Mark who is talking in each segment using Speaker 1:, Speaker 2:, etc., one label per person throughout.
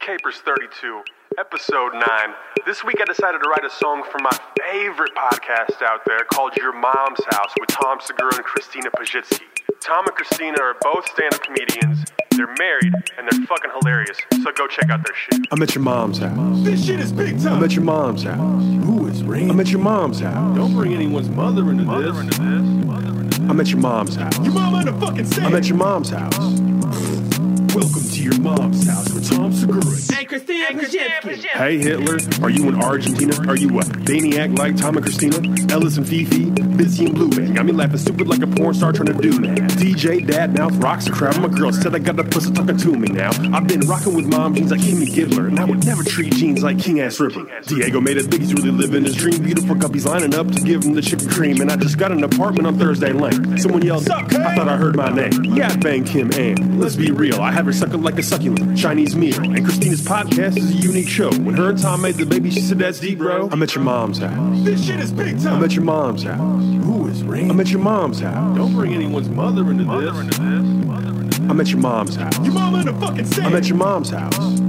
Speaker 1: Capers 32, episode 9. This week I decided to write a song for my favorite podcast out there called Your Mom's House with Tom Segura and Christina Pajitsky. Tom and Christina are both stand up comedians. They're married and they're fucking hilarious. So go check out their shit. I'm at your mom's house.
Speaker 2: This shit is big time.
Speaker 1: at your mom's house.
Speaker 2: Who is Randy?
Speaker 1: at your mom's house.
Speaker 2: Don't bring anyone's mother into this.
Speaker 1: I'm at your mom's house.
Speaker 2: Your mom on the fucking set.
Speaker 1: your mom's house.
Speaker 2: Welcome to your mom's house with Tom Segura.
Speaker 3: Hey, Christina Krasinski.
Speaker 1: Hey Hitler, are you in Argentina? Are you a Daniac like Tom and Christina? Ellis and Fifi, Bitsy and Blue Man. Got me laughing stupid like a porn star trying to do that. DJ Dad Mouth rocks the crowd. My girl said I got the pussy talking to me now. I've been rocking with mom jeans like Kimmy Gibbler, and I would never treat jeans like King Ass Ripper. Diego made it big, he's really living his dream. Beautiful guppies lining up to give him the chicken cream, and I just got an apartment on Thursday Lane. Someone yelled,
Speaker 2: Suck, hey!"
Speaker 1: I thought I heard my name. Yeah, I banged Kim and let's be real, I have her sucking like a succulent Chinese meal. And Christina's podcast is a unique show. When her and Tom made the baby, she said that's deep, bro. I'm at your mom's house.
Speaker 2: This shit is big time.
Speaker 1: I'm at your mom's house.
Speaker 2: Who is Randy?
Speaker 1: I'm at your mom's house.
Speaker 2: Don't bring anyone's mother into this.
Speaker 1: I'm at your mom's house.
Speaker 2: Your mom on the fucking set.
Speaker 1: I'm at your mom's house.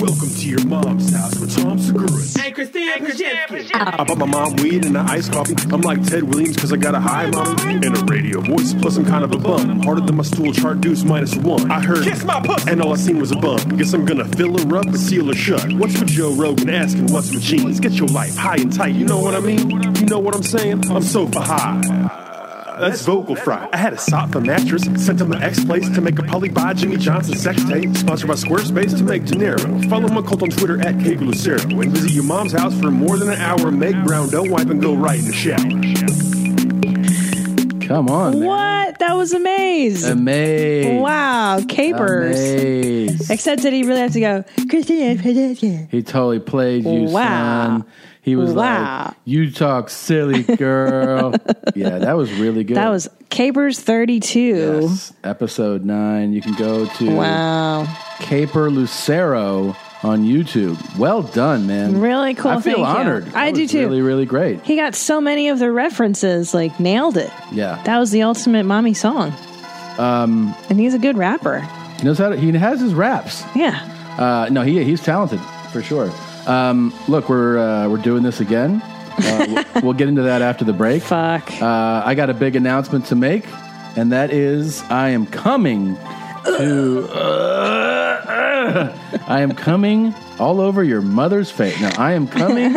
Speaker 2: Welcome to your mom's house with Tom Segura.
Speaker 3: Hey, Christina Krasinski.
Speaker 1: I bought my mom weed and an iced coffee. I'm like Ted Williams because I got a high mom and a radio voice. Plus, I'm kind of a bum. I'm harder than my stool chart deuce minus one. I heard
Speaker 2: Kiss my pussy.
Speaker 1: And all I seen was a bump. Guess I'm gonna fill her up and seal her shut. What's with Joe Rogan asking what's with jeans? Get your life high and tight, you know what I mean? You know what I'm saying? I'm so for high. That's vocal fry. I had a sock for mattress, sent to my ex place to make a poly by Jimmy Johnson sex tape, sponsored by Squarespace to make dinero. Follow my cult on Twitter at Cable Lucero and visit your mom's house for more than an hour. Make brown dough wipe and go right in the shower.
Speaker 4: Come on, man.
Speaker 5: What? That was a maze.
Speaker 4: Amazing.
Speaker 5: wow, capers. Except that he really had to go, Christina Krasinski.
Speaker 4: He totally played you,
Speaker 5: Wow.
Speaker 4: son. He was
Speaker 5: Wow.
Speaker 4: like, "You talk silly, girl." yeah, that was really good.
Speaker 5: That was Capers 32.
Speaker 4: Yes. episode nine. You can go to
Speaker 5: Wow.
Speaker 4: Caper Lucero on YouTube. Well done, man.
Speaker 5: Really cool.
Speaker 4: I feel
Speaker 5: Thank you.
Speaker 4: honored. That
Speaker 5: I do
Speaker 4: was
Speaker 5: too.
Speaker 4: Really, really great.
Speaker 5: He got so many of the references, like, nailed it.
Speaker 4: Yeah.
Speaker 5: That was the ultimate mommy song. Um, and he's a good rapper.
Speaker 4: He knows how to, he has his raps.
Speaker 5: Yeah.
Speaker 4: Uh, no, he he's talented for sure. Um, look, we're uh, we're doing this again. Uh, we'll- we'll get into that after the break.
Speaker 5: Fuck.
Speaker 4: Uh, I got a big announcement to make, and that is I am coming to. uh, I am coming all over your mother's face. No, I am coming.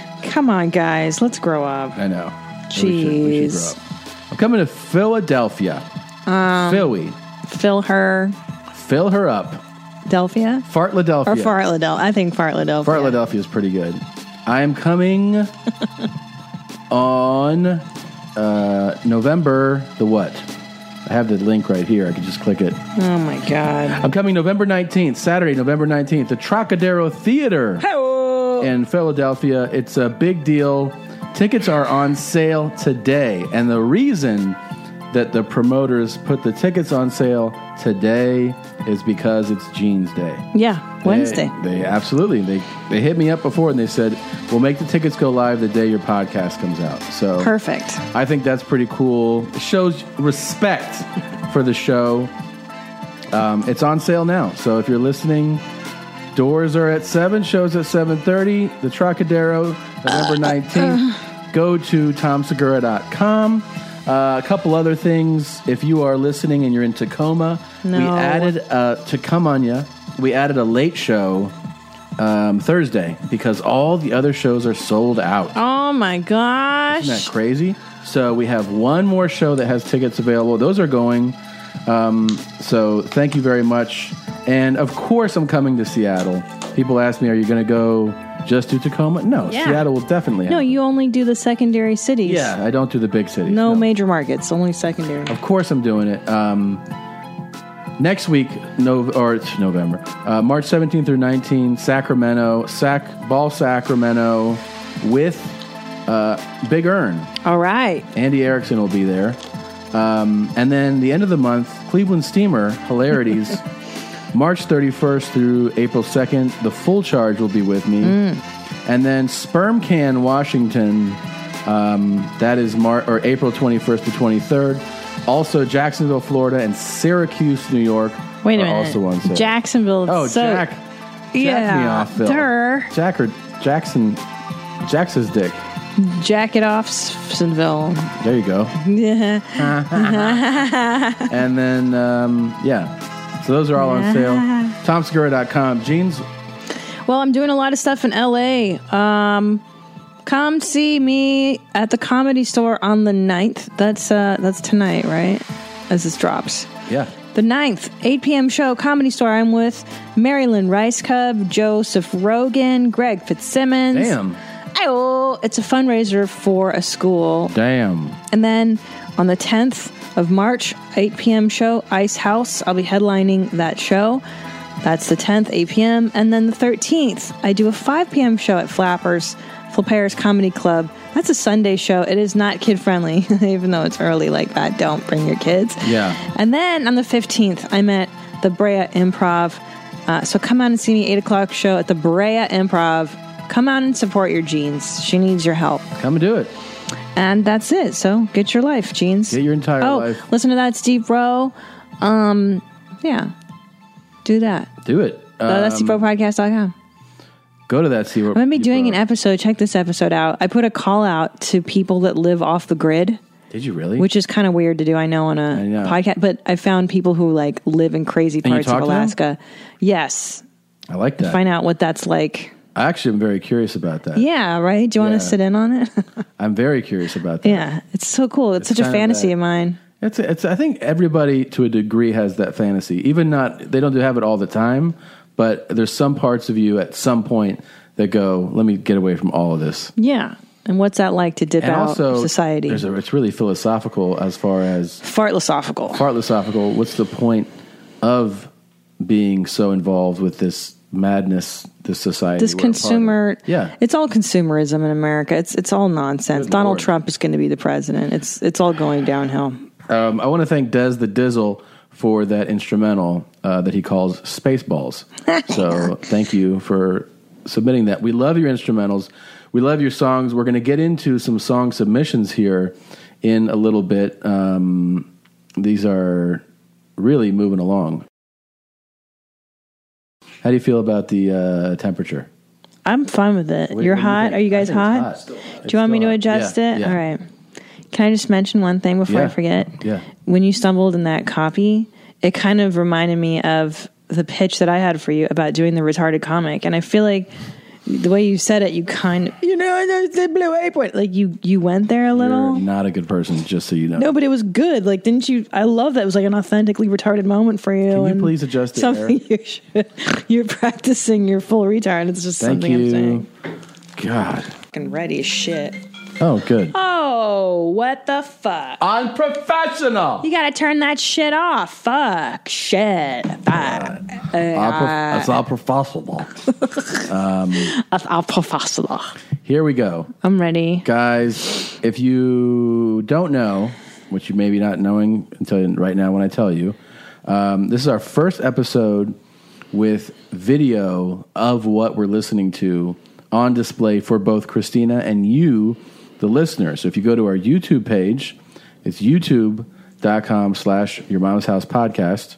Speaker 5: Come on, guys. Let's grow up.
Speaker 4: I know. We should- we should grow
Speaker 5: Jeez.
Speaker 4: up. I'm coming to Philadelphia.
Speaker 5: Um,
Speaker 4: Philly.
Speaker 5: Fill her.
Speaker 4: Fill her up.
Speaker 5: Delphia?
Speaker 4: Fartladelphia.
Speaker 5: Or Fartladelphia. I think Fartladelphia.
Speaker 4: Philadelphia is pretty good. I am coming on uh, November the what? I have the link right here. I could just click it.
Speaker 5: Oh, my God.
Speaker 4: I'm coming November 19th, Saturday, November 19th, the Trocadero
Speaker 3: Oh.
Speaker 4: Theater
Speaker 5: oh.
Speaker 4: in Philadelphia. It's a big deal. Tickets are on sale today. And the reason that the promoters put the tickets on sale today is because it's Jeans Day.
Speaker 5: Yeah, Wednesday.
Speaker 4: They, they absolutely they they hit me up before and they said we'll make the tickets go live the day your podcast comes out. So
Speaker 5: Perfect.
Speaker 4: I think that's pretty cool. It shows respect for the show. Um, it's on sale now, so if you're listening, doors are at seven, shows at seven thirty. The Trocadero, November nineteenth. Go to tomsegura.com. Uh, a couple other things. If you are listening and you're in Tacoma, we
Speaker 5: No.
Speaker 4: added uh, Tacomania. We added a late show um, Thursday because all the other shows are sold out.
Speaker 5: Oh my gosh.
Speaker 4: Isn't that crazy? So we have one more show that has tickets available. Those are going. Um, so thank you very much. And of course, I'm coming to Seattle. People ask me, "Are you going to go just to Tacoma?" No,
Speaker 5: Yeah.
Speaker 4: Seattle will definitely.
Speaker 5: No,
Speaker 4: happen.
Speaker 5: you only do the secondary cities.
Speaker 4: yeah, I don't do the big cities.
Speaker 5: No, major markets, only secondary.
Speaker 4: Of course, I'm doing it. Um, next week, no, or it's November, uh, March 17th through 19th, Sacramento, Sac Ball Sacramento, with uh, Big Earn.
Speaker 5: All right.
Speaker 4: Andy Erickson will be there. Um, and then the end of the month, Cleveland Steamer, Hilarities, March 31st through April 2nd. The full charge will be with me.
Speaker 5: Mm.
Speaker 4: And then Sperm Can, Washington, um, that is Mar- or April 21st to 23rd. Also Jacksonville, Florida, and Syracuse, New York.
Speaker 5: Wait a
Speaker 4: are
Speaker 5: minute.
Speaker 4: also on sale.
Speaker 5: Jacksonville.
Speaker 4: Oh,
Speaker 5: so,
Speaker 4: Jack. Jack me
Speaker 5: Yeah,
Speaker 4: off, Phil.
Speaker 5: der.
Speaker 4: Jack or Jackson. Jackson's dick.
Speaker 5: Jack it off, Jacksonville.
Speaker 4: There you go. and then, um, yeah. So those are all on sale. TomSegura.com. Jeans.
Speaker 5: Well, I'm doing a lot of stuff in LA. Um, come see me at the comedy store on the 9th. That's uh, that's tonight, right? As this drops.
Speaker 4: Yeah.
Speaker 5: The 9th, 8 p.m. show, Comedy Store. I'm with Marilyn Rice Cub, Joseph Rogan, Greg Fitzsimmons.
Speaker 4: Damn.
Speaker 5: Oh, it's a fundraiser for a school.
Speaker 4: Damn.
Speaker 5: And then on the 10th of March, 8 p.m. show, Ice House. I'll be headlining that show. That's the 10th, 8 p.m. And then the 13th, I do a 5 p.m. show at Flappers, Flappers Comedy Club. That's a Sunday show. It is not kid friendly, even though it's early like that. Don't bring your kids.
Speaker 4: Yeah.
Speaker 5: And then on the 15th, I'm at the Brea Improv. Uh, so come out and see me, 8 o'clock show at the Brea Improv. Come out and support your jeans. She needs your help.
Speaker 4: Come and do it.
Speaker 5: And that's it. So get your life, jeans.
Speaker 4: Get your entire
Speaker 5: oh,
Speaker 4: life.
Speaker 5: listen to that, Steve Rowe. Um, yeah, do that.
Speaker 4: Do it.
Speaker 5: Uh, that's
Speaker 4: Um,
Speaker 5: SteveRowPodcast.com.
Speaker 4: Go to that. See what
Speaker 5: I'm gonna be doing an episode. Check this episode out. I put a call out to people that live off the grid,
Speaker 4: Did you really?
Speaker 5: which is kind of weird to do. I know on a
Speaker 4: I know.
Speaker 5: podcast, but I found people who like live in crazy
Speaker 4: you
Speaker 5: parts
Speaker 4: talk
Speaker 5: of
Speaker 4: to them?
Speaker 5: Alaska. Yes,
Speaker 4: I like that.
Speaker 5: find out what that's like.
Speaker 4: I actually am very curious about that.
Speaker 5: Yeah, right. Do you want
Speaker 4: Yeah.
Speaker 5: to sit in on it?
Speaker 4: I'm very curious about that.
Speaker 5: yeah, it's so cool. It's,
Speaker 4: It's
Speaker 5: such a
Speaker 4: kind of
Speaker 5: fantasy
Speaker 4: that-
Speaker 5: of mine.
Speaker 4: It's, it's, I think everybody to a degree has that fantasy. Even not, they don't have it all the time, but there's some parts of you at some point that go, let me get away from all of this.
Speaker 5: Yeah. And what's that like to dip
Speaker 4: And
Speaker 5: out
Speaker 4: also,
Speaker 5: of society?
Speaker 4: there's a, it's really philosophical as far as
Speaker 5: Fartlosophical.
Speaker 4: philosophical. What's the point of being so involved with this madness, this society?
Speaker 5: This
Speaker 4: we're a part of?
Speaker 5: consumer,
Speaker 4: Yeah.
Speaker 5: it's all consumerism in America. It's it's all nonsense.
Speaker 4: Good
Speaker 5: Donald
Speaker 4: Lord.
Speaker 5: Trump is going to be the president. It's it's all going downhill.
Speaker 4: Um, I want to thank Des the Dizzle for that instrumental uh, that he calls Spaceballs. so thank you for submitting that. We love your instrumentals. We love your songs. We're going to get into some song submissions here in a little bit. Um, these are really moving along. How do you feel about the uh, temperature?
Speaker 5: I'm fine with it.
Speaker 4: What-
Speaker 5: You're
Speaker 4: what do you
Speaker 5: hot.
Speaker 4: think?
Speaker 5: Are you
Speaker 4: I
Speaker 5: guys
Speaker 4: think it's hot
Speaker 5: hot?
Speaker 4: still.
Speaker 5: Do
Speaker 4: It's
Speaker 5: you want me
Speaker 4: still
Speaker 5: to
Speaker 4: hot.
Speaker 5: adjust
Speaker 4: Yeah,
Speaker 5: it?
Speaker 4: yeah.
Speaker 5: All right. Can I just mention one thing before
Speaker 4: Yeah.
Speaker 5: I forget?
Speaker 4: Yeah.
Speaker 5: When you stumbled in that copy, it kind of reminded me of the pitch that I had for you about doing the retarded comic, and I feel like the way you said it, you kind of you know there's the blue apron, like you you went there a little.
Speaker 4: You're not a good person, just so you know.
Speaker 5: No, but it was good. Like, didn't you? I love that. It was like an authentically retarded moment for you. Can
Speaker 4: you please adjust it,
Speaker 5: Something you should. You're practicing your full retard. It's just
Speaker 4: Thank
Speaker 5: something I'm saying.
Speaker 4: you. God.
Speaker 5: Fucking ready as shit.
Speaker 4: Oh, good.
Speaker 5: Oh, what the fuck?
Speaker 4: Unprofessional.
Speaker 5: You gotta turn that shit off. Fuck. Shit. Fuck.
Speaker 4: Uh,
Speaker 5: Uh,
Speaker 4: Opera- It's opera possible.
Speaker 5: That's our professor.
Speaker 4: Um, Here we go.
Speaker 5: I'm ready.
Speaker 4: Guys, if you don't know, which you may be not knowing until right now when I tell you, um, this is our first episode with video of what we're listening to on display for both Christina and you, the listener. So if you go to our YouTube page, it's youtube.com slash your mom's house podcast.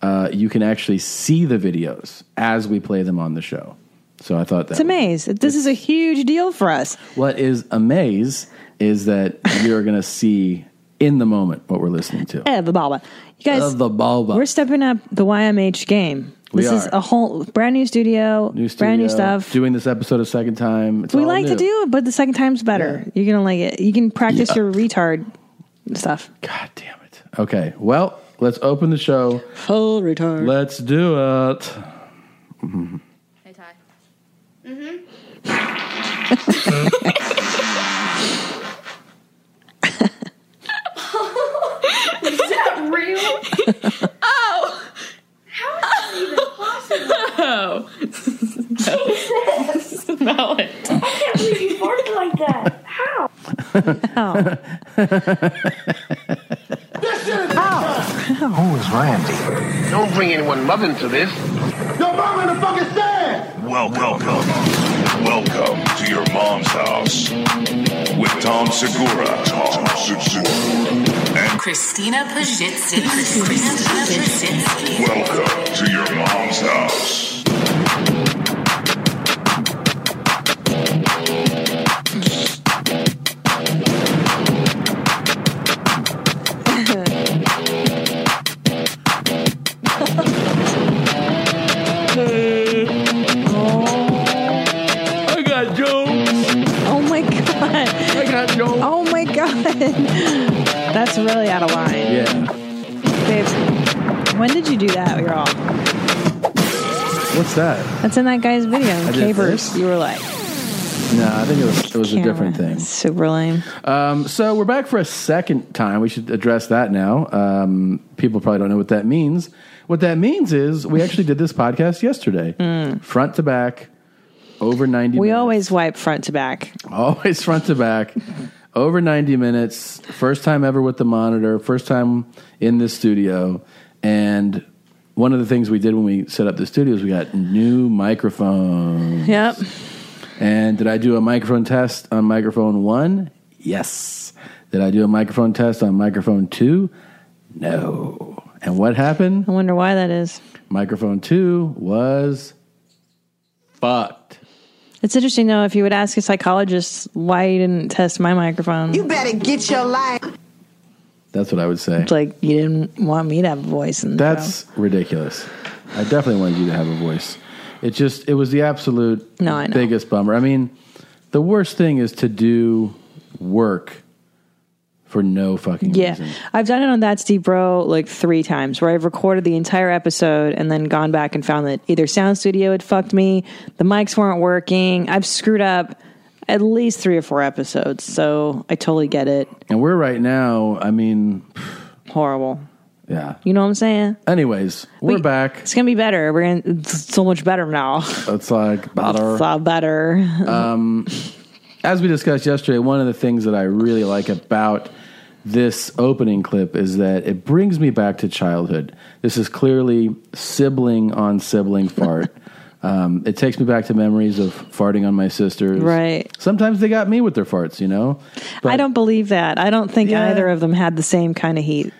Speaker 4: Uh, you can actually see the videos as we play them on the show. So I thought that
Speaker 5: uh, It's a maze. This is a huge deal for us.
Speaker 4: what is a maze is that you're going to see in the moment what we're listening to.
Speaker 5: Eh, the baba. You guys,
Speaker 4: Of the bulba.
Speaker 5: we're stepping up the YMH game.
Speaker 4: We
Speaker 5: This is
Speaker 4: are.
Speaker 5: a whole brand new studio,
Speaker 4: New studio,
Speaker 5: brand new stuff.
Speaker 4: Doing this episode a second time. It's
Speaker 5: we
Speaker 4: all
Speaker 5: like to
Speaker 4: new.
Speaker 5: do it, but the second time's better. You're gonna like it. You can practice your retard stuff.
Speaker 4: God damn it. Okay. Well, let's open the show.
Speaker 5: Full retard.
Speaker 4: Let's do it.
Speaker 6: Hey, Ty.
Speaker 7: Is that real? oh! How is that even possible?
Speaker 6: Oh. Smell it.
Speaker 7: I can't believe you farted like that. How?
Speaker 5: Oh.
Speaker 8: Don't bring anyone love into this.
Speaker 2: Welcome, welcome, welcome to your mom's house with Tom
Speaker 9: Tom Segura. Tom Segura. And
Speaker 10: Christina Pajitsky. Christina Pajitsky.
Speaker 9: welcome to your mom's house.
Speaker 4: Oh. I got jokes.
Speaker 5: Oh my god.
Speaker 4: I got jokes.
Speaker 5: Oh my god. That's really out of line.
Speaker 4: Yeah.
Speaker 5: Babes, when did you do that, girl?
Speaker 4: What's that?
Speaker 5: That's in that guy's video.
Speaker 4: did
Speaker 5: Capers.
Speaker 4: this?
Speaker 5: You were like,
Speaker 4: No, I think it was it was a different
Speaker 5: camera.
Speaker 4: thing.
Speaker 5: Super lame.
Speaker 4: Um, so we're back for a second time. We should address that now. Um, people probably don't know what that means. What that means is we actually did this podcast yesterday, front to back, over ninety.
Speaker 5: Hmm. We
Speaker 4: minutes.
Speaker 5: always wipe front to back.
Speaker 4: always front to back, over ninety minutes. First time ever with the monitor. First time in this studio. And one of the things we did when we set up the studio is we got new microphones.
Speaker 5: Yep.
Speaker 4: And did I do a microphone test on microphone one? Yes. Did I do a microphone test on microphone two? No. And what happened?
Speaker 5: I wonder why that is.
Speaker 4: Microphone two was fucked.
Speaker 5: It's interesting though, if you would ask a psychologist why you didn't test my microphone,
Speaker 11: You better get your life.
Speaker 4: That's what I would say.
Speaker 5: it's like you didn't want me to have a voice. In the
Speaker 4: That's ridiculous. I definitely wanted you to have a voice. It just it was the absolute
Speaker 5: No, I know.
Speaker 4: biggest bummer. I mean, the worst thing is to do work for no fucking
Speaker 5: Yeah,
Speaker 4: reason.
Speaker 5: I've done it on That's Deep Bro like three times where I've recorded the entire episode and then gone back and found that either Sound Studio had fucked me, the mics weren't working, I've screwed up at least three or four episodes. So I totally get it.
Speaker 4: And we're right now, I mean,
Speaker 5: Horrible.
Speaker 4: yeah.
Speaker 5: You know what I'm saying?
Speaker 4: Anyways, we're
Speaker 5: But
Speaker 4: back.
Speaker 5: It's going to be better. We're going to, it's so much better now.
Speaker 4: It's like
Speaker 5: It's
Speaker 4: butter.
Speaker 5: all better.
Speaker 4: As we discussed yesterday, one of the things that I really like about this opening clip is that it brings me back to childhood. This is clearly sibling on sibling fart. um, it takes me back to memories of farting on my sisters.
Speaker 5: Right.
Speaker 4: Sometimes they got me with their farts, you know? But
Speaker 5: I don't believe that. I don't think
Speaker 4: Yeah.
Speaker 5: either of them had the same kind of heat.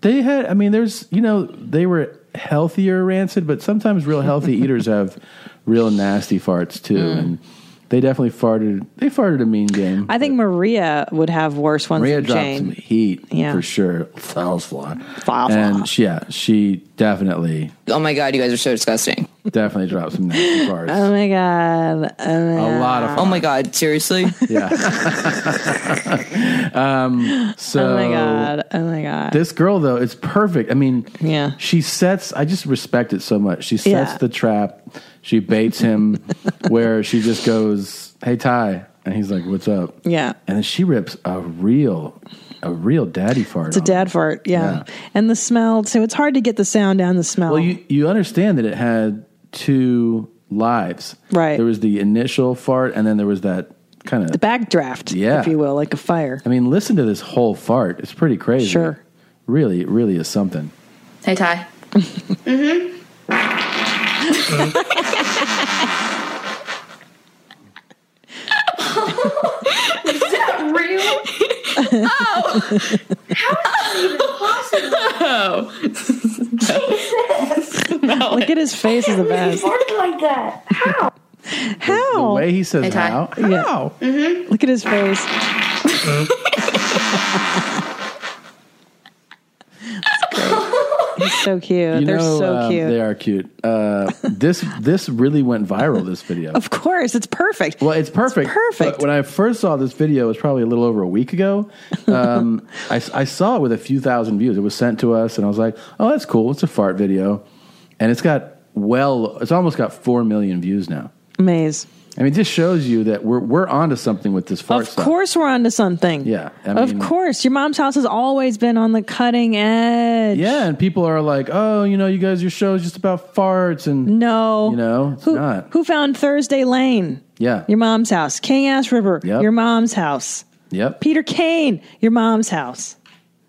Speaker 4: They had, I mean, there's, you know, they were healthier rancid, but sometimes real healthy eaters have real nasty farts too.
Speaker 10: Mm.
Speaker 4: And they definitely farted, they farted a mean game.
Speaker 5: I think Maria would have worse ones
Speaker 4: Maria
Speaker 5: than
Speaker 4: dropped
Speaker 5: Jane.
Speaker 4: some heat
Speaker 5: Yeah.
Speaker 4: for sure. Salsla.
Speaker 5: Salsla.
Speaker 4: And she, yeah, she definitely,
Speaker 10: Oh my god, you guys are so disgusting.
Speaker 4: definitely dropped some nasty farts.
Speaker 5: Oh my god! Oh my
Speaker 4: a lot of
Speaker 10: Oh my god, seriously?
Speaker 4: yeah. um, so
Speaker 5: Oh my god! Oh my god!
Speaker 4: This girl though, it's perfect. I mean,
Speaker 5: Yeah.
Speaker 4: she sets. I just respect it so much. She sets
Speaker 5: Yeah.
Speaker 4: the trap. She baits him, where she just goes, "Hey Ty," and he's like, "What's up?"
Speaker 5: yeah,
Speaker 4: And then she rips a real, a real daddy fart.
Speaker 5: it's a dad fart. Yeah. and the smell. So it's hard to get the sound down the smell.
Speaker 4: Well, you you understand that it had two lives,
Speaker 5: Right.
Speaker 4: There was the initial fart, and then there was that kind of
Speaker 5: the backdraft,
Speaker 4: Yeah.
Speaker 5: if you will, like a fire.
Speaker 4: I mean, listen to this whole fart. It's pretty crazy.
Speaker 5: Sure.
Speaker 4: Really, it really is something.
Speaker 6: Hey, Ty.
Speaker 7: Is that real?
Speaker 5: Oh. Look at his face is the best.
Speaker 7: Farted like that. How?
Speaker 4: The
Speaker 5: How?
Speaker 4: way he says
Speaker 6: Hey, Ty.
Speaker 4: how,
Speaker 5: Yeah. Mm-hmm.
Speaker 4: how. Mm-hmm.
Speaker 5: Look at his face. It's great. He's so cute.
Speaker 4: You
Speaker 5: Uh, They're
Speaker 4: know,
Speaker 5: so
Speaker 4: um,
Speaker 5: cute.
Speaker 4: They are cute. Uh, this this really went viral. This video.
Speaker 5: Of course, it's perfect.
Speaker 4: Well, it's perfect.
Speaker 5: perfect.
Speaker 4: But when I first saw this video, it was probably a little over a week ago. Um, I, I saw it with a few thousand views. It was sent to us, and I was like, "Oh, that's cool. It's a fart video," and it's got well, it's almost got four million views now.
Speaker 5: Maze.
Speaker 4: I mean, it just shows you that we're we're onto something with this fart
Speaker 5: Of
Speaker 4: stuff.
Speaker 5: course, we're onto something.
Speaker 4: Yeah, I mean-
Speaker 5: of course, your mom's house has always been on the cutting edge.
Speaker 4: Yeah, and people are like, "Oh, you know, you guys, your show is just about farts," and
Speaker 5: No.
Speaker 4: You know, it's
Speaker 5: who,
Speaker 4: not.
Speaker 5: Who found Thursday Lane?
Speaker 4: yeah,
Speaker 5: Your mom's house. King Ass River.
Speaker 4: Yep.
Speaker 5: Your mom's house.
Speaker 4: yep,
Speaker 5: Peter Kane. Your mom's house.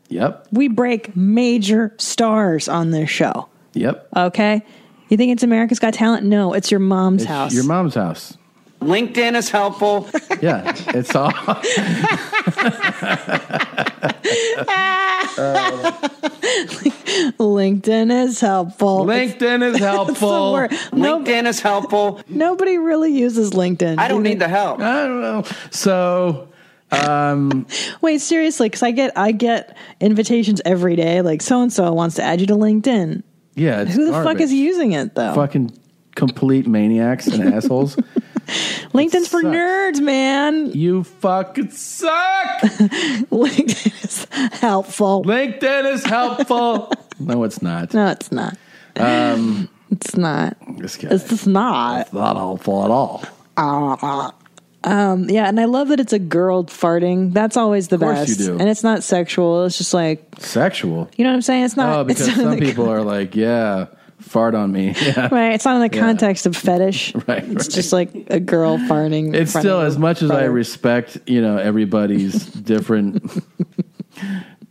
Speaker 4: yep,
Speaker 5: We break major stars on this show.
Speaker 4: yep.
Speaker 5: Okay? You think it's America's Got Talent? No, it's your mom's
Speaker 4: It's
Speaker 5: house.
Speaker 4: Your mom's house.
Speaker 11: LinkedIn is helpful.
Speaker 4: Yeah, it's all. Uh,
Speaker 5: LinkedIn is helpful.
Speaker 4: LinkedIn is helpful.
Speaker 5: LinkedIn
Speaker 11: is helpful.
Speaker 5: Nobody really uses LinkedIn.
Speaker 11: I don't need the help.
Speaker 4: I don't know. So, um,
Speaker 5: wait, seriously, because I get I get invitations every day. Like so and so wants to add you to LinkedIn.
Speaker 4: yeah, it's
Speaker 5: Who the fuck
Speaker 4: garbage.
Speaker 5: is using it though?
Speaker 4: Fucking complete maniacs and assholes.
Speaker 5: LinkedIn's for nerds, man.
Speaker 4: You fucking suck.
Speaker 5: LinkedIn is helpful.
Speaker 4: LinkedIn is helpful. no, it's not.
Speaker 5: No, it's not.
Speaker 4: Um,
Speaker 5: It's not.
Speaker 4: this guy.
Speaker 5: It's just not. Uh,
Speaker 4: It's not helpful at all.
Speaker 5: Um, yeah, and I love that it's a girl farting. That's always the
Speaker 4: Of course
Speaker 5: best.
Speaker 4: you do.
Speaker 5: And it's not sexual. It's just like
Speaker 4: Sexual.
Speaker 5: you know what I'm saying. It's not.
Speaker 4: oh, because
Speaker 5: it's not in
Speaker 4: some
Speaker 5: the-
Speaker 4: people are like, yeah, fart on me. Yeah.
Speaker 5: Right, it's not in the
Speaker 4: Yeah.
Speaker 5: context of fetish.
Speaker 4: Right,
Speaker 5: it's
Speaker 4: right.
Speaker 5: just like a girl farting. in
Speaker 4: It's
Speaker 5: front
Speaker 4: still
Speaker 5: of
Speaker 4: as
Speaker 5: her
Speaker 4: much as I
Speaker 5: brother.
Speaker 4: respect, you know, everybody's different,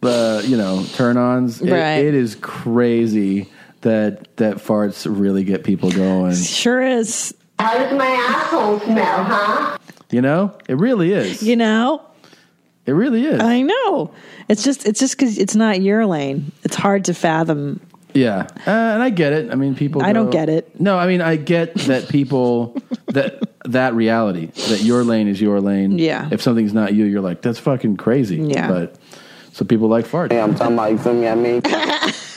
Speaker 4: uh, you know, turn-ons. it-
Speaker 5: Right.
Speaker 4: it is crazy that that farts really get people going.
Speaker 5: Sure is.
Speaker 12: How does my asshole smell, huh?
Speaker 4: You know, it really is. You
Speaker 5: know,
Speaker 4: it really is.
Speaker 5: I know. It's just it's just because it's not your lane. It's hard to fathom.
Speaker 4: Yeah, uh, and I get it. I mean, people.
Speaker 5: I don't
Speaker 4: go-
Speaker 5: get it.
Speaker 4: No, I mean, I get that people that that reality that your lane is your lane.
Speaker 5: Yeah.
Speaker 4: If something's not you, you're like that's fucking crazy.
Speaker 5: Yeah.
Speaker 4: But so people like farts. Yeah, I'm talking about you. Feel me? I mean,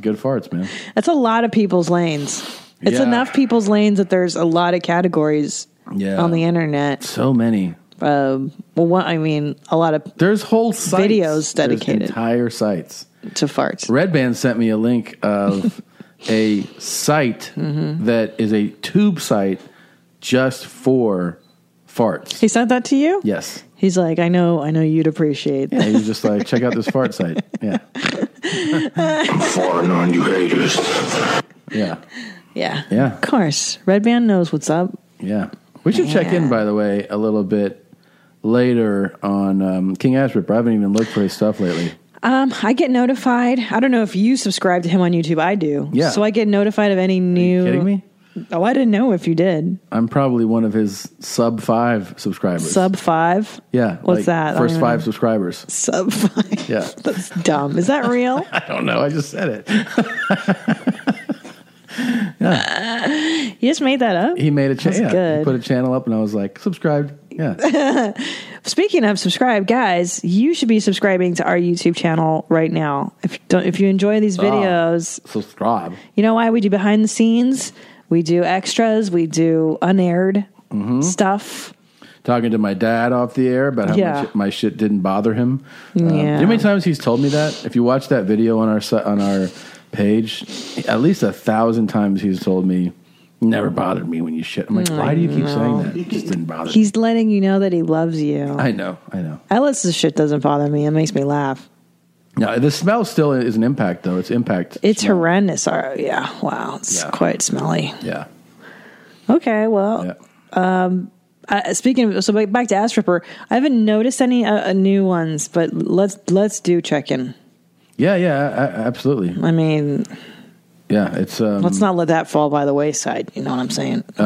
Speaker 4: good farts, man.
Speaker 5: That's a lot of people's lanes. It's
Speaker 4: Yeah.
Speaker 5: enough people's lanes that there's a lot of categories
Speaker 4: Yeah.
Speaker 5: on the internet.
Speaker 4: So many.
Speaker 5: Um, well, what I mean, a lot of
Speaker 4: there's whole sites.
Speaker 5: videos dedicated.
Speaker 4: There's entire sites
Speaker 5: to farts.
Speaker 4: Red Band sent me a link of a site
Speaker 5: Mm-hmm.
Speaker 4: that is a tube site just for farts.
Speaker 5: he sent that to you.
Speaker 4: Yes.
Speaker 5: He's like, I know, I know you'd appreciate.
Speaker 4: Yeah, he was just like, check out this fart site. Yeah.
Speaker 9: Farting on you haters.
Speaker 4: Yeah.
Speaker 5: Yeah.
Speaker 4: Yeah.
Speaker 5: Of course, Red Band knows what's up.
Speaker 4: Yeah. We should check in, by the way, a little bit later on um, King Ashbrook. I haven't even looked for his stuff lately.
Speaker 5: Um, I get notified. I don't know if you subscribe to him on YouTube. I do.
Speaker 4: Yeah.
Speaker 5: So I get notified of any new.
Speaker 4: kidding me?
Speaker 5: Oh, I didn't know if you did.
Speaker 4: I'm probably one of his sub five subscribers.
Speaker 5: Sub five.
Speaker 4: Yeah.
Speaker 5: What's that? I
Speaker 4: First
Speaker 5: don't
Speaker 4: five
Speaker 5: know.
Speaker 4: subscribers.
Speaker 5: Sub five.
Speaker 4: Yeah.
Speaker 5: That's dumb. Is that real?
Speaker 4: I don't know. I just said it. yeah.
Speaker 5: you just made that up.
Speaker 4: He made a
Speaker 5: That's
Speaker 4: channel. Yeah,
Speaker 5: good.
Speaker 4: He put a channel up and I was like, subscribed. Yeah.
Speaker 5: Speaking of subscribe, guys, you should be subscribing to our YouTube channel right now. If you don't, if you enjoy these
Speaker 4: Ah.
Speaker 5: videos,
Speaker 4: Subscribe.
Speaker 5: you know why we do behind the scenes, we do extras, we do unaired
Speaker 4: Mhm.
Speaker 5: stuff.
Speaker 4: Talking to my dad off the air about how
Speaker 5: Yeah.
Speaker 4: much my shit didn't bother him. Um, you know
Speaker 5: Yeah.
Speaker 4: how many times he's told me that? If you watch that video on our si- on our page, at least a thousand times he's told me, "Never bothered me when you shit." I'm like,
Speaker 5: Mm,
Speaker 4: why do you keep
Speaker 5: no.
Speaker 4: saying that? It just didn't bother. me.
Speaker 5: He's letting you know that he loves you.
Speaker 4: I know, I know.
Speaker 5: Ellis's shit doesn't bother me. It makes me laugh.
Speaker 4: No, the smell still is an impact, though. It's impact.
Speaker 5: It's horrendous. All right, yeah. Wow. It's quite smelly.
Speaker 4: Yeah.
Speaker 5: Okay. Well, um, uh, speaking of, so ba- back to Ass Ripper, I haven't noticed any uh, uh, new ones, but let's let's do check in.
Speaker 4: Yeah, yeah, a- a- absolutely.
Speaker 5: I mean,
Speaker 4: yeah, it's. Um,
Speaker 5: let's not let that fall by the wayside. You know what I'm saying? Okay.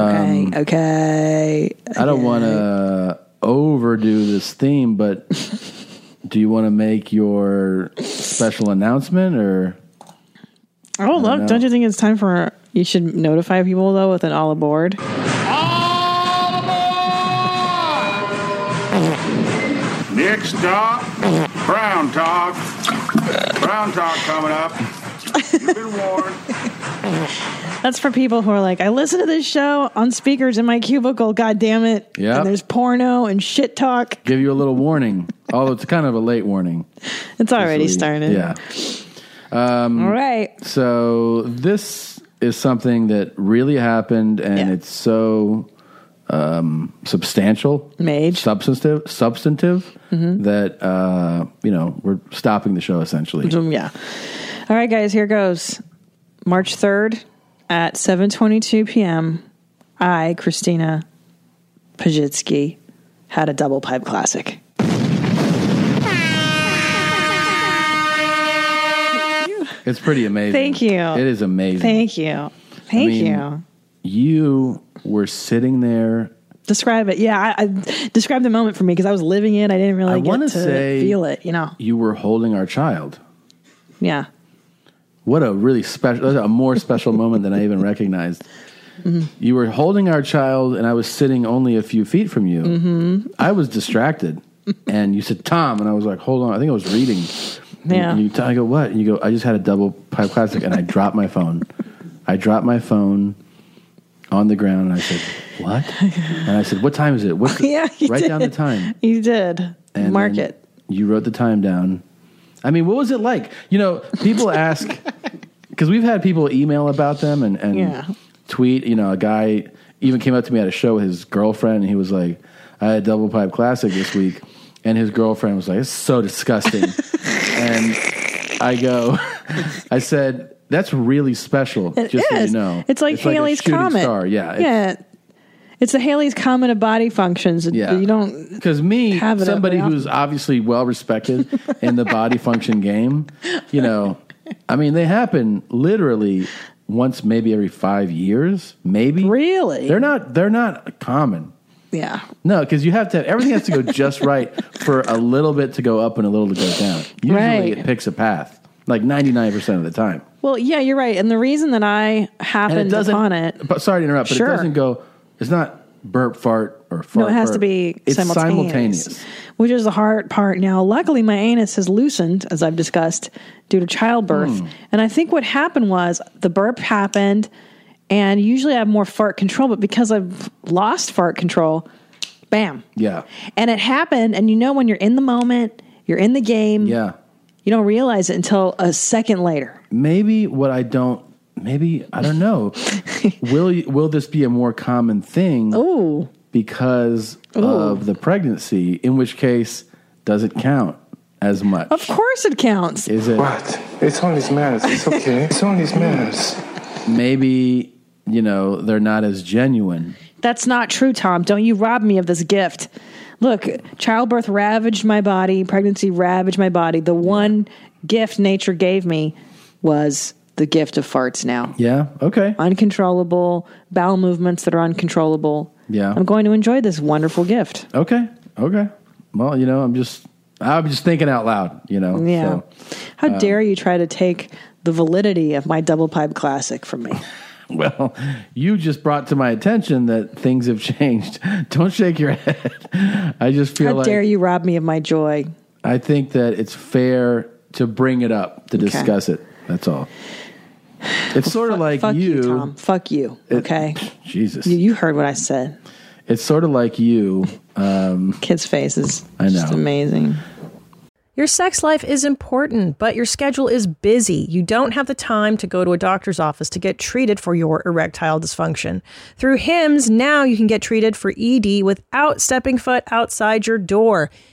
Speaker 4: Um,
Speaker 5: okay.
Speaker 4: I don't want to overdo this theme, but do you want to make your special announcement or?
Speaker 5: Oh,
Speaker 4: don't know.
Speaker 5: look! Don't you think it's time for you should notify people though with an all aboard?
Speaker 13: Next stop, Brown Talk. Brown Talk coming up. You've been warned.
Speaker 5: That's for people who are like, I listen to this show on speakers in my cubicle. God damn it!
Speaker 4: Yep.
Speaker 5: And there's porno and shit talk.
Speaker 4: give you a little warning. Although it's kind of a late warning.
Speaker 5: It's already started.
Speaker 4: Yeah. Um,
Speaker 5: All right.
Speaker 4: So this is something that really happened, and it's so um, substantial,
Speaker 5: made
Speaker 4: substantive, substantive
Speaker 5: Mhm.
Speaker 4: that uh, you know we're stopping the show essentially.
Speaker 5: Um, yeah. All right, guys. Here goes. March third at seven twenty-two p.m. I, Christina Pajitsky, had a double pipe classic.
Speaker 4: It's pretty amazing.
Speaker 5: Thank you.
Speaker 4: It is amazing.
Speaker 5: Thank you. Thank
Speaker 4: I mean,
Speaker 5: you.
Speaker 4: You were sitting there
Speaker 5: Describe it. Yeah, I, I describe the moment for me because I was living it. I didn't really
Speaker 4: I
Speaker 5: get
Speaker 4: want
Speaker 5: to
Speaker 4: to say
Speaker 5: feel it. You know.
Speaker 4: You were holding our child.
Speaker 5: Yeah.
Speaker 4: What a really special, a more special moment than I even recognized.
Speaker 5: Mhm.
Speaker 4: You were holding our child, and I was sitting only a few feet from you.
Speaker 5: Mm-hmm.
Speaker 4: I was distracted, and you said Tom, and I was like, "Hold on, I think I was reading." And
Speaker 5: Yeah.
Speaker 4: you, I go, "What?" And you go, "I just had a double pipe classic," and I dropped my phone. I dropped my phone on the ground, and I said, "What?" And I said, "What time is it?" What's the-"
Speaker 5: yeah. you
Speaker 4: write down the
Speaker 5: did.
Speaker 4: time.
Speaker 5: You did.
Speaker 4: And
Speaker 5: Mark
Speaker 4: then
Speaker 5: it.
Speaker 4: You wrote the time down. I mean, what was it like? You know, people ask because we've had people email about them and and
Speaker 5: Yeah.
Speaker 4: tweet. You know, a guy even came up to me at a show with his girlfriend, and he was like, "I had double pipe classic this week," and his girlfriend was like, "It's so disgusting," and I go, I said. That's really special.
Speaker 5: It
Speaker 4: just so you
Speaker 5: is.
Speaker 4: know,
Speaker 5: It's like
Speaker 4: a
Speaker 5: Haley's
Speaker 4: shooting
Speaker 5: Comet.
Speaker 4: Star. Yeah, it's-
Speaker 5: yeah. It's the Haley's Comet of body functions.
Speaker 4: Yeah.
Speaker 5: You don't
Speaker 4: Because me,
Speaker 5: Have it
Speaker 4: somebody
Speaker 5: every
Speaker 4: who's obviously well respected in the body function game, you know, I mean, they happen literally once, maybe every five years, maybe.
Speaker 5: Really?
Speaker 4: They're not. They're not common.
Speaker 5: Yeah.
Speaker 4: No, because you have to. Have, everything has to go just right for a little bit to go up and a little to go down. Usually,
Speaker 5: Right.
Speaker 4: it picks a path like ninety nine percent of the time.
Speaker 5: Well, yeah, you're right. And the reason that I
Speaker 4: and it
Speaker 5: happened
Speaker 4: doesn't.
Speaker 5: upon it,
Speaker 4: But sorry to interrupt, but
Speaker 5: Sure.
Speaker 4: it doesn't go. It's not burp fart or fart.
Speaker 5: no, it has
Speaker 4: burp.
Speaker 5: to be
Speaker 4: It's
Speaker 5: simultaneous,
Speaker 4: simultaneous.
Speaker 5: which is the hard part. Now, luckily, my anus has loosened, as I've discussed, due to childbirth.
Speaker 4: Hmm.
Speaker 5: And I think what happened was the burp happened, and usually I have more fart control, but because I've lost fart control, bam.
Speaker 4: Yeah.
Speaker 5: And it happened, and you know when you're in the moment, you're in the game.
Speaker 4: Yeah.
Speaker 5: You don't realize it until a second later.
Speaker 4: maybe what I don't maybe I don't know. will you- will this be a more common thing?
Speaker 5: Oh,
Speaker 4: because of the pregnancy, in which case does it count as much?
Speaker 5: Of course it counts.
Speaker 4: Is it what? It's only smells. It's okay. it's only smells. Maybe you know they're not as genuine.
Speaker 5: That's not true, Tom. Don't you rob me of this gift. Look, childbirth ravaged my body, pregnancy ravaged my body. The one gift nature gave me was the gift of farts now.
Speaker 4: Yeah. Okay.
Speaker 5: Uncontrollable bowel movements that are uncontrollable.
Speaker 4: Yeah.
Speaker 5: I'm going to enjoy this wonderful gift.
Speaker 4: Okay. Okay. Well, you know, I'm just I'm just thinking out loud. You know.
Speaker 5: Yeah.
Speaker 4: So,
Speaker 5: How
Speaker 4: um,
Speaker 5: dare you try to take the validity of my double pipe classic from me?
Speaker 4: Well, you just brought to my attention that things have changed. Don't shake your head. I just feel
Speaker 5: How
Speaker 4: like
Speaker 5: dare you rob me of my joy?
Speaker 4: I think that it's fair to bring it up to
Speaker 5: Okay.
Speaker 4: discuss it. That's all. It's sort of like
Speaker 5: Fuck you,
Speaker 4: you,
Speaker 5: Tom. Fuck you.
Speaker 4: It-
Speaker 5: Okay.
Speaker 4: Jesus.
Speaker 5: You, you heard what I said.
Speaker 4: It's sort of like you. Um,
Speaker 5: Kids' faces.
Speaker 4: I know.
Speaker 5: amazing.
Speaker 14: Your sex life is important, but your schedule is busy. You don't have the time to go to a doctor's office to get treated for your erectile dysfunction. Through HIMS, now you can get treated for ED without stepping foot outside your door.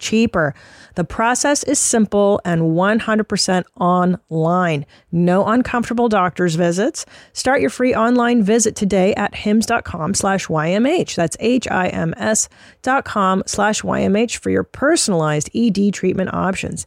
Speaker 14: cheaper. The process is simple and 100% online. No uncomfortable doctor's visits. Start your free online visit today at hims.com slash YMH. That's H-I-M-S dot com slash YMH for your personalized ED treatment options.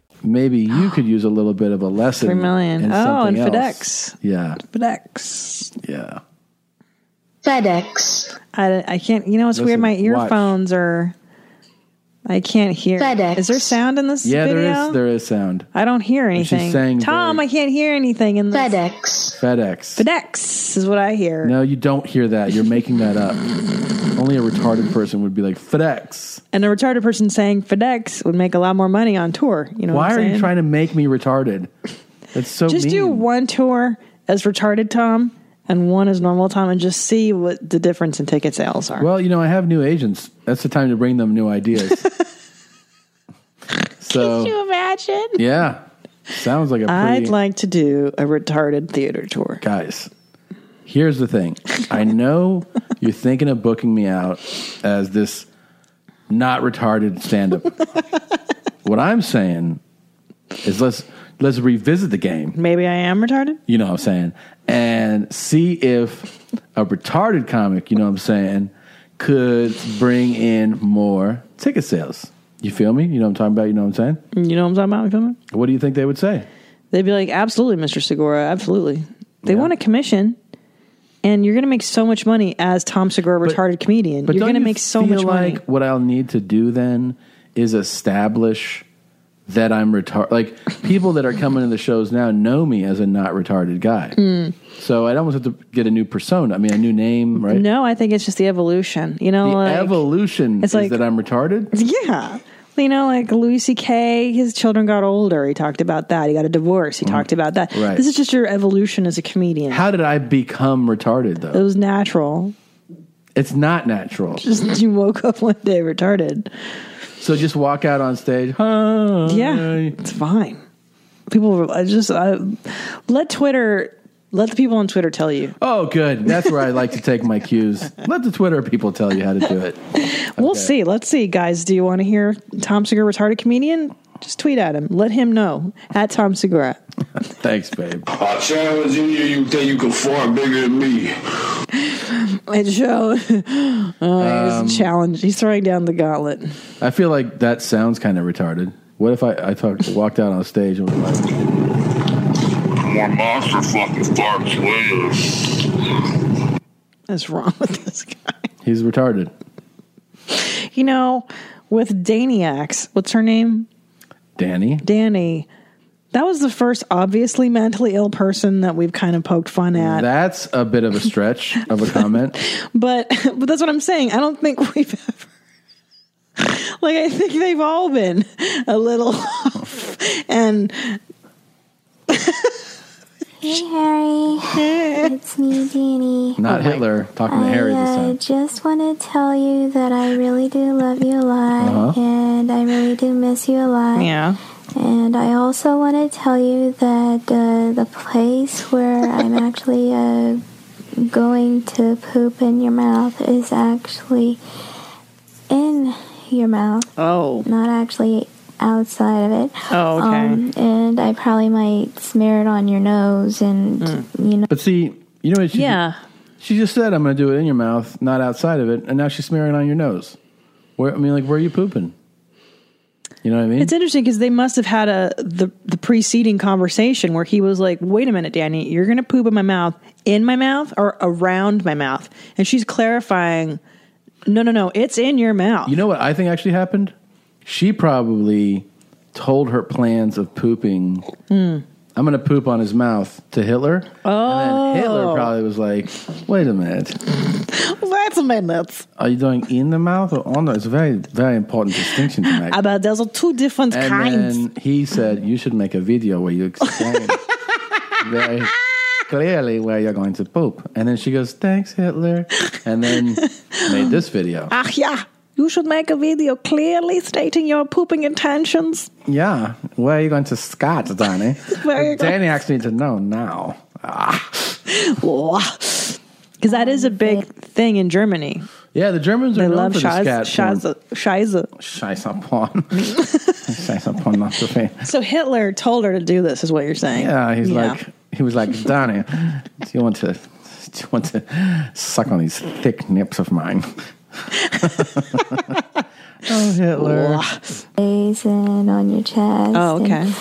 Speaker 4: Maybe you could use a little bit of a lesson.
Speaker 5: Three million.
Speaker 4: in
Speaker 5: Oh,
Speaker 4: something
Speaker 5: and
Speaker 4: else.
Speaker 5: FedEx.
Speaker 4: Yeah.
Speaker 5: FedEx.
Speaker 4: Yeah.
Speaker 5: FedEx. I, I can't. You know, it's weird.
Speaker 4: Listen,
Speaker 5: My
Speaker 4: watch.
Speaker 5: earphones are. I can't hear. FedEx. Is there sound in this
Speaker 4: yeah,
Speaker 5: video?
Speaker 4: there is there is sound.
Speaker 5: I don't hear
Speaker 4: And she's
Speaker 5: anything.
Speaker 4: saying
Speaker 5: Tom, I can't hear anything in this. FedEx.
Speaker 4: FedEx.
Speaker 5: FedEx is what I hear.
Speaker 4: No, you don't hear that. You're making that up. Only a retarded person would be like FedEx.
Speaker 5: And a retarded person saying FedEx would make a lot more money on tour. You know
Speaker 4: Why
Speaker 5: what
Speaker 4: are
Speaker 5: I'm
Speaker 4: you
Speaker 5: saying?
Speaker 4: trying to make me retarded? That's so
Speaker 5: just
Speaker 4: mean.
Speaker 5: do one tour as retarded Tom and one as normal Tom and just see what the difference in ticket sales are.
Speaker 4: Well, you know, I have new agents. That's the time to bring them new ideas. so,
Speaker 5: Can you imagine?
Speaker 4: yeah, sounds like a
Speaker 5: I'd
Speaker 4: pretty.
Speaker 5: like to do a retarded theater tour.
Speaker 4: Guys, here's the thing. I know you're thinking of booking me out as this not retarded stand up. what I'm saying is let's let's revisit the game.
Speaker 5: Maybe I am retarded.
Speaker 4: You know what I'm saying? And see if a retarded comic, you know what I'm saying, could bring in more ticket sales. You feel me? You know what I'm talking about? You know what I'm saying?
Speaker 5: You know what I'm talking about? You feel me?
Speaker 4: What do you think they would say?
Speaker 5: They'd be like, absolutely, Mr. Segura, absolutely. They want a commission, and you're going to make so much money as Tom Segura, retarded comedian. You're
Speaker 4: don't
Speaker 5: going to
Speaker 4: you
Speaker 5: make so
Speaker 4: feel
Speaker 5: much
Speaker 4: like
Speaker 5: money.
Speaker 4: What I'll need to do then is establish that I'm retarded. Like people that are coming to the shows now know me as a not retarded guy.
Speaker 5: Mm.
Speaker 4: So I'd almost have to get a new persona. I mean, a new name, right?
Speaker 5: No, I think it's just the evolution. You know,
Speaker 4: the
Speaker 5: like,
Speaker 4: evolution is
Speaker 5: it's like-
Speaker 4: that I'm retarded.
Speaker 5: yeah. You know, like Louis C.K., his children got older. He talked about that. He got a divorce. He talked about that.
Speaker 4: Mm-hmm. Right.
Speaker 5: This is just your evolution as a comedian.
Speaker 4: How did I become retarded though?
Speaker 5: it was natural.
Speaker 4: It's not natural.
Speaker 5: Just you woke up one day retarded.
Speaker 4: so just walk out on stage. Huh?
Speaker 5: Yeah, it's fine. People, I just I, let Twitter, let the people on Twitter tell you.
Speaker 4: Oh, good. That's where I like to take my cues. Let the Twitter people tell you how to do it.
Speaker 5: We'll see. Let's see, guys. Do you want to hear Tom Segura, retarded comedian? Just tweet at him. Let him know at Tom Segura.
Speaker 4: Thanks, babe.
Speaker 9: I challenge you, you think you can fart bigger than me.
Speaker 5: It show. oh,
Speaker 4: Um,
Speaker 5: he's challenged. He's throwing down the gauntlet.
Speaker 4: I feel like that sounds kind of retarded. What if I, I talked, walked out on stage and was like,
Speaker 9: More monster fucking farts later.
Speaker 5: What's wrong with this guy?
Speaker 4: he's retarded?
Speaker 5: You know, with Daniacs, what's her name?
Speaker 4: Danny?
Speaker 5: Danny. That was the first obviously mentally ill person that we've kind of poked fun at.
Speaker 4: That's a bit of a stretch of a comment.
Speaker 5: but but that's what I'm saying. I don't think we've ever like I think they've all been a little off. and
Speaker 15: Hey Harry, it's me, Danny.
Speaker 5: Oh
Speaker 4: Not Hitler talking to
Speaker 15: I
Speaker 4: Harry this
Speaker 15: uh,
Speaker 4: time.
Speaker 15: just want to tell you that I really do love you a lot,
Speaker 4: Uh-huh.
Speaker 15: and I really do miss you a lot.
Speaker 5: Yeah.
Speaker 15: And I also want to tell you that uh, the place where I'm actually uh, going to poop in your mouth is actually in your mouth.
Speaker 5: Oh.
Speaker 15: Not actually outside of it. Um,
Speaker 5: Oh, okay.
Speaker 15: and I probably might smear it on your nose and,
Speaker 5: Hmm.
Speaker 15: you know.
Speaker 4: But see, you know what she
Speaker 5: Yeah.
Speaker 4: She just said, I'm going to do it in your mouth, not outside of it. And now she's smearing it on your nose. Where, I mean, like, where are you pooping? You know what I mean?
Speaker 5: it's interesting because they must have had a the the preceding conversation where he was like, "Wait a minute, Danny, you're going to poop in my mouth, in my mouth or around my mouth," and she's clarifying, "No, no, no, it's in your mouth."
Speaker 4: You know what I think actually happened? She probably told her plans of pooping.
Speaker 5: Mm.
Speaker 4: I'm going to poop on his mouth to Hitler.
Speaker 5: Oh,
Speaker 4: Hitler probably was like, wait a minute.
Speaker 5: Hmm. that's my nuts.
Speaker 4: Are you doing in the mouth or on the It's a very, very important distinction to make.
Speaker 5: But there's two different
Speaker 4: and
Speaker 5: kinds.
Speaker 4: then he said, you should make a video where you explain very clearly where you're going to poop. And then she goes, thanks, Hitler. And then made this video.
Speaker 5: Ach yeah, you should make a video clearly stating your pooping intentions.
Speaker 4: Yeah. Where are you going to Scott, Danny?
Speaker 5: Where are you
Speaker 4: Danny actually needs to know now.
Speaker 5: Ah. Because that is a big thing in Germany.
Speaker 4: Yeah, the Germans
Speaker 5: they
Speaker 4: are known
Speaker 5: love
Speaker 4: for this cat
Speaker 5: Scheiße. Scheiße.
Speaker 4: Scheiße porn. Scheiße porn not so fair.
Speaker 5: So Hitler told her to do this, is what you're saying.
Speaker 4: Yeah, he's like he was like Donnie, do you want to do you want to suck on these thick nips of mine? oh Hitler.
Speaker 15: Face and on your chest.
Speaker 5: Oh, okay.
Speaker 15: and,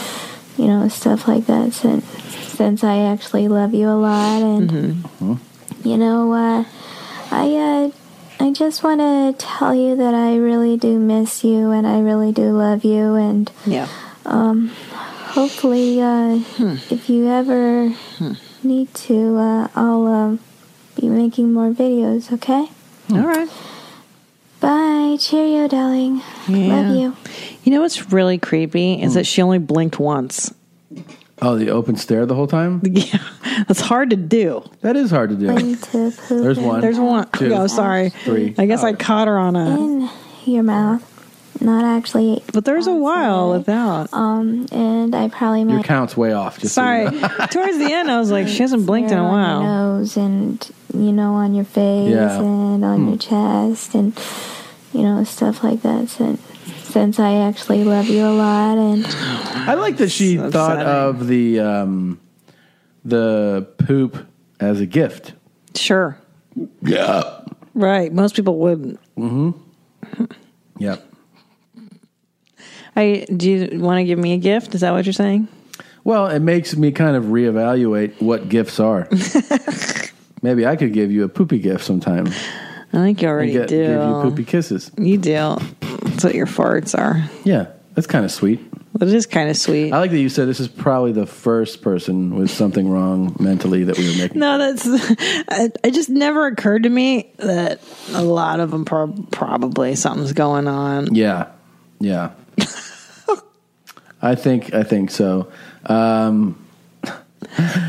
Speaker 15: you know, stuff like that since, since I actually love you a lot. And,
Speaker 5: Mm-hmm.
Speaker 15: you know, uh, I, uh, I just want to tell you that I really do miss you and I really do love you. And
Speaker 5: Yeah. Hmm.
Speaker 15: um, hopefully, uh, if you ever need to, uh, I'll um be making more videos, okay?
Speaker 5: All right.
Speaker 15: Bye. Cheerio, darling. Love you.
Speaker 5: You know what's really creepy is that she only blinked once.
Speaker 4: Hmm. Oh, the open stare the whole time?
Speaker 5: Yeah. That's hard to do.
Speaker 4: That is hard to do. There's one.
Speaker 5: There's one.
Speaker 4: Two.
Speaker 5: no, sorry.
Speaker 4: Three.
Speaker 5: I guess I caught her on a.
Speaker 15: In your mouth. Not actually.
Speaker 5: But there's a while without.
Speaker 15: Um, and I probably
Speaker 4: Your
Speaker 15: might
Speaker 4: count's way off. Just so
Speaker 5: Sorry.
Speaker 4: you know.
Speaker 5: Towards the end, I was like, she hasn't blinked in a
Speaker 15: on your
Speaker 5: while.
Speaker 15: nose and you know on your face
Speaker 5: Yeah.
Speaker 15: and on
Speaker 5: Hmm.
Speaker 15: your chest and you know stuff like that since since I actually love you a lot and
Speaker 4: I like that she thought of the um, the poop as a gift.
Speaker 5: Sure.
Speaker 4: Yeah.
Speaker 5: Right. Most people wouldn't.
Speaker 4: Mm-hmm. Yep.
Speaker 5: I do. You want to give me a gift? Is that what you're saying?
Speaker 4: Well, it makes me kind of reevaluate what gifts are. Maybe I could give you a poopy gift sometime.
Speaker 5: I think you already
Speaker 4: get-
Speaker 5: do.
Speaker 4: give you poopy kisses.
Speaker 5: You do. That's what your farts are.
Speaker 4: Yeah, that's kind of sweet.
Speaker 5: That is kind of sweet.
Speaker 4: I like that you said this is probably the first person with something wrong mentally that we were making.
Speaker 5: No, that's. I, it just never occurred to me that a lot of them prob- probably something's going on.
Speaker 4: Yeah, yeah. I think I think so. Um,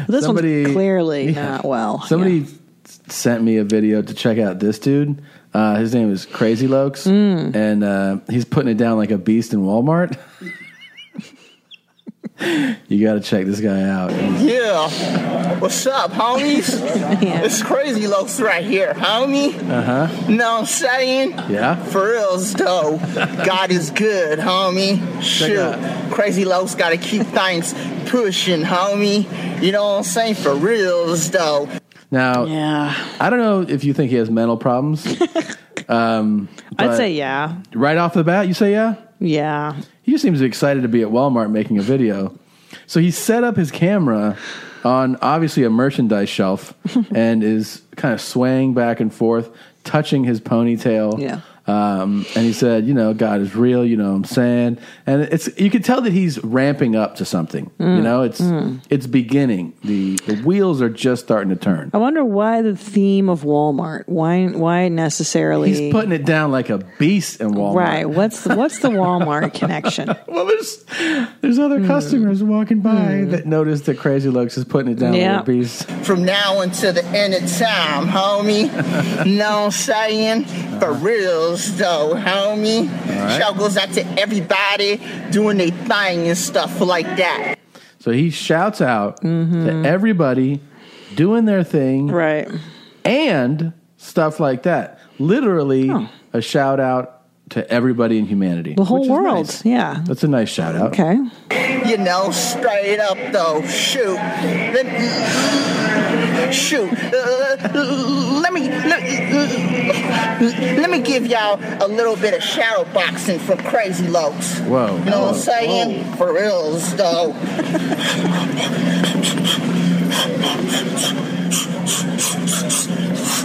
Speaker 5: This
Speaker 4: somebody-
Speaker 5: one's clearly
Speaker 4: yeah.
Speaker 5: not well.
Speaker 4: Somebody s- sent me a video to check out this dude. Uh, his name is Crazy Lokes,
Speaker 5: Mm.
Speaker 4: and uh, he's putting it down like a beast in Walmart. you got to check this guy out.
Speaker 16: Yeah. What's up, homies? It's crazy looks right here, homie.
Speaker 4: Uh huh.
Speaker 16: Know what I'm saying?
Speaker 4: Yeah.
Speaker 16: For reals though, God is good, homie. Shoot, crazy locs gotta keep things pushing, homie. You know what I'm saying? For reals though.
Speaker 4: Now, I don't know if you think he has mental problems. um,
Speaker 5: I'd
Speaker 4: but
Speaker 5: say yeah,
Speaker 4: Right off the bat, you say yeah?
Speaker 5: yeah.
Speaker 4: He just seems excited to be at Walmart making a video. So he set up his camera on obviously a merchandise shelf and is kind of swaying back and forth, touching his ponytail.
Speaker 5: Yeah.
Speaker 4: Um, and he said, you know, God is real, you know what I'm saying? And it's you can tell that he's ramping up to something. You
Speaker 5: Mm,
Speaker 4: know, it's
Speaker 5: mm.
Speaker 4: it's beginning. The the wheels are just starting to turn.
Speaker 5: I wonder why the theme of Walmart. Why? Why necessarily?
Speaker 4: He's putting it down like a beast in Walmart.
Speaker 5: right. What's the, what's the Walmart connection?
Speaker 4: well, there's there's other
Speaker 5: Mm.
Speaker 4: customers walking by that notice that Crazy Lux is putting it down
Speaker 16: Yeah.
Speaker 4: like a beast.
Speaker 16: From now until the end of time, homie. know what I'm saying? For reals though, homie.
Speaker 4: right.
Speaker 16: Shout goes out to everybody doing their thing and stuff like that.
Speaker 4: So he shouts out to everybody doing their thing,
Speaker 5: Mm-hmm. right?
Speaker 4: And stuff like that. Literally a shout out to everybody in humanity.
Speaker 5: The whole
Speaker 4: which is
Speaker 5: world.
Speaker 4: nice.
Speaker 5: Yeah.
Speaker 4: That's a nice shout out.
Speaker 5: Okay.
Speaker 16: You know, straight up though. Shoot. Let, shoot. Uh, let me let, let me give y'all a little bit of shadow boxing from Crazy Lokes.
Speaker 4: Whoa.
Speaker 16: You know what I'm saying? For reals though.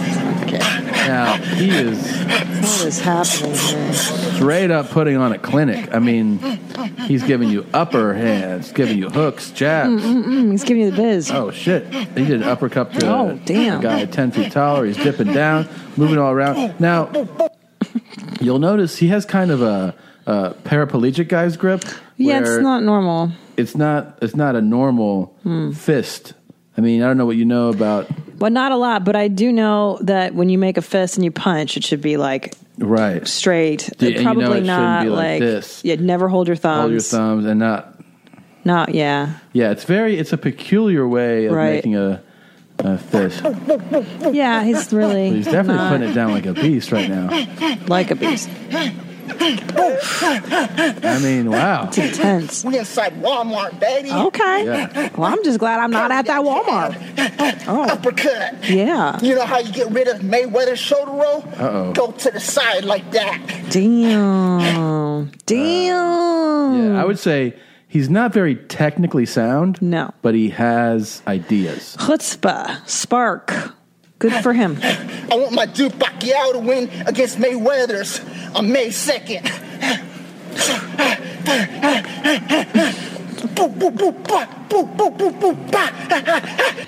Speaker 4: Now he is
Speaker 5: What is happening here?
Speaker 4: straight up putting on a clinic. I mean, he's giving you upper hands, giving you hooks, jabs.
Speaker 5: Mm-mm-mm, Mm, he's giving you the biz.
Speaker 4: Oh shit! He did an uppercut to
Speaker 5: Oh,
Speaker 4: a-
Speaker 5: damn.
Speaker 4: a guy ten feet taller. He's dipping down, moving all around. Now you'll notice he has kind of a, a paraplegic guy's grip.
Speaker 5: Yeah, it's
Speaker 4: where
Speaker 5: not normal. Hmm.
Speaker 4: It's not. It's not a normal fist. I mean, I don't know what you know about.
Speaker 5: Well, not a lot, but I do know that when you make a fist and you punch, it should be like
Speaker 4: Right.
Speaker 5: straight.
Speaker 4: Yeah, and you know
Speaker 5: Probably
Speaker 4: it shouldn't
Speaker 5: not
Speaker 4: be like
Speaker 5: like,
Speaker 4: this.
Speaker 5: Yeah, never hold your thumbs.
Speaker 4: Hold your thumbs and not
Speaker 5: Not yeah.
Speaker 4: Yeah, it's very it's a peculiar way of
Speaker 5: Right.
Speaker 4: making a, a fist.
Speaker 5: Yeah, he's really.
Speaker 4: He's definitely
Speaker 5: not-
Speaker 4: putting it down like a beast right now.
Speaker 5: Like a beast.
Speaker 4: I mean, wow.
Speaker 5: It's intense.
Speaker 16: We inside Walmart, baby.
Speaker 5: Okay.
Speaker 4: Yeah.
Speaker 5: Well, I'm just glad I'm not at that Walmart.
Speaker 16: Oh.
Speaker 5: Oh.
Speaker 16: Uppercut.
Speaker 5: Yeah.
Speaker 16: You know how you get rid of Mayweather's shoulder roll?
Speaker 5: Uh-oh.
Speaker 16: Go to the side like that.
Speaker 5: Damn. Damn.
Speaker 4: I would say he's not very technically sound.
Speaker 5: No.
Speaker 4: But he has ideas.
Speaker 5: Chutzpah. Spark. Good for him.
Speaker 16: I want my Duke Pacquiao to win against Mayweather's on May 2nd. Boo, boo, boo, ba, boo, boo, boo, boo, ba.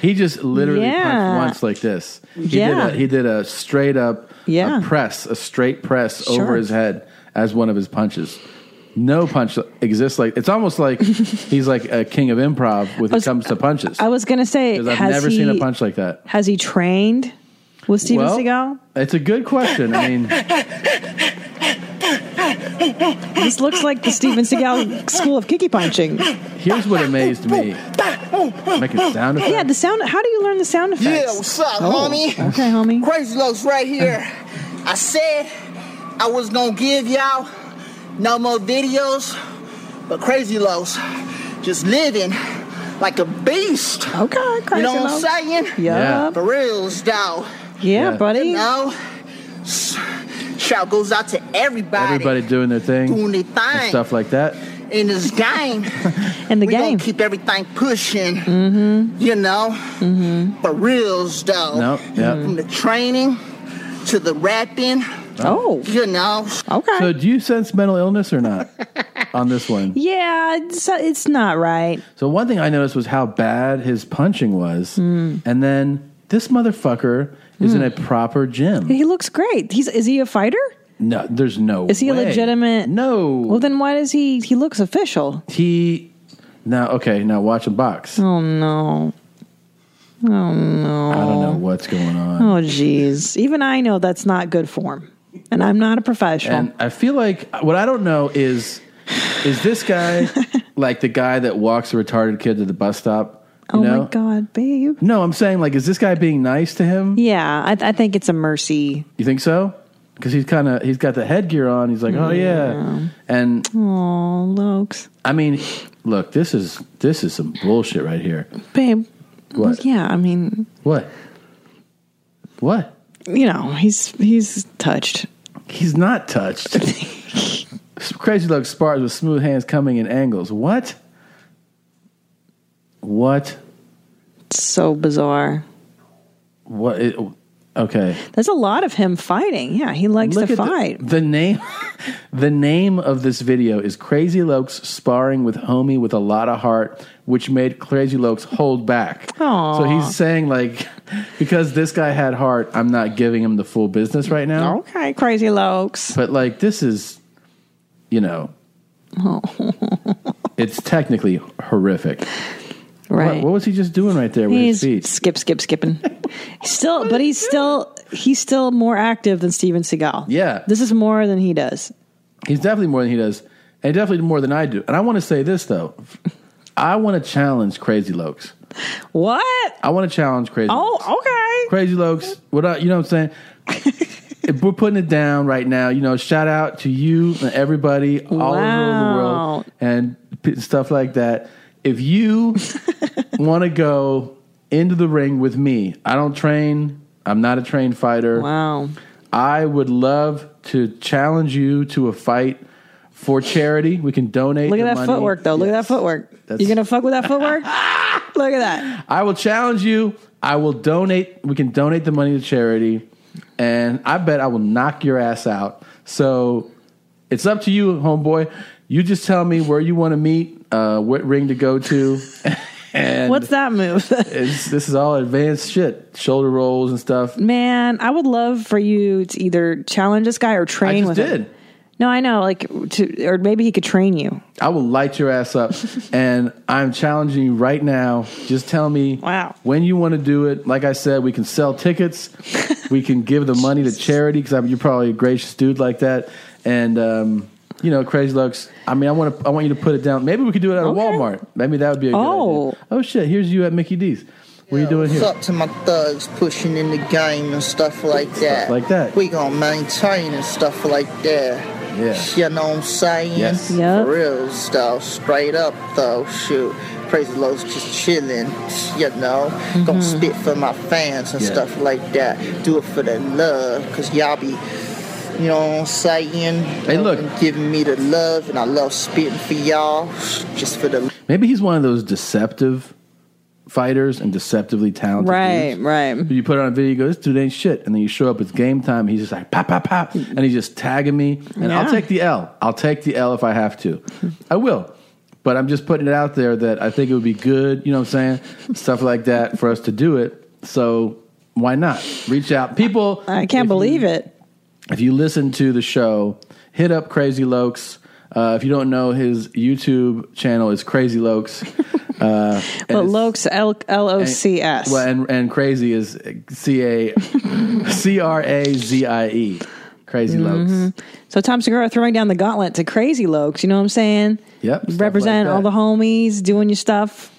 Speaker 4: He just literally
Speaker 16: Yeah.
Speaker 4: punched once like this. He
Speaker 16: Yeah.
Speaker 4: did a he did a straight up
Speaker 5: Yeah.
Speaker 4: a press, a straight press
Speaker 5: Sure.
Speaker 4: over his head as one of his punches. No punch exists like it's almost like he's like a king of improv when it comes to punches.
Speaker 5: I was going to say,
Speaker 4: Because I've
Speaker 5: has
Speaker 4: never
Speaker 5: he,
Speaker 4: seen a punch like that.
Speaker 5: Has he trained with Steven
Speaker 4: Well,
Speaker 5: Seagal?
Speaker 4: It's a good question. I mean,
Speaker 5: This looks like the Steven Seagal School of Kiki Punching.
Speaker 4: here's what amazed me. Making sound effects.
Speaker 5: Yeah, the sound. How do you learn the sound effects? Oh.
Speaker 16: Yeah, what's up, homie?
Speaker 5: Okay, homie. Uh-huh.
Speaker 16: Crazy Looks right here. I said I was gonna give y'all no more videos, but Crazy Los just living like a beast.
Speaker 5: Okay,
Speaker 16: You
Speaker 5: Crazy
Speaker 16: know what I'm
Speaker 5: Los.
Speaker 16: saying?
Speaker 5: Yeah.
Speaker 16: For reals, dog.
Speaker 5: Yeah, Yeah. buddy.
Speaker 16: You know, shout goes out to everybody.
Speaker 4: Everybody doing their thing,
Speaker 16: Doing their thing.
Speaker 4: and stuff like that.
Speaker 16: in this game.
Speaker 5: In the
Speaker 16: we Gonna
Speaker 5: game.
Speaker 16: keep everything pushing. Mm-hmm. You know, mm-hmm. for reals though.
Speaker 4: No, yeah.
Speaker 16: From the training to the rapping.
Speaker 5: Oh.
Speaker 16: You know.
Speaker 5: Okay.
Speaker 4: So, do you sense mental illness or not on this one?
Speaker 5: yeah, it's, it's not right.
Speaker 4: So one thing I noticed was how bad his punching was,
Speaker 5: Hmm.
Speaker 4: and then this motherfucker is in a proper gym.
Speaker 5: He looks great. He's is he a fighter?
Speaker 4: No, there's no.
Speaker 5: Is he a
Speaker 4: way.
Speaker 5: legitimate?
Speaker 4: No. Well,
Speaker 5: then why does he? He looks official.
Speaker 4: He now okay now watch him box.
Speaker 5: Oh no. Oh no.
Speaker 4: I don't know what's going on.
Speaker 5: Oh jeez. Even I know that's not good form, and I'm not a professional.
Speaker 4: And I feel like what I don't know is is this guy like the guy that walks a retarded kid to the bus stop? You
Speaker 5: oh
Speaker 4: know?
Speaker 5: my god, babe.
Speaker 4: No, I'm saying like is this guy being nice to him?
Speaker 5: Yeah, I, I think it's a mercy.
Speaker 4: You think so? Because he's kind of he's got the headgear on. He's like, oh yeah, and
Speaker 5: oh, Lokes.
Speaker 4: I mean, look, this is this is some bullshit right here.
Speaker 5: Babe.
Speaker 4: What?
Speaker 5: Yeah, I mean,
Speaker 4: What? What?
Speaker 5: you know, he's he's touched.
Speaker 4: He's not touched. Crazy Lug spars with smooth hands coming in angles. What? What?
Speaker 5: So bizarre.
Speaker 4: What? It, okay.
Speaker 5: There's a lot of him fighting. Yeah, he likes
Speaker 4: Look
Speaker 5: to
Speaker 4: at the-
Speaker 5: fight.
Speaker 4: The, name, the name of this video is Crazy Lokes sparring with Homie with a lot of heart, which made Crazy Lokes hold back.
Speaker 5: Aw.
Speaker 4: So he's saying like, because this guy had heart, I'm not giving him the full business right now.
Speaker 5: Okay, Crazy Lokes.
Speaker 4: But like, this is, you know, it's technically horrific.
Speaker 5: Right.
Speaker 4: What, what was he just doing right there with
Speaker 5: He's
Speaker 4: his feet?
Speaker 5: skip, skip, skipping. still, but he's still he's still more active than Steven Seagal.
Speaker 4: Yeah.
Speaker 5: this is more than he does.
Speaker 4: He's definitely more than he does, and definitely more than I do. And I want to say this though, I want to challenge Crazy Lokes.
Speaker 5: What?
Speaker 4: I want to challenge Crazy. Lokes.
Speaker 5: Oh,
Speaker 4: Crazy Lokes. What I, you know? what I'm saying. If we're putting it down right now. You know, shout out to you and everybody all over the
Speaker 5: Wow.
Speaker 4: world and p- stuff like that. If you want to go into the ring with me, I don't train. I'm not a trained fighter.
Speaker 5: Wow.
Speaker 4: I would love to challenge you to a fight for charity. We can donate.
Speaker 5: Look at
Speaker 4: the
Speaker 5: that
Speaker 4: money.
Speaker 5: footwork, though. Look at that footwork.
Speaker 4: That's-
Speaker 5: you gonna fuck with that footwork? Look at that.
Speaker 4: I will challenge you. I will donate. We can donate the money to charity, and I bet I will knock your ass out. So it's up to you, homeboy. You just tell me where you want to meet, uh, what ring to go to, and
Speaker 5: What's that move?
Speaker 4: it's, this is all advanced shit, shoulder rolls and stuff.
Speaker 5: Man, I would love for you to either challenge this guy or train
Speaker 4: just
Speaker 5: with him.
Speaker 4: did.
Speaker 5: No, I know. Like, to, or maybe he could train you.
Speaker 4: I will light your ass up, and I'm challenging you right now. Just tell me wow. when you want to do it. Like I said, we can sell tickets, we can give the money to charity because you're probably a gracious dude like that, and um, you know, Crazy Looks. I mean, I want to. I want you to put it down. Maybe we could do it at a Walmart. Maybe that would be a good
Speaker 5: Oh.
Speaker 4: idea. Oh shit! Here's you at Mickey D's. What are you doing
Speaker 16: What's
Speaker 4: here?
Speaker 16: up to my thugs pushing in the game and stuff like that?
Speaker 4: like that.
Speaker 16: We gonna maintain and stuff like that.
Speaker 4: Yeah.
Speaker 16: You know what I'm saying?
Speaker 4: Yes.
Speaker 5: Yep.
Speaker 16: For real stuff. Straight up though. Shoot. Crazy Lowe's just chilling, you know. Gonna spit for my fans and
Speaker 4: Yeah.
Speaker 16: stuff like that. Do it for the love, cause y'all be, you know what I'm saying?
Speaker 4: Hey, look.
Speaker 16: Giving me the love, and I love spitting for y'all, just for the
Speaker 4: Maybe he's one of those deceptive fighters and deceptively talented.
Speaker 5: Right,
Speaker 4: dudes.
Speaker 5: right.
Speaker 4: Who You put it on video, you go, this dude ain't shit. And then you show up, it's game time. He's just like, pop, pop, pop. And he's just tagging me. And I'll
Speaker 5: Yeah.
Speaker 4: take the L. I'll take the L if I have to. I will. But I'm just putting it out there that I think it would be good, you know what I'm saying? Stuff like that for us to do it. So why not? Reach out. People.
Speaker 5: I can't believe it.
Speaker 4: If you listen to the show, hit up Crazy Lokes. Uh, if you don't know, his YouTube channel is Crazy Lokes. Uh, and
Speaker 5: But
Speaker 4: it's-
Speaker 5: Lokes, L L O C S.
Speaker 4: well, and and crazy is C A C R A Z I E. Crazy Lokes.
Speaker 5: Mhm. So Tom Segura throwing down the gauntlet to crazy Lokes. You know what I'm saying?
Speaker 4: Yep. stuff like
Speaker 5: Represent all the
Speaker 4: that. Um,
Speaker 5: homies, doing your stuff,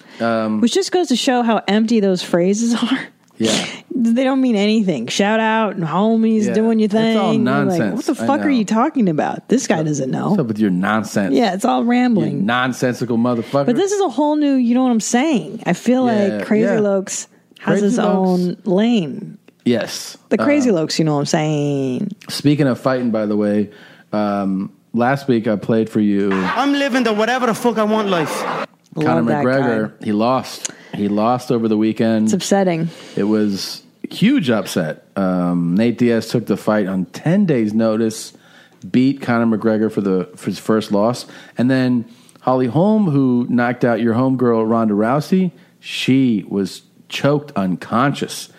Speaker 5: which just goes to show how empty those phrases are.
Speaker 4: Yeah.
Speaker 5: They don't mean anything. Shout out and homies
Speaker 4: Yeah.
Speaker 5: doing your
Speaker 4: It's all
Speaker 5: thing. You're like,
Speaker 4: nonsense.
Speaker 5: what the
Speaker 4: I
Speaker 5: fuck
Speaker 4: know.
Speaker 5: are you talking about? This guy doesn't know.
Speaker 4: What's up with your nonsense?
Speaker 5: Yeah, it's all
Speaker 4: You
Speaker 5: rambling.
Speaker 4: nonsensical motherfucker.
Speaker 5: But this is a whole new, you know what I'm saying? I feel
Speaker 4: Yeah,
Speaker 5: like Crazy
Speaker 4: yeah.
Speaker 5: Lokes has
Speaker 4: Crazy
Speaker 5: his
Speaker 4: Lokes.
Speaker 5: own lane.
Speaker 4: yes.
Speaker 5: The Crazy
Speaker 4: Uh,
Speaker 5: Lokes, you know what I'm saying?
Speaker 4: Speaking of fighting, by the way, um, last week I played for you.
Speaker 17: I'm living the whatever the fuck I want life.
Speaker 4: Conor McGregor, he lost. He lost over the weekend. It's
Speaker 5: upsetting.
Speaker 4: It was huge upset. Um, Nate Diaz took the fight on ten days' notice, beat Conor McGregor for the for his first loss, and then Holly Holm, who knocked out your homegirl Ronda Rousey, she was choked unconscious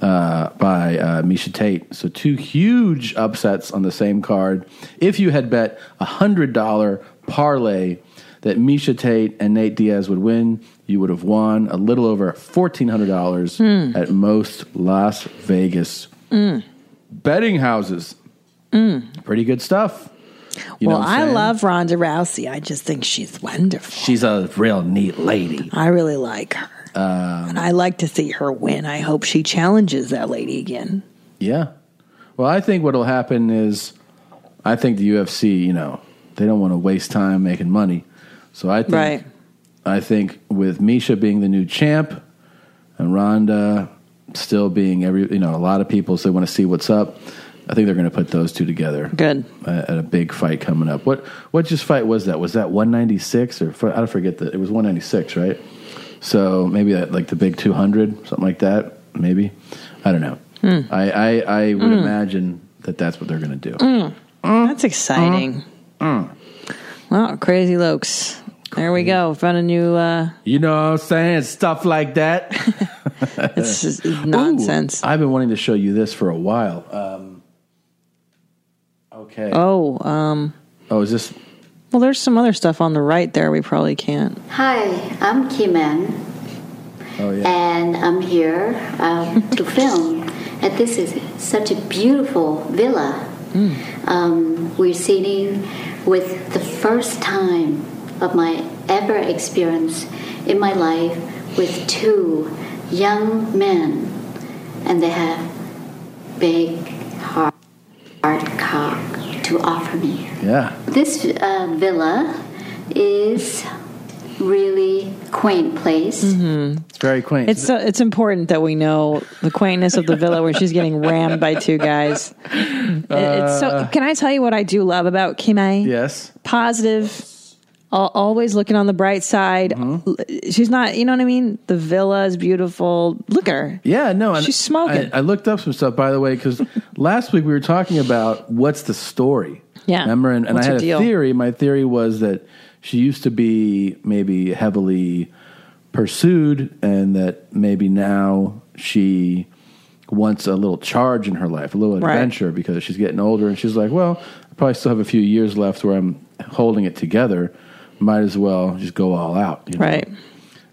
Speaker 4: uh, by uh, Misha Tate. So two huge upsets on the same card. If you had bet a hundred dollar parlay that Misha Tate and Nate Diaz would win, you would have won a little over fourteen hundred dollars
Speaker 5: Hmm.
Speaker 4: at most Las Vegas
Speaker 5: Mm.
Speaker 4: betting houses.
Speaker 5: Mm.
Speaker 4: Pretty good stuff. You know
Speaker 5: well,
Speaker 4: what I'm
Speaker 5: I
Speaker 4: saying?
Speaker 5: love Ronda Rousey. I just think she's wonderful.
Speaker 4: She's a real neat lady.
Speaker 5: I really like her.
Speaker 4: Um,
Speaker 5: And I like to see her win. I hope she challenges that lady again.
Speaker 4: Yeah. Well, I think what'll happen is, I think the UFC, you know, they don't want to waste time making money. So I think,
Speaker 5: Right.
Speaker 4: I think with Misha being the new champ and Ronda still being every, you know, a lot of people so they want to see what's up. I think they're going to put those two together.
Speaker 5: Good.
Speaker 4: At a big fight coming up. What what just fight was that? Was that 196 or I forget that it was 196, right? So maybe that like the big 200, something like that. Maybe I don't know.
Speaker 5: Hmm.
Speaker 4: I, I, I would
Speaker 5: Mm.
Speaker 4: imagine that that's what they're going to do.
Speaker 5: Mm.
Speaker 4: Uh-huh.
Speaker 5: That's exciting.
Speaker 4: Mm.
Speaker 5: Wow, Crazy Lokes. There we go. Found a new. Uh,
Speaker 4: You know what I'm saying? Stuff like that.
Speaker 5: It's just nonsense.
Speaker 4: Ooh, I've been wanting to show you this for a while. Um, okay.
Speaker 5: Oh, um,
Speaker 4: Oh, is this?
Speaker 5: well, there's some other stuff on the right there we probably can't.
Speaker 18: Hi, I'm Kim Ann,
Speaker 4: Oh, yeah.
Speaker 18: and I'm here um, to film. And this is such a beautiful villa.
Speaker 5: Hmm.
Speaker 18: Um, we're sitting with the first time of my ever experience in my life with two young men, and they have big hard, hard cock to offer me.
Speaker 4: Yeah.
Speaker 18: This uh, villa is really quaint place.
Speaker 5: Mm-hmm.
Speaker 4: It's very quaint.
Speaker 5: It's so, it's important that we know the quaintness of the villa where she's getting rammed by two guys. It- it's so.
Speaker 4: Uh,
Speaker 5: Can I tell you what I do love about Kimai?
Speaker 4: Yes.
Speaker 5: positive, al- always looking on the bright side.
Speaker 4: Mm-hmm.
Speaker 5: L- She's not, you know what I mean? The villa is beautiful. Look at her.
Speaker 4: Yeah, no, and
Speaker 5: She's smoking.
Speaker 4: I, I looked up some stuff, by the way, because last week we were talking about what's the story.
Speaker 5: Yeah.
Speaker 4: remember? And, and I
Speaker 5: What's
Speaker 4: had
Speaker 5: her
Speaker 4: a
Speaker 5: deal?
Speaker 4: theory. My theory was that she used to be maybe heavily pursued, and that maybe now she wants a little charge in her life, a little
Speaker 5: Right.
Speaker 4: adventure, because she's getting older, and she's like, "Well, I probably still have a few years left where I'm holding it together. Might as well just go all out." you know?
Speaker 5: Right.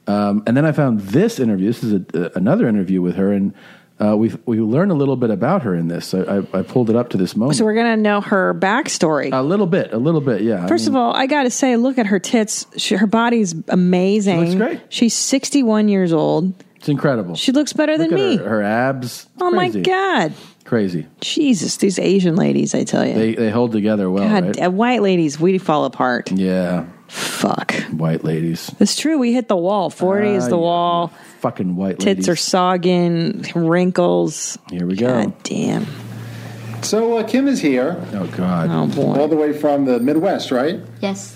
Speaker 4: Um, and then I found this interview. This is a, another interview with her, and Uh, we we learn a little bit about her in this. I, I, I pulled it up to this moment.
Speaker 5: So we're gonna know her backstory.
Speaker 4: A little bit, a little bit, yeah. I
Speaker 5: First
Speaker 4: mean,
Speaker 5: of all, I got to say, look at her tits. She, her body's amazing.
Speaker 4: She looks great.
Speaker 5: She's 61 years old.
Speaker 4: it's incredible.
Speaker 5: She looks better
Speaker 4: Look
Speaker 5: than
Speaker 4: at
Speaker 5: me.
Speaker 4: Her, her abs.
Speaker 5: oh my
Speaker 4: Crazy.
Speaker 5: god,
Speaker 4: Crazy.
Speaker 5: Jesus! These Asian ladies, I tell you,
Speaker 4: They they hold together well.
Speaker 5: God,
Speaker 4: right?
Speaker 5: uh, white ladies, we fall apart.
Speaker 4: Yeah.
Speaker 5: Fuck.
Speaker 4: White ladies.
Speaker 5: It's true. We hit the wall. 40 is
Speaker 4: Ah,
Speaker 5: the
Speaker 4: yeah.
Speaker 5: wall.
Speaker 4: Fucking white ladies.
Speaker 5: Tits are sogging, wrinkles.
Speaker 4: Here we go.
Speaker 5: God damn.
Speaker 19: So uh, Kim is here.
Speaker 4: Oh God.
Speaker 5: Oh boy.
Speaker 19: All the way from the Midwest, right?
Speaker 18: Yes.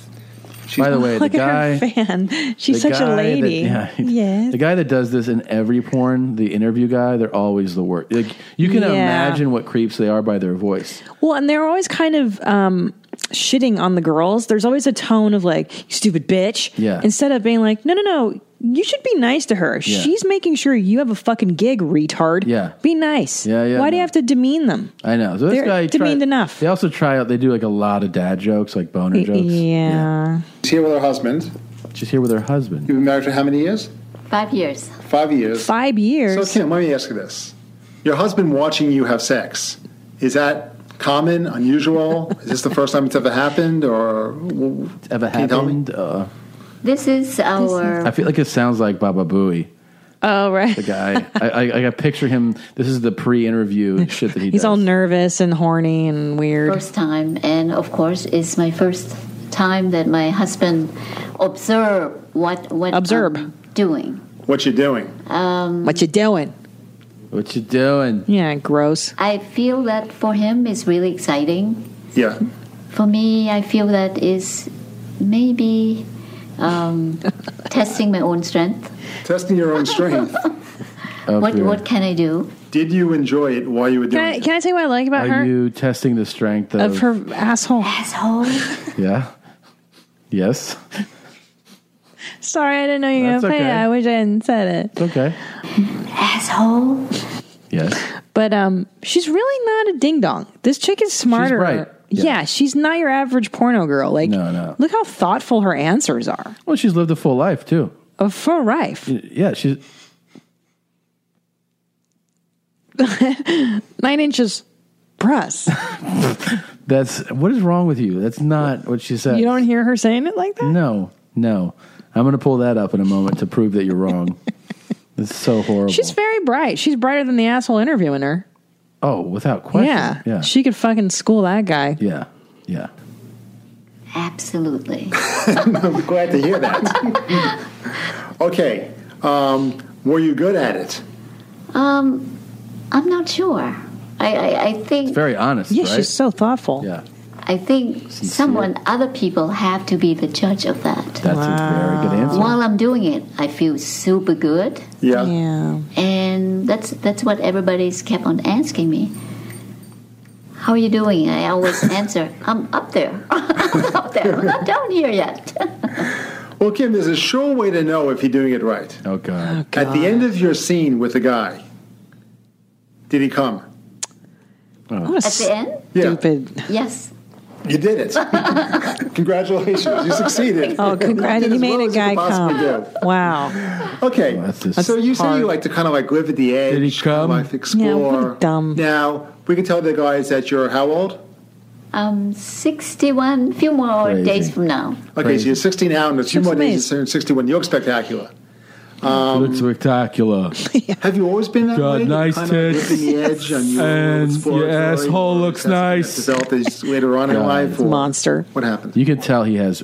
Speaker 4: By the way,
Speaker 5: Look
Speaker 4: the guy.
Speaker 5: at her fan. She's
Speaker 4: the
Speaker 5: such
Speaker 4: guy
Speaker 5: a
Speaker 4: that-
Speaker 5: lady.
Speaker 4: yeah.
Speaker 5: Yes.
Speaker 4: The guy that does this in every porn, the interview guy, they're always the worst. Like, you can
Speaker 5: Yeah.
Speaker 4: imagine what creeps they are by their voice.
Speaker 5: Well, and they're always kind of um, shitting on the girls. There's always a tone of like, you stupid bitch.
Speaker 4: Yeah.
Speaker 5: Instead of being like, no, no, no, you should be nice to her.
Speaker 4: Yeah.
Speaker 5: She's making sure you have a fucking gig, retard.
Speaker 4: Yeah.
Speaker 5: Be nice.
Speaker 4: Yeah, yeah,
Speaker 5: Why do
Speaker 4: no.
Speaker 5: you have to demean them?
Speaker 4: I know. So this
Speaker 5: They're
Speaker 4: guy
Speaker 5: demeaned
Speaker 4: enough. They also try out. They do like a lot of dad jokes, like boner jokes.
Speaker 5: Yeah.
Speaker 19: She's here with her husband.
Speaker 4: She's here with her husband.
Speaker 19: You've been married for how many years?
Speaker 18: Five years.
Speaker 19: Five years.
Speaker 5: Five years.
Speaker 19: So Kim, let me ask you this: Your husband watching you have sex is that common, unusual? is this the first time it's ever happened, or
Speaker 4: ever
Speaker 19: Can you tell me?
Speaker 4: happened? Uh,
Speaker 18: This is our.
Speaker 4: I feel like it sounds like Baba Booey.
Speaker 5: Oh, right.
Speaker 4: The guy, I, I, I picture him. This is the pre-interview shit that he
Speaker 5: He's
Speaker 4: does.
Speaker 5: all nervous and horny and weird.
Speaker 18: first time, and of course, it's my first time that my husband observe what what
Speaker 5: Observe.
Speaker 18: I'm doing.
Speaker 19: what you doing?
Speaker 18: Um,
Speaker 5: What you doing?
Speaker 4: What you doing?
Speaker 5: Yeah, gross.
Speaker 18: I feel that for him is really exciting.
Speaker 19: Yeah.
Speaker 18: For me, I feel that is maybe um, testing my own strength.
Speaker 19: Testing your own strength.
Speaker 18: What what can I do?
Speaker 19: Did you enjoy it while you were
Speaker 5: Can
Speaker 19: doing
Speaker 5: I, can I tell you what I like about
Speaker 4: Are
Speaker 5: her?
Speaker 4: you testing the strength of,
Speaker 5: Of her asshole.
Speaker 18: Asshole.
Speaker 4: Yeah. Yes.
Speaker 5: Sorry, I didn't know you were going
Speaker 4: That's
Speaker 5: to play
Speaker 4: okay.
Speaker 5: it. I wish I hadn't said it.
Speaker 4: It's okay.
Speaker 18: Asshole.
Speaker 4: Yes.
Speaker 5: But um, she's really not a ding dong. This chick is smarter.
Speaker 4: bright.
Speaker 5: Yeah. she's not your average porno girl. Like,
Speaker 4: No, no.
Speaker 5: look how thoughtful her answers are.
Speaker 4: Well, she's lived a full life too.
Speaker 5: A full life.
Speaker 4: Yeah, she's
Speaker 5: Nine inches press.
Speaker 4: that's what is wrong with you? That's not what she said.
Speaker 5: you don't hear her saying it like that?
Speaker 4: No, no. I'm going to pull that up in a moment to prove that you're wrong. it's so horrible.
Speaker 5: She's very bright. She's brighter than the asshole interviewing her.
Speaker 4: oh, without question.
Speaker 5: Yeah.
Speaker 4: Yeah.
Speaker 5: She could fucking school that guy.
Speaker 4: yeah. Yeah.
Speaker 18: Absolutely.
Speaker 19: I'm glad to hear that. okay. Um, were you good at it?
Speaker 18: Um, I'm not sure. I, I, I think
Speaker 4: Very honest,
Speaker 5: Yeah,
Speaker 4: right?
Speaker 5: she's so thoughtful.
Speaker 4: Yeah.
Speaker 18: I think someone, other people, have to be the judge of that.
Speaker 4: That's a very good answer.
Speaker 18: While I'm doing it, I feel super good,
Speaker 19: Yeah.
Speaker 18: and that's that's what everybody's kept on asking me. How are you doing? I always answer, I'm up there, I'm up there, I'm not down here yet.
Speaker 19: Well, Kim, there's a sure way to know if you're doing it right.
Speaker 4: Oh God.
Speaker 19: At the end of your scene with the guy, did he come?
Speaker 4: Oh.
Speaker 19: Oh.
Speaker 5: What a
Speaker 18: At the end,
Speaker 5: stupid.
Speaker 18: yes,
Speaker 19: You did it. Congratulations, you succeeded.
Speaker 5: Oh,
Speaker 19: You
Speaker 5: congratulations.
Speaker 19: did as
Speaker 5: You made
Speaker 19: well
Speaker 5: a
Speaker 19: as
Speaker 5: guy
Speaker 19: could possibly
Speaker 5: come. Wow.
Speaker 19: do. Okay, so you say
Speaker 5: hard.
Speaker 19: you like to kind of like live at the edge, did he come? like explore. dumb. Now we can tell the guys that you're how old?
Speaker 18: um, 61, few more
Speaker 19: Crazy.
Speaker 18: days from now.
Speaker 19: Okay, so you're 16 now, and a few more days, you're 61. You look spectacular. Um,
Speaker 4: Looks spectacular.
Speaker 19: Have you always been that
Speaker 4: Got
Speaker 19: way?
Speaker 4: nice
Speaker 19: Kind of
Speaker 4: tits.
Speaker 19: living the edge and your
Speaker 4: And your asshole
Speaker 19: looks nice. Developed as later on in
Speaker 4: God.
Speaker 19: life. or-
Speaker 5: Monster.
Speaker 19: What happened?
Speaker 4: You can tell he has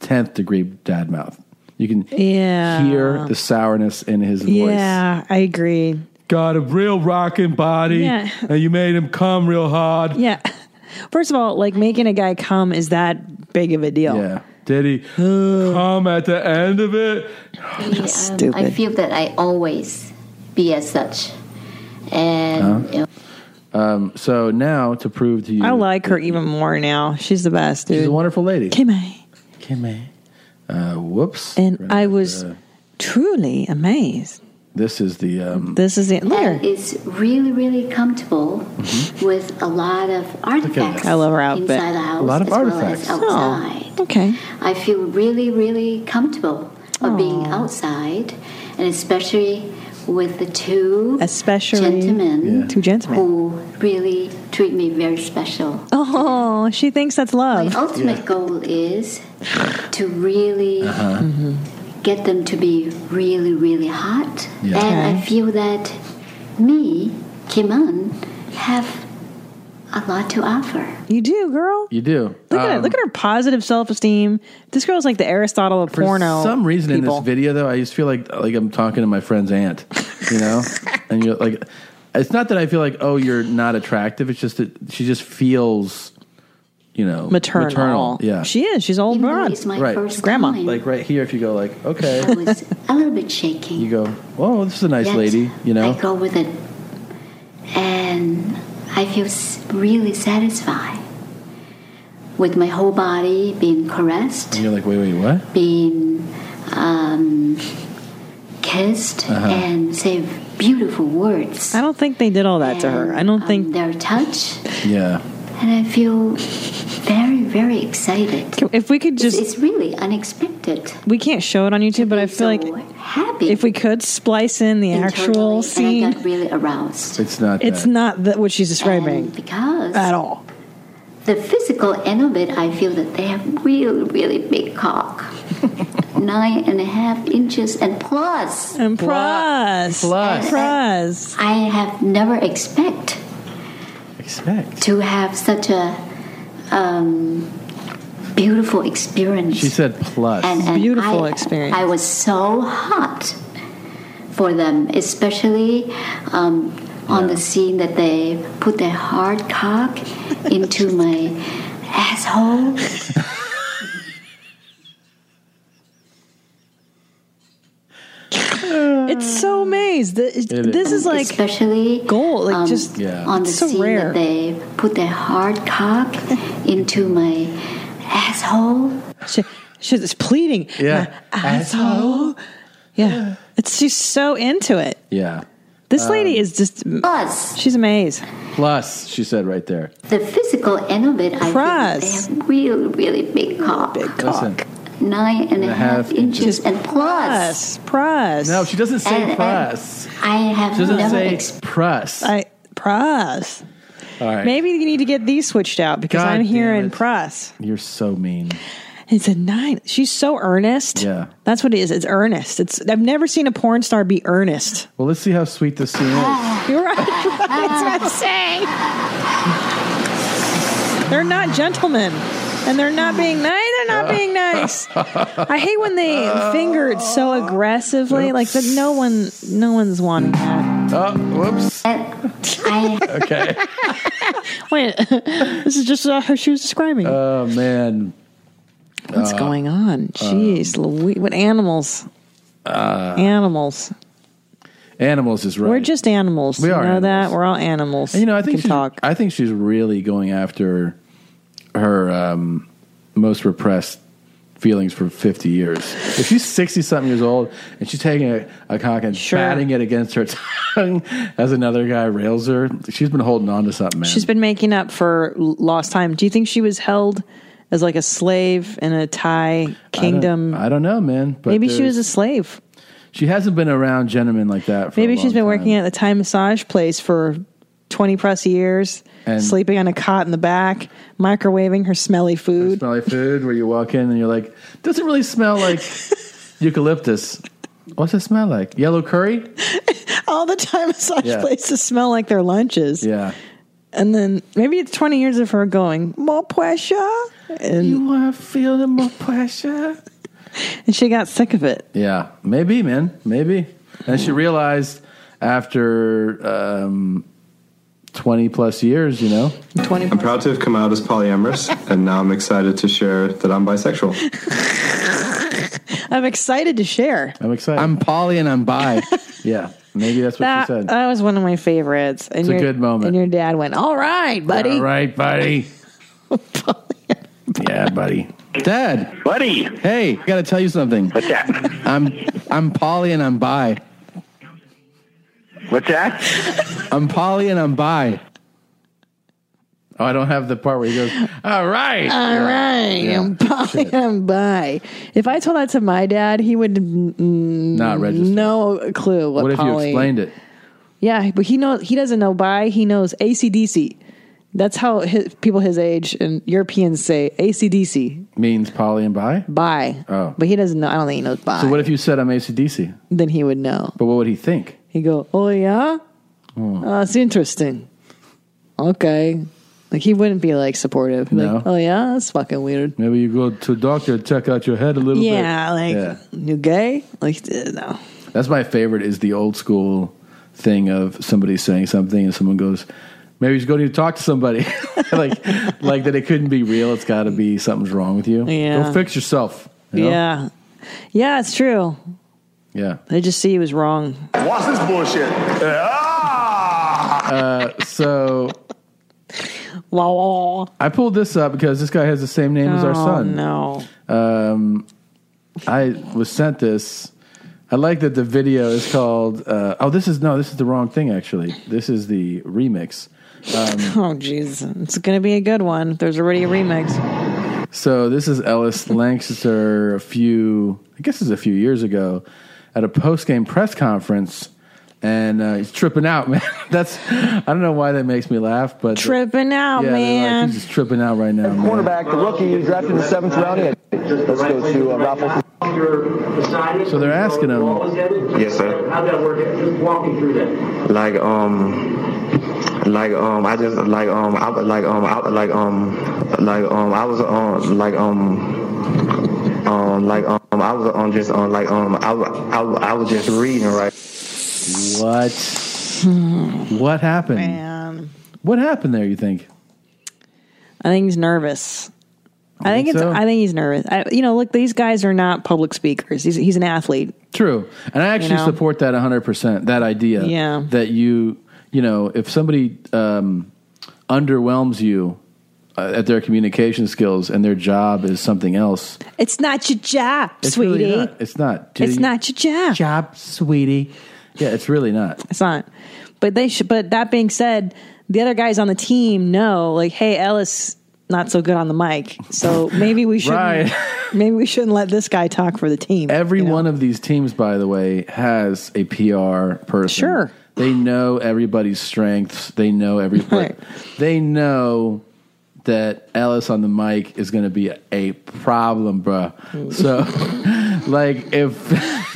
Speaker 4: tenth degree dad mouth. You can
Speaker 5: Yeah.
Speaker 4: hear the sourness in his
Speaker 5: Yeah, I agree.
Speaker 4: voice. Got a real rocking body,
Speaker 5: Yeah.
Speaker 4: and you made him come real hard.
Speaker 5: Yeah. First of all, like making a guy come is that big of a deal.
Speaker 4: Yeah. Did he come at the end of it?
Speaker 18: Um, I feel that I always be as such, and you know,
Speaker 4: Um, so now to prove to you,
Speaker 5: I like her even more now. She's the best, dude.
Speaker 4: she's a wonderful lady.
Speaker 5: Kim A.
Speaker 4: Kim A. Uh, whoops. uh,
Speaker 5: And I was truly amazed.
Speaker 4: This is the um,
Speaker 5: This is it. Look at her.
Speaker 18: and is really, really comfortable
Speaker 19: Mm-hmm.
Speaker 18: with a lot of artifacts.
Speaker 5: that. I love her outfit.
Speaker 18: Inside the house,
Speaker 5: Uh, A lot of
Speaker 18: as
Speaker 5: artifacts. Oh,
Speaker 18: Well as outside.
Speaker 5: Okay.
Speaker 18: I feel really, really comfortable of being outside, and especially with the two
Speaker 5: Especially
Speaker 18: gentlemen
Speaker 5: two gentlemen.
Speaker 18: who really treat me very special.
Speaker 5: Oh, she thinks that's love.
Speaker 18: My ultimate goal is to really
Speaker 5: Uh-huh.
Speaker 18: Mm-hmm. get them to be really, really hot.
Speaker 5: Yeah.
Speaker 18: And I
Speaker 5: Okay.
Speaker 18: feel that me, Kiman, have a lot to offer.
Speaker 5: You do, girl.
Speaker 4: You do. Um,
Speaker 5: Look
Speaker 19: Um,
Speaker 5: at it. Look at her positive self esteem. This girl's like the Aristotle of
Speaker 4: For
Speaker 5: porno.
Speaker 4: some reason
Speaker 5: people.
Speaker 4: in this video, though, I just feel like like I'm talking to my friend's aunt, you know, and you're like, it's not that I feel like oh you're not attractive. It's just that she just feels, you know,
Speaker 5: maternal.
Speaker 4: Yeah,
Speaker 5: she is. She's old broad.
Speaker 18: it's my
Speaker 4: right,
Speaker 18: first
Speaker 5: Grandma.
Speaker 18: time.
Speaker 4: Like right here, if you go like okay,
Speaker 18: I was a little bit shaking.
Speaker 4: you go, oh this is a nice
Speaker 18: Yet,
Speaker 4: lady, you know.
Speaker 18: I go with it, and I feel s- really satisfied with my whole body being caressed,
Speaker 4: And you're like wait wait what?
Speaker 18: being um, kissed,
Speaker 4: Uh-huh.
Speaker 18: and say beautiful words. I
Speaker 5: don't think they did all that to her. I don't think
Speaker 18: their touch,
Speaker 4: Yeah.
Speaker 18: and I feel very, very excited.
Speaker 5: If we could
Speaker 18: just, it's, it's really unexpected.
Speaker 5: We can't show it on YouTube, but I feel like if we could splice in the
Speaker 18: internally,
Speaker 5: actual
Speaker 18: and I
Speaker 5: scene,
Speaker 18: got really aroused.
Speaker 4: It's not.
Speaker 5: it's
Speaker 4: that.
Speaker 5: not that what she's describing.
Speaker 18: because
Speaker 5: at all.
Speaker 18: The physical end of it, I feel that they have really, really big cock, nine and a half inches and plus.
Speaker 5: And plus,
Speaker 18: plus,
Speaker 5: plus.
Speaker 18: I have never expect
Speaker 4: expect
Speaker 18: to have such a um, beautiful experience.
Speaker 4: She said plus.
Speaker 18: I, I was so hot for them, especially um, on the scene that they put their hard cock into my asshole.
Speaker 5: It's so amazed. Th- This is like
Speaker 18: especially
Speaker 5: gold. Like
Speaker 18: um,
Speaker 5: just
Speaker 18: on the
Speaker 5: it's so
Speaker 18: scene
Speaker 5: rare.
Speaker 18: that they put their hard cock into my asshole.
Speaker 5: She, she's just pleading.
Speaker 4: Yeah.
Speaker 5: "My asshole. Yeah, it's she's so into it.
Speaker 4: Yeah. Um,
Speaker 5: This lady is just
Speaker 18: plus.
Speaker 5: She's amazed.
Speaker 4: Plus, she said right there.
Speaker 18: The physical end of it, I think that they have really, really big cock. Big
Speaker 4: Listen.
Speaker 18: Nine and a half inches and
Speaker 5: plus. Plus.
Speaker 4: No, she doesn't say
Speaker 18: And- and
Speaker 4: plus.
Speaker 18: I have
Speaker 4: She doesn't
Speaker 18: never
Speaker 4: say
Speaker 18: ex-
Speaker 4: press.
Speaker 5: I press.
Speaker 4: All right.
Speaker 5: Maybe you need to get these switched out because
Speaker 4: God
Speaker 5: I'm
Speaker 4: damn
Speaker 5: hearing
Speaker 4: it.
Speaker 5: press.
Speaker 4: You're so mean.
Speaker 5: It's a nine. She's so earnest.
Speaker 4: Yeah.
Speaker 5: That's what it is. It's earnest. It's I've never seen a porn star be earnest.
Speaker 4: Well, let's see how sweet this scene is.
Speaker 5: You're right. That's what I'm saying. They're not gentlemen. And they're not being nice. They're not being nice. I hate when they
Speaker 4: Uh,
Speaker 5: finger it so aggressively. Like that no one no one's wanting that.
Speaker 4: Oh, whoops. Okay.
Speaker 5: Wait. this is just uh, how she was describing.
Speaker 4: Oh man.
Speaker 5: What's
Speaker 4: Uh,
Speaker 5: going on? Jeez, Louis, what animals?
Speaker 4: Uh,
Speaker 5: animals.
Speaker 4: Animals is right.
Speaker 5: We're just animals.
Speaker 4: We
Speaker 5: you
Speaker 4: are
Speaker 5: know that we're all animals.
Speaker 4: And, you know, I think
Speaker 5: can
Speaker 4: she's,
Speaker 5: talk.
Speaker 4: I think she's really going after her um, most repressed feelings for 50 years. If she's 60 something years old and she's taking a, a cock and batting it against her tongue as another guy rails her, she's been holding on to something, man.
Speaker 5: She's been making up for l- lost time. Do you think she was held as like a slave in a Thai kingdom?
Speaker 4: I don't know, man. But
Speaker 5: Maybe she
Speaker 4: there's-
Speaker 5: was a slave.
Speaker 4: She hasn't been around gentlemen like that for
Speaker 5: Maybe
Speaker 4: a
Speaker 5: she's
Speaker 4: long
Speaker 5: been working at the Thai massage place for 20 plus years,
Speaker 4: And-
Speaker 5: sleeping on a cot in the back, microwaving her smelly food.
Speaker 4: smelly food where you walk in and you're like, doesn't really smell like eucalyptus. What's it smell like? Yellow curry?
Speaker 5: All the Thai massage
Speaker 4: Yeah.
Speaker 5: places smell like their lunches.
Speaker 4: Yeah.
Speaker 5: And then maybe it's 20 years of her going, more pressure. And
Speaker 4: you want to feel the more pressure?
Speaker 5: And she got sick of it.
Speaker 4: Yeah, maybe, man, maybe. And she realized after um, twenty plus years, you know,
Speaker 5: twenty.
Speaker 13: I'm proud to have come out as polyamorous, and now I'm excited to share that I'm bisexual.
Speaker 5: I'm excited to share.
Speaker 4: I'm excited. I'm poly and I'm bi. yeah, maybe that's what
Speaker 5: That,
Speaker 4: she said.
Speaker 5: that was one of my favorites. And
Speaker 4: It's a
Speaker 5: your-
Speaker 4: good moment.
Speaker 5: And your dad went, all right, buddy.
Speaker 4: All right, buddy. yeah, buddy.
Speaker 20: Dad. Buddy. Hey, I gotta tell you something. What's that? I'm I'm Polly and I'm bi. What's that? I'm Polly and I'm bi.
Speaker 4: Oh, I don't have the part where he goes, all right.
Speaker 5: All right, I'm bi. I'm bi. If I told that to my dad, he would mm,
Speaker 4: Not register.
Speaker 5: No clue what.
Speaker 4: What, if you
Speaker 5: poly-
Speaker 4: explained it?
Speaker 5: Yeah, but he knows. He doesn't know bi. He knows ACDC. That's how his, people his age and Europeans say ACDC.
Speaker 4: Means poly and bi?
Speaker 5: Bi.
Speaker 4: Oh.
Speaker 5: But he doesn't know. I don't think he knows bi.
Speaker 4: So what if you said I'm ACDC?
Speaker 5: then he would know.
Speaker 4: But what would he think?
Speaker 5: He'd go, "Oh yeah,
Speaker 4: Oh.
Speaker 5: oh, that's interesting." Okay, like he wouldn't be like supportive. He'd be
Speaker 4: No.
Speaker 5: Like, oh yeah, that's fucking weird.
Speaker 4: Maybe you go to doctor and check out your head a little bit.
Speaker 5: yeah, like
Speaker 4: Yeah.
Speaker 5: you gay? Like uh, no.
Speaker 4: That's my favorite is the old school thing of somebody saying something and someone goes, maybe he's going to talk to somebody. like, like that it couldn't be real. It's got to be something's wrong with you.
Speaker 5: Yeah.
Speaker 4: Go fix yourself. you know?
Speaker 5: Yeah. Yeah, it's true.
Speaker 4: Yeah.
Speaker 5: They just see he was wrong.
Speaker 13: Watch this bullshit.
Speaker 4: Uh, so
Speaker 5: La la.
Speaker 4: I pulled this up because this guy has the same name as our
Speaker 5: Oh,
Speaker 4: son.
Speaker 5: no.
Speaker 4: Um, I was sent this. I like that the video is called. Uh, oh, this is no, this is the wrong thing. Actually, this is the remix. Um,
Speaker 5: Oh jeez. It's gonna be a good one. There's already a remix.
Speaker 4: So this is Ellis Lancaster a few, I guess it's a few years ago, at a post game press conference, and uh, he's tripping out, man. That's I don't know why that makes me laugh, but
Speaker 5: Tripping out,
Speaker 4: yeah, they're like,
Speaker 5: man.
Speaker 4: he's just tripping out right now. man."
Speaker 11: Cornerback, the rookie you drafted in the seventh round. Yeah. Let's go to uh, Raffles.
Speaker 4: So they're asking him.
Speaker 1: Yes, sir.
Speaker 3: How'd that work out? Just walk me through that.
Speaker 1: Like um, like um, I just like um, I was like um, I was like um, like um, I was on like um, um, like um, I was on just on like um, I wa- I, wa- I was just reading right.
Speaker 5: Hmm.
Speaker 4: What? What happened? What happened there? You think?
Speaker 5: I think he's nervous. I think
Speaker 4: think
Speaker 5: it's.
Speaker 4: so?
Speaker 5: I think he's nervous. I, you know, look, these guys are not public speakers. He's he's an athlete.
Speaker 4: True. And I actually
Speaker 5: know?
Speaker 4: support that 100%, that idea.
Speaker 5: Yeah.
Speaker 4: That you, you know, if somebody um, underwhelms you uh, at their communication skills and their job is something else,
Speaker 5: It's not your job,
Speaker 4: it's
Speaker 5: sweetie.
Speaker 4: really not. It's not. Dude,
Speaker 5: it's
Speaker 4: you-
Speaker 5: not your job.
Speaker 4: Job, sweetie. Yeah, it's really not.
Speaker 5: It's not. But they should. But that being said, the other guys on the team know, like, hey, Ellis not so good on the mic, so maybe we should.
Speaker 4: Right.
Speaker 5: Maybe we shouldn't let this guy talk for the team.
Speaker 4: Every one of these teams, by the way, has a PR person. Sure. They know everybody's strengths. They know every They know that Ellis on the mic is going to be a problem, bruh. So, like, if.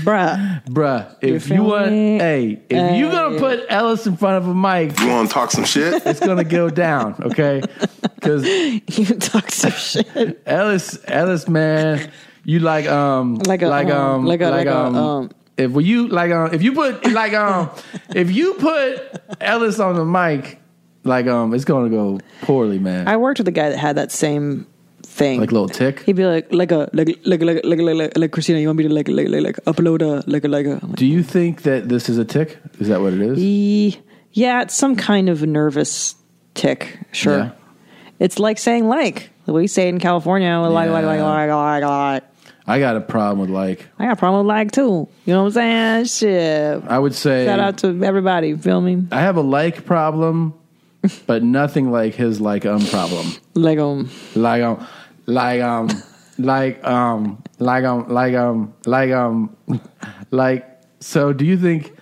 Speaker 5: Bruh.
Speaker 4: bruh,
Speaker 2: You
Speaker 4: if you
Speaker 2: feel
Speaker 4: want.
Speaker 2: me?
Speaker 4: Hey, if you're going to
Speaker 2: Hey.
Speaker 4: put Ellis in front of a mic.
Speaker 2: You wanna talk some shit?
Speaker 4: It's going to go down, okay? Because.
Speaker 5: You talk some shit.
Speaker 4: Ellis, Ellis, man, you like, um.
Speaker 5: Like a,
Speaker 4: Like,
Speaker 5: um,
Speaker 4: um.
Speaker 5: like a- like a, um,
Speaker 4: if when you like um if you put like um if you put Ellis on the mic like um it's gonna go poorly man
Speaker 5: I worked with a guy that had that same thing, like
Speaker 4: little tick.
Speaker 5: He'd be like, like a, like, like, like, like, like, like, like Christina, you want me to like, like, like, like upload a, like, a, like a.
Speaker 4: do you think that this is a tick is that what it is
Speaker 5: E- Yeah, it's some kind of nervous tick. Sure,
Speaker 4: Yeah.
Speaker 5: it's like saying like we say it in California, like, like, like, like, like, like.
Speaker 4: I got a problem with like
Speaker 5: I got a problem with lag too. You know what I'm saying? Shit.
Speaker 4: I would say
Speaker 5: Shout out to everybody. You Feel me?
Speaker 4: I have a like problem but nothing like his like um problem
Speaker 5: like um
Speaker 4: like um like um like um like um like um like um like so do you think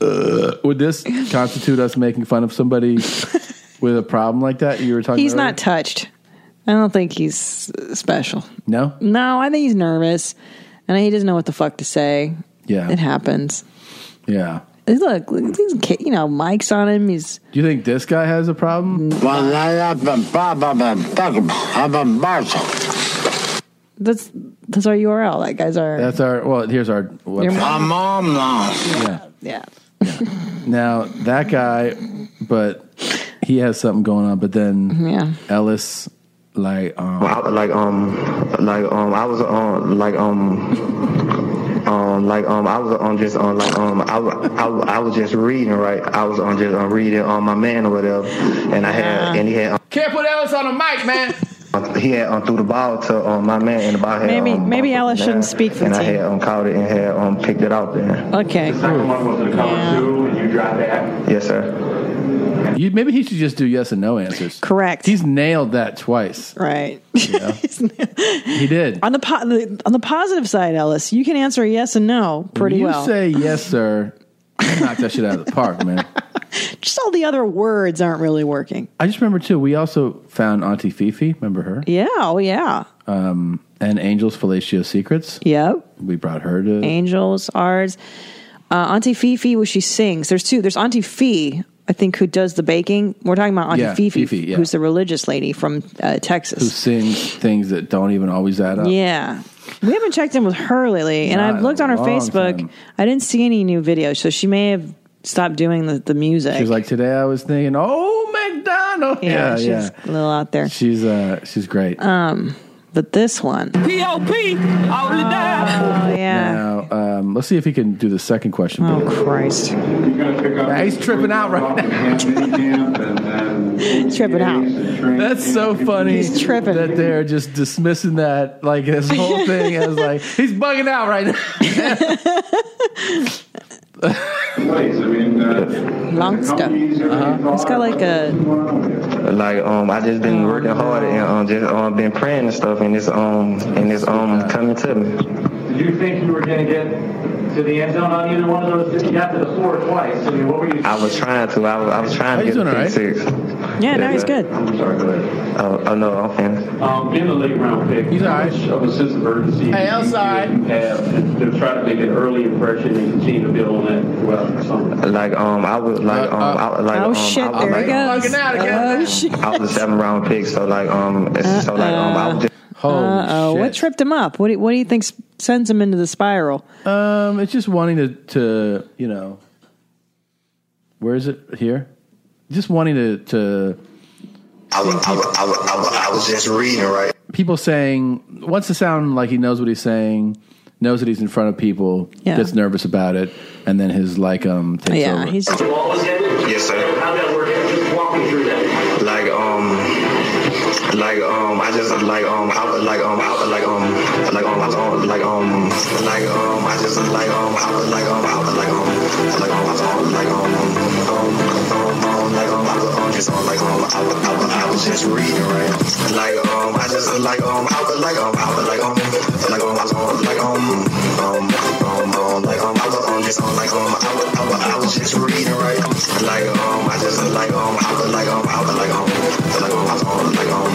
Speaker 4: uh, would this constitute us making fun of somebody with a problem like that you were talking
Speaker 5: He's
Speaker 4: earlier?
Speaker 5: not touched. I don't think he's uh, special.
Speaker 4: no
Speaker 5: No, I think he's nervous, and he doesn't know what the fuck to say.
Speaker 4: Yeah.
Speaker 5: it happens.
Speaker 4: yeah
Speaker 5: Look, look he's, ki- you know, Mike's on him. He's
Speaker 4: do you think this guy has a problem
Speaker 5: that's that's our URL. That guy's our
Speaker 4: that's our well here's our website.
Speaker 5: My
Speaker 4: mom yeah
Speaker 5: yeah.
Speaker 4: Now that guy, but he has something going on. But then
Speaker 5: Yeah.
Speaker 4: Ellis, like um,
Speaker 1: I was like um, like um, I was on like um. Um, like um, I was on just on like um, I, wa- I, wa- I was just reading right. I was on just on reading on my man or whatever, and I had and he had um,
Speaker 4: can't put Ellis on the mic, man.
Speaker 1: He had um, threw the ball to um, my man, and the ball had
Speaker 5: Maybe-
Speaker 1: um,
Speaker 5: maybe
Speaker 1: bounced
Speaker 5: Alice
Speaker 1: down,
Speaker 5: shouldn't speak for
Speaker 1: And
Speaker 5: the
Speaker 1: I
Speaker 5: team.
Speaker 1: had um, caught it and had um, picked it out there.
Speaker 5: Okay.
Speaker 1: one was in cover two, and you dropped that. Yes, sir.
Speaker 4: You, maybe he should just do yes and no answers.
Speaker 5: Correct.
Speaker 4: He's nailed that twice.
Speaker 5: Right.
Speaker 4: you know? he did.
Speaker 5: On the, po- the on the positive side, Ellis, you can answer yes and no pretty
Speaker 4: When you
Speaker 5: well.
Speaker 4: say yes, sir. you Knock that shit out of the park, man.
Speaker 5: just all the other words aren't really working.
Speaker 4: I just remember too. We also found Auntie Fifi. Remember her?
Speaker 5: Yeah. Oh yeah.
Speaker 4: Um, and Angel's Fellatio Secrets.
Speaker 5: Yep.
Speaker 4: We brought her to.
Speaker 5: Angels, ours. Uh, Auntie Fifi, where she sings. There's two. There's Auntie Fee, I think, who does the baking. We're talking about Auntie
Speaker 4: Yeah,
Speaker 5: Fifi,
Speaker 4: Fifi, yeah.
Speaker 5: who's the religious lady from uh, Texas.
Speaker 4: who sings things that don't even always add up.
Speaker 5: Yeah. We haven't checked in with her lately, and
Speaker 4: Not
Speaker 5: I've looked
Speaker 4: in
Speaker 5: on
Speaker 4: a
Speaker 5: her
Speaker 4: long
Speaker 5: Facebook.
Speaker 4: time.
Speaker 5: I didn't see any new videos, so she may have stopped doing the, the music.
Speaker 4: She was like, today I was thinking, oh, McDonald.
Speaker 5: Yeah, she's a little out there.
Speaker 4: She's uh, she's great.
Speaker 5: Um, but this one,
Speaker 21: P.O.P. All the
Speaker 5: oh yeah,
Speaker 4: Now, um, let's see if he can do the second question.
Speaker 5: Oh, Christ.
Speaker 4: he's tripping out right now.
Speaker 5: tripping out.
Speaker 4: That's so funny.
Speaker 5: He's tripping.
Speaker 4: That they're just dismissing that, like, this whole thing as, like, he's bugging out right now.
Speaker 5: long stuff.
Speaker 4: Uh-huh.
Speaker 5: It's got like a
Speaker 3: Like um, I just been working
Speaker 13: Oh,
Speaker 3: hard and um, just um, been praying and stuff, and it's um, and it's um, coming to me.
Speaker 13: Did you think you were going to get to the end zone on either one of those? You got to the four twice. I mean, what were you?
Speaker 3: I was trying to. I was, I was trying
Speaker 13: Oh,
Speaker 3: to
Speaker 13: he's
Speaker 3: get
Speaker 13: doing
Speaker 3: a
Speaker 13: all
Speaker 3: pick
Speaker 13: right.
Speaker 3: six.
Speaker 13: Yeah, no, he's good.
Speaker 3: I'm sorry, go ahead. Oh, oh no, I'm finished.
Speaker 13: Um, in the late round pick,
Speaker 3: He's all
Speaker 13: how
Speaker 3: right.
Speaker 13: much of a sense of
Speaker 3: Hey,
Speaker 13: urgency do you
Speaker 3: outside.
Speaker 13: feel you have to, to try to make an early impression and continue to build on that throughout the summer?
Speaker 3: Like um, I was like
Speaker 13: Uh,
Speaker 3: um, I, like um,
Speaker 13: oh,
Speaker 3: I was like, um, I was a seven round pick, so like um, it's- so like um,
Speaker 13: Uh-uh.
Speaker 3: I was just.
Speaker 4: Oh,
Speaker 5: uh-oh. What tripped him up? What do, what do you think s- sends him into the spiral?
Speaker 4: um, it's just wanting to, to, you know, where is it? Here? Just wanting to, to
Speaker 3: I was, I, was, I, was, I, was, I was just reading, right?
Speaker 4: people saying wants to sound like he knows what he's saying, knows that he's in front of people,
Speaker 3: Yeah.
Speaker 4: gets nervous about it, and then his like um takes
Speaker 3: Yeah,
Speaker 4: over.
Speaker 3: he's- Yes, sir. Like um, like um, I just like um, I was like um, I was like um, like um, I was on like um, like um, I just like um, I was like um, I was like um, like um, I was on like um, um, um, um, like um, I was on just on like um, I was, I was, I was just reading, right? Like um, I just like um, I was like um, I was like um, like um, I was on like um, um, um, um, like um, I was on just on like um, I was, I was, I was just reading, right? Like um, I just like um, I was like um, I was like um, like um, I was on like um,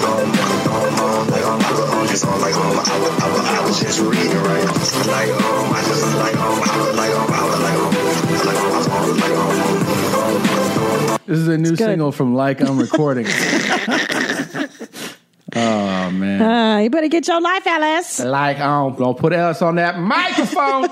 Speaker 3: um, um, um, like um, I was on just on like um, I was, I was, I was just reading, right? Like um, I just like um, I was like um, I was like um, like um, I was on like um.
Speaker 4: This is a new single from Like I'm Recording. oh man.
Speaker 5: Ah, you better get your life, Alice.
Speaker 4: Like um, don't put Ellis on that microphone.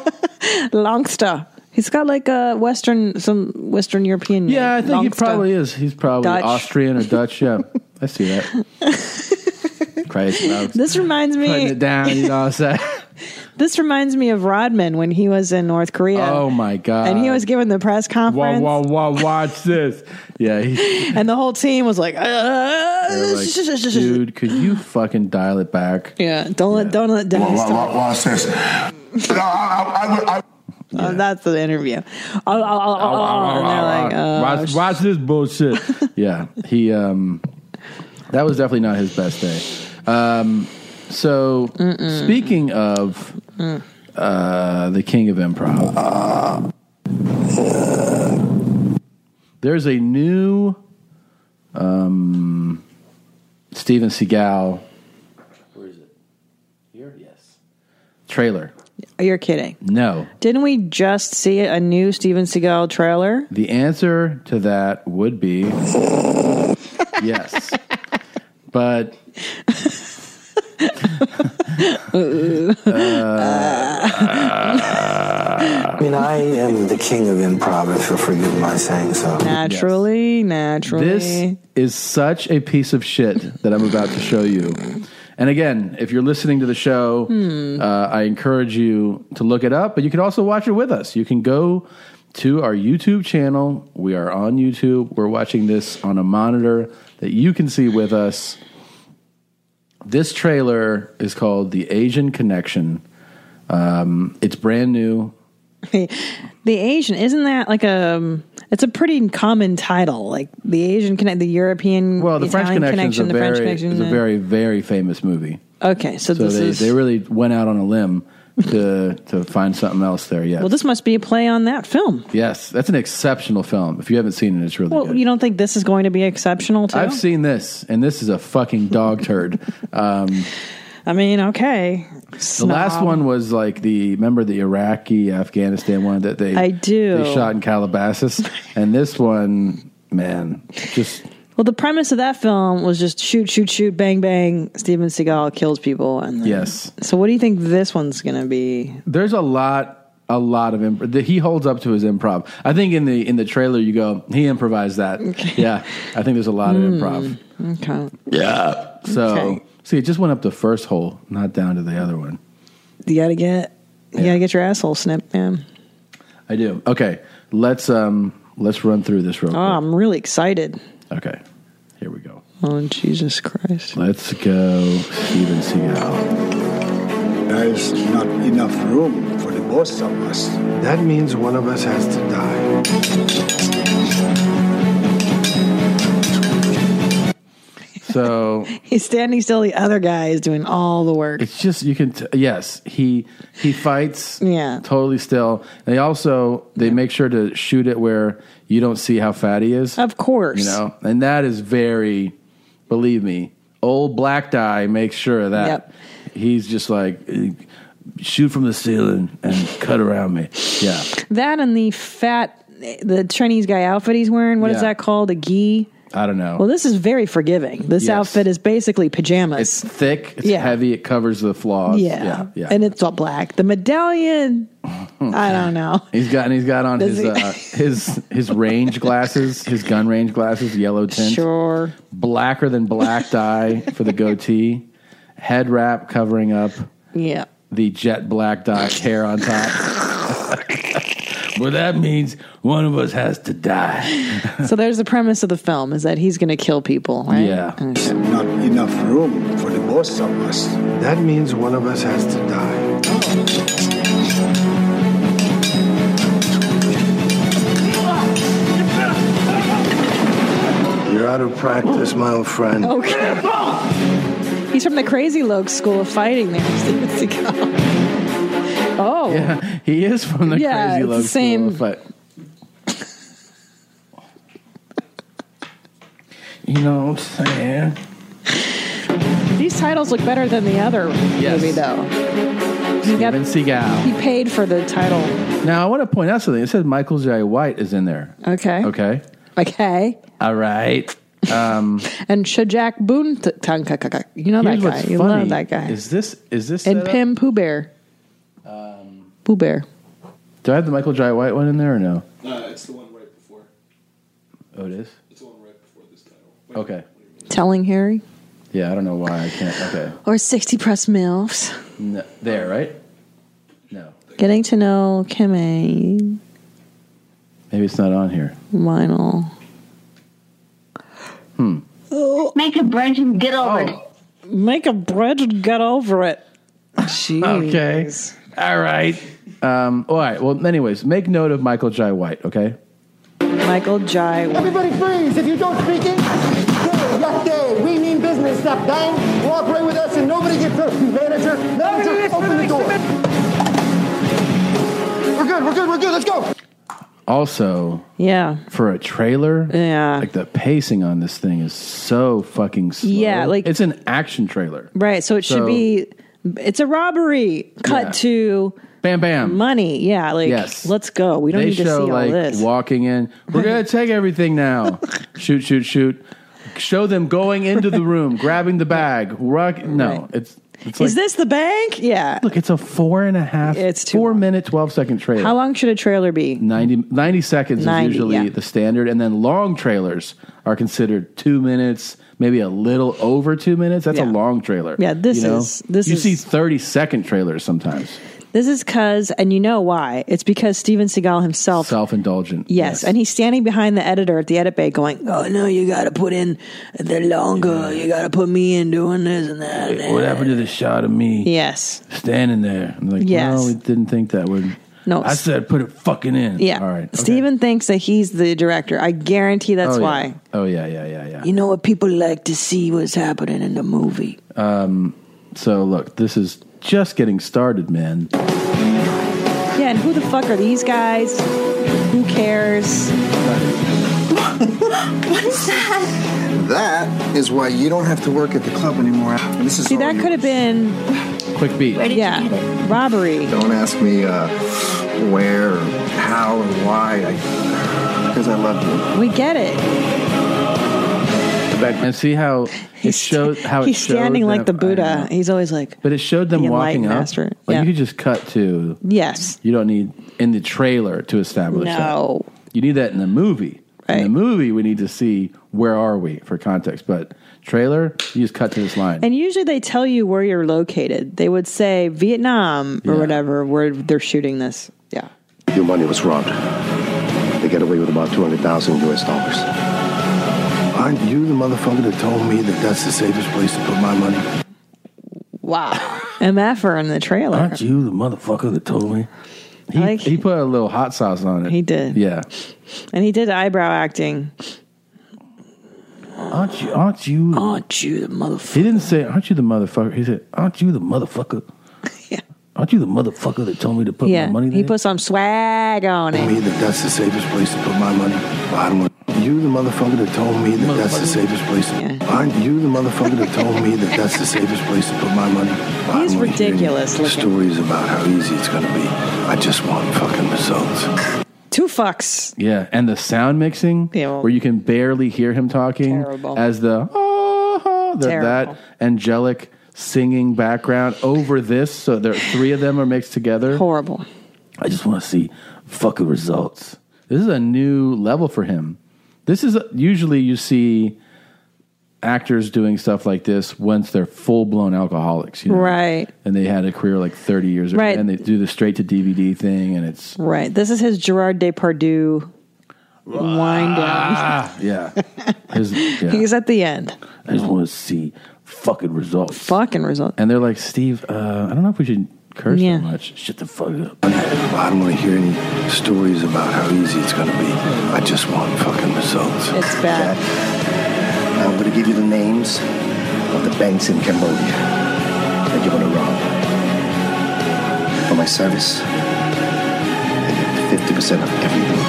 Speaker 5: Longster. He's got like a Western, some Western European.
Speaker 4: Yeah, I think he
Speaker 5: Longster.
Speaker 4: probably is. He's probably
Speaker 5: Dutch.
Speaker 4: Austrian or Dutch. Yeah, I see that. Crazy. I was
Speaker 5: This reminds
Speaker 4: Putting
Speaker 5: me.
Speaker 4: it down, you know what I'm saying?
Speaker 5: This reminds me of Rodman when he was in North Korea.
Speaker 4: Oh my god!
Speaker 5: And he was giving the press
Speaker 4: Wow,
Speaker 5: conference,
Speaker 4: wow, wow! Watch this. Yeah, he,
Speaker 5: and the whole team was like, "Uh,
Speaker 4: They're like, dude, could you fucking dial it back?
Speaker 5: "Yeah, don't let don't let Dennis talk."
Speaker 4: watch this.
Speaker 5: Oh, that's the interview. Oh, oh, oh, oh, oh, and they're like, uh,
Speaker 4: watch, watch this bullshit. yeah, he. Um, that was definitely not his best day. Um, so speaking of
Speaker 5: Mm.
Speaker 4: uh, the king of improv, there's a new um, Steven Seagal Here, yes. trailer.
Speaker 5: You're kidding.
Speaker 4: No.
Speaker 5: Didn't we just see a new Steven Seagal trailer?
Speaker 4: The answer to that would be yes. But Uh,
Speaker 6: Uh, I mean, I am the king of improv, if you'll forgive my saying so.
Speaker 5: Naturally, naturally.
Speaker 4: this is such a piece of shit that I'm about to show you. And again, if you're listening to the show,
Speaker 5: Hmm.
Speaker 4: uh, I encourage you to look it up, but you can also watch it with us. You can go to our YouTube channel. We are on YouTube. We're watching this on a monitor that you can see with us. This trailer is called The Asian Connection. Um, it's brand new.
Speaker 5: the Asian isn't that like a? um, It's a pretty common title, like the Asian connect, the European,
Speaker 4: Well, the French
Speaker 5: Italian
Speaker 4: Connection, is a
Speaker 5: the
Speaker 4: very,
Speaker 5: French connection.
Speaker 4: is a
Speaker 5: uh,
Speaker 4: very, very famous movie.
Speaker 5: Okay, so this
Speaker 4: they,
Speaker 5: is-
Speaker 4: they really went out on a limb to to find something else there. Yes,
Speaker 5: well, this must be a play on that film.
Speaker 4: yes, that's an exceptional film. If you haven't seen it, it's really
Speaker 5: well,
Speaker 4: good.
Speaker 5: you don't think this is going to be exceptional too?
Speaker 4: I've seen this, and this is a fucking dog turd. Um,
Speaker 5: I mean, okay.
Speaker 4: the last one was like the remember the Iraqi Afghanistan one that they
Speaker 5: I do.
Speaker 4: they shot in Calabasas, and this one, man, just
Speaker 5: Well, the premise of that film was just shoot, shoot, shoot, bang, bang. Steven Seagal kills people, and then-
Speaker 4: Yes.
Speaker 5: So, what do you think this one's going to be?
Speaker 4: There's a lot, a lot of imp- that he holds up to his improv. I think in the in the trailer you go, he improvised that. Yeah, I think there's a lot of improv.
Speaker 5: Hmm. Okay.
Speaker 4: Yeah. So
Speaker 5: Okay.
Speaker 4: see, it just went up the first hole, not down to the other one.
Speaker 5: You got to get, you got to get your asshole snipped, man.
Speaker 4: I do. Okay, let's um let's run through this real
Speaker 5: Oh, I'm really excited.
Speaker 4: quick. Okay, here we go.
Speaker 5: Oh, Jesus Christ!
Speaker 4: Let's go, Steven Seagal.
Speaker 6: There is not enough room for the both of us. That means one of us has to die.
Speaker 4: So
Speaker 5: He's standing still. The other guy is doing all the work.
Speaker 4: It's just you can. T- yes, he he fights.
Speaker 5: Yeah.
Speaker 4: totally still. They also they make sure to shoot it where you don't see how fat he is.
Speaker 5: Of course,
Speaker 4: you know, and that is very. Believe me, old black guy makes sure of that
Speaker 5: Yep.
Speaker 4: he's just like shoot from the ceiling and cut around me. Yeah,
Speaker 5: That and the fat, the Chinese guy outfit he's wearing. What is
Speaker 4: Yeah.
Speaker 5: that called? A gi.
Speaker 4: I don't know.
Speaker 5: Well, this is very forgiving. This
Speaker 4: Yes.
Speaker 5: outfit is basically pajamas.
Speaker 4: it's thick. It's
Speaker 5: Yeah.
Speaker 4: heavy. It covers the flaws.
Speaker 5: yeah.
Speaker 4: yeah, yeah.
Speaker 5: and it's all black. The medallion. I don't know.
Speaker 4: He's got and he's got on his
Speaker 5: Does he-
Speaker 4: uh, his his range glasses, his gun range glasses, yellow tint.
Speaker 5: Sure.
Speaker 4: Blacker than black dye for the goatee, head wrap covering up
Speaker 5: Yeah.
Speaker 4: the jet black dye hair on top. well, that means one of us has to die.
Speaker 5: So there's the premise of the film is that he's going to kill people, right?
Speaker 4: Yeah.
Speaker 6: Not enough room for the both of us. That means one of us has to die. You're out of practice, my old friend.
Speaker 5: Okay. He's from the Crazy Loke School of Fighting there, Steven Seagal. Oh.
Speaker 4: Yeah, he is from the
Speaker 5: Yeah,
Speaker 4: crazy
Speaker 5: it's the
Speaker 4: love
Speaker 5: same-
Speaker 4: but you know what I'm saying.
Speaker 5: These titles look better than the other movie, though. He, got,
Speaker 4: Steven Seagal.
Speaker 5: he paid for the title.
Speaker 4: Now I want to point out something. It says Michael J. White is in there.
Speaker 5: Okay.
Speaker 4: Okay.
Speaker 5: Okay.
Speaker 4: All right. Um,
Speaker 5: And Shajak Boon Tanka. You know that
Speaker 4: here's
Speaker 5: guy.
Speaker 4: what's
Speaker 5: You
Speaker 4: funny.
Speaker 5: love that guy.
Speaker 4: Is this is this set
Speaker 5: and
Speaker 4: up- Um,
Speaker 5: Pim Pooh Bear. Pooh Bear.
Speaker 4: Do I have the Michael J. White one in there or no?
Speaker 7: Uh, it's the one right before.
Speaker 4: Oh, it is.
Speaker 7: It's the one right before this title.
Speaker 4: Okay.
Speaker 5: Telling Harry.
Speaker 4: Yeah, I don't know why I can't. Okay.
Speaker 5: Or 60 Press MILFs.
Speaker 4: No, there, right?
Speaker 5: Getting to know Kimmy.
Speaker 4: Maybe it's not on here.
Speaker 5: Vinyl.
Speaker 4: Hmm.
Speaker 5: Make a bridge and get over it. Oh. Make a bridge and get over it. Jeez.
Speaker 4: Okay. All right. Um, all right. Well, anyways, make note of Michael J. White. Okay.
Speaker 5: Michael Jai.
Speaker 22: Everybody freeze. If you don't speak it, good luck day. We mean business. Stop dying. Walk away with us and nobody gets hurt. Manager, manager, open the door. We're good. We're good. We're good. Let's go.
Speaker 4: Also,
Speaker 5: yeah,
Speaker 4: for a trailer,
Speaker 5: yeah,
Speaker 4: like the pacing on this thing is so fucking slow.
Speaker 5: Yeah, like-
Speaker 4: it's an action trailer.
Speaker 5: Right. So it should
Speaker 4: So-
Speaker 5: be. It's a robbery. Cut
Speaker 4: Yeah.
Speaker 5: to.
Speaker 4: Bam, bam.
Speaker 5: Money. Yeah. Like.
Speaker 4: Yes.
Speaker 5: Let's go. We don't
Speaker 4: they
Speaker 5: need to see
Speaker 4: show
Speaker 5: all
Speaker 4: like
Speaker 5: this.
Speaker 4: walking in. We're gonna take everything now. shoot, shoot, shoot. Show them going into the room, grabbing the bag. Rock. No,
Speaker 5: Right.
Speaker 4: it's. it's
Speaker 5: Is this the bank? Yeah.
Speaker 4: Look, it's a four and a half. It's four minute, twelve second trailer.
Speaker 5: How long should a trailer be?
Speaker 4: 90, 90 seconds
Speaker 5: 90,
Speaker 4: is usually
Speaker 5: yeah.
Speaker 4: the standard, and then long trailers are considered two minutes, maybe a little over two minutes. That's a
Speaker 5: Yeah.
Speaker 4: long trailer.
Speaker 5: Yeah, this is- this
Speaker 4: you
Speaker 5: is-
Speaker 4: see thirty second trailers sometimes.
Speaker 5: This is because, and you know why? It's because Steven Seagal himself.
Speaker 4: Self indulgent.
Speaker 5: Yes, and he's standing behind the editor at the edit bay, going, "Oh no, you got to put in the longer. You got to put me in doing this and that." and that."
Speaker 4: What happened to the shot of me?
Speaker 5: Yes.
Speaker 4: standing there. I'm like,
Speaker 5: Yes.
Speaker 4: no, we didn't think that would.
Speaker 5: No,
Speaker 4: I said put it fucking in.
Speaker 5: Yeah.
Speaker 4: All right.
Speaker 5: Steven thinks that he's the director. I guarantee that's
Speaker 4: Oh, yeah.
Speaker 5: why.
Speaker 4: Oh yeah, yeah, yeah, yeah.
Speaker 5: You know what people like to see what's happening in the movie.
Speaker 4: Um, so look, this is just getting started, man.
Speaker 5: Yeah, and who the fuck are these guys? Who cares?
Speaker 9: what is that?
Speaker 6: That is why you don't have to work at the club anymore. And this is
Speaker 5: See, that could have been
Speaker 4: Quick beat.
Speaker 5: yeah, robbery.
Speaker 6: Don't ask me uh, where, or how, or why. Because I love you.
Speaker 5: We get it.
Speaker 4: And see how it shows how it
Speaker 5: He's
Speaker 4: showed
Speaker 5: standing like the
Speaker 4: them-
Speaker 5: Buddha. He's always like,
Speaker 4: But it showed them
Speaker 5: The
Speaker 4: walking
Speaker 5: enlightened
Speaker 4: up.
Speaker 5: master.
Speaker 4: Like
Speaker 5: Yeah.
Speaker 4: you could just cut to.
Speaker 5: Yes.
Speaker 4: You don't need in the trailer to establish
Speaker 5: No.
Speaker 4: that. You need that in the movie. In the movie, we need to see where are we for context. But trailer, you just cut to this line.
Speaker 5: and usually they tell you where you're located. They would say Vietnam or whatever, where they're shooting this. Yeah.
Speaker 12: Your money was robbed. They get away with about 200,000 US dollars.
Speaker 6: Aren't you the motherfucker that told me that that's the safest place to put my money?
Speaker 5: Wow. MFer in the trailer.
Speaker 4: Aren't you the motherfucker that told me? He, he put a little hot sauce on it.
Speaker 5: He did.
Speaker 4: Yeah.
Speaker 5: And he did eyebrow acting.
Speaker 4: Aren't you? Aren't you?
Speaker 5: Aren't you the motherfucker?
Speaker 4: He didn't say, "Aren't you the motherfucker?" He said, "Aren't you the motherfucker?" Aren't you the motherfucker that told me to put
Speaker 5: yeah.
Speaker 4: my money
Speaker 5: he
Speaker 4: there?
Speaker 5: put some swag on it.
Speaker 6: me that that's the safest place to put my money. I don't want you, the motherfucker that told me that that's the safest place. To, aren't you the motherfucker that told me that that's the safest place to put my money? I
Speaker 5: He's
Speaker 6: don't want to hear any
Speaker 5: ridiculous looking.
Speaker 6: Stories about how easy it's gonna be. I just want fucking results.
Speaker 5: Two fucks.
Speaker 4: yeah, and the sound mixing,
Speaker 5: Yeah, well-
Speaker 4: where you can barely hear him talking,
Speaker 5: Terrible.
Speaker 4: as the, oh, the
Speaker 5: Terrible.
Speaker 4: that angelic singing background over this, so there three of them are mixed together.
Speaker 5: Horrible.
Speaker 4: I just want to see fucking results. This is a new level for him. This is usually you see actors doing stuff like this once they're full blown alcoholics, you know?
Speaker 5: Right.
Speaker 4: and they had a career like 30 years or-
Speaker 5: Right.
Speaker 4: and they do the straight to DVD thing and it's
Speaker 5: Right. This is his Gerard Depardieu wind down.
Speaker 4: ah, yeah. His- yeah.
Speaker 5: He's at the end.
Speaker 4: I just want to see fucking results.
Speaker 5: Fucking results.
Speaker 4: And they're like, "Steve, uh, I don't know if we should curse
Speaker 5: Yeah.
Speaker 4: so much. Shut the fuck up."
Speaker 6: I don't want to hear any stories about how easy it's gonna be. I just want fucking results.
Speaker 5: It's bad.
Speaker 12: I'm going to give you the names of the banks in Cambodia that you're going to rob. For my service, I get 50% of everything.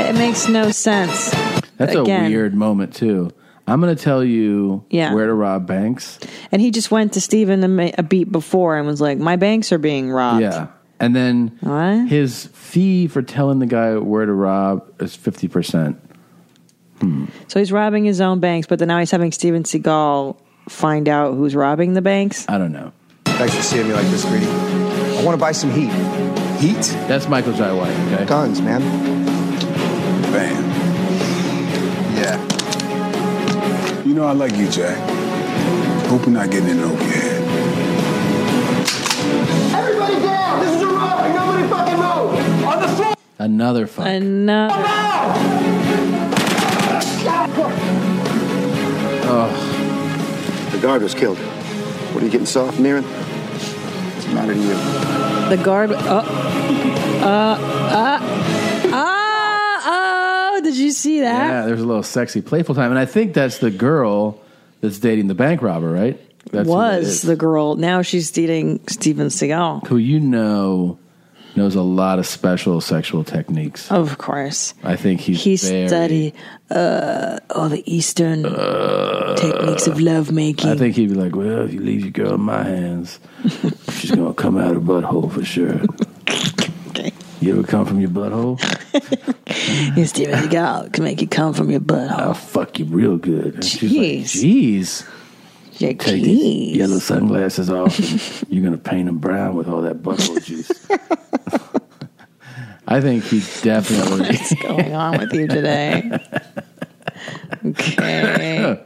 Speaker 5: It, it makes no sense.
Speaker 4: That's
Speaker 5: Again.
Speaker 4: a weird moment too. I'm going to tell you
Speaker 5: Yeah.
Speaker 4: where to rob banks.
Speaker 5: And he just went to Steven a, ma- a beat before and was like, "My banks are being robbed."
Speaker 4: Yeah. And then his fee for telling the guy where to rob is 50%. Hmm.
Speaker 5: So he's robbing his own banks, but then now he's having Steven Seagal find out who's robbing the banks.
Speaker 4: I don't know.
Speaker 23: Thanks for seeing me like this, Greedy. I want to buy some heat. Heat?
Speaker 4: That's Michael J. White, okay?
Speaker 23: Guns, man.
Speaker 14: Bam. Yeah. You know I like you, Jack. Hope we're not getting in over your head.
Speaker 22: Everybody down! This is a robbery! Nobody fucking move! On the floor!
Speaker 4: Another fuck.
Speaker 5: Enough.
Speaker 12: Oh. The guard was killed. What are you getting soft, Mirren? It's not in you.
Speaker 5: The guard. Oh, uh, uh, ah, oh, did you see that?
Speaker 4: Yeah, there's a little sexy, playful time. And I think that's the girl that's dating the bank robber, right? That's who that
Speaker 5: was
Speaker 4: is.
Speaker 5: the girl. Now she's dating Steven Seagal.
Speaker 4: Who you know knows a lot of special sexual techniques.
Speaker 5: Of course.
Speaker 4: I think he's
Speaker 5: he
Speaker 4: very-
Speaker 5: studied uh, all the Eastern
Speaker 4: Uh.
Speaker 5: techniques of lovemaking.
Speaker 4: I think he'd be like, well, if you leave your girl in my hands, she's going to come out her butthole for sure. You ever come from your butthole?
Speaker 5: Yes, Steven Seagal can make you come from your butthole.
Speaker 4: I'll fuck you real good. And she's like, Jeez.
Speaker 5: Yeah,
Speaker 4: Take these yellow sunglasses off. and you're going to paint them brown with all that butthole juice. I think he definitely.
Speaker 5: What's going on with you today? Okay.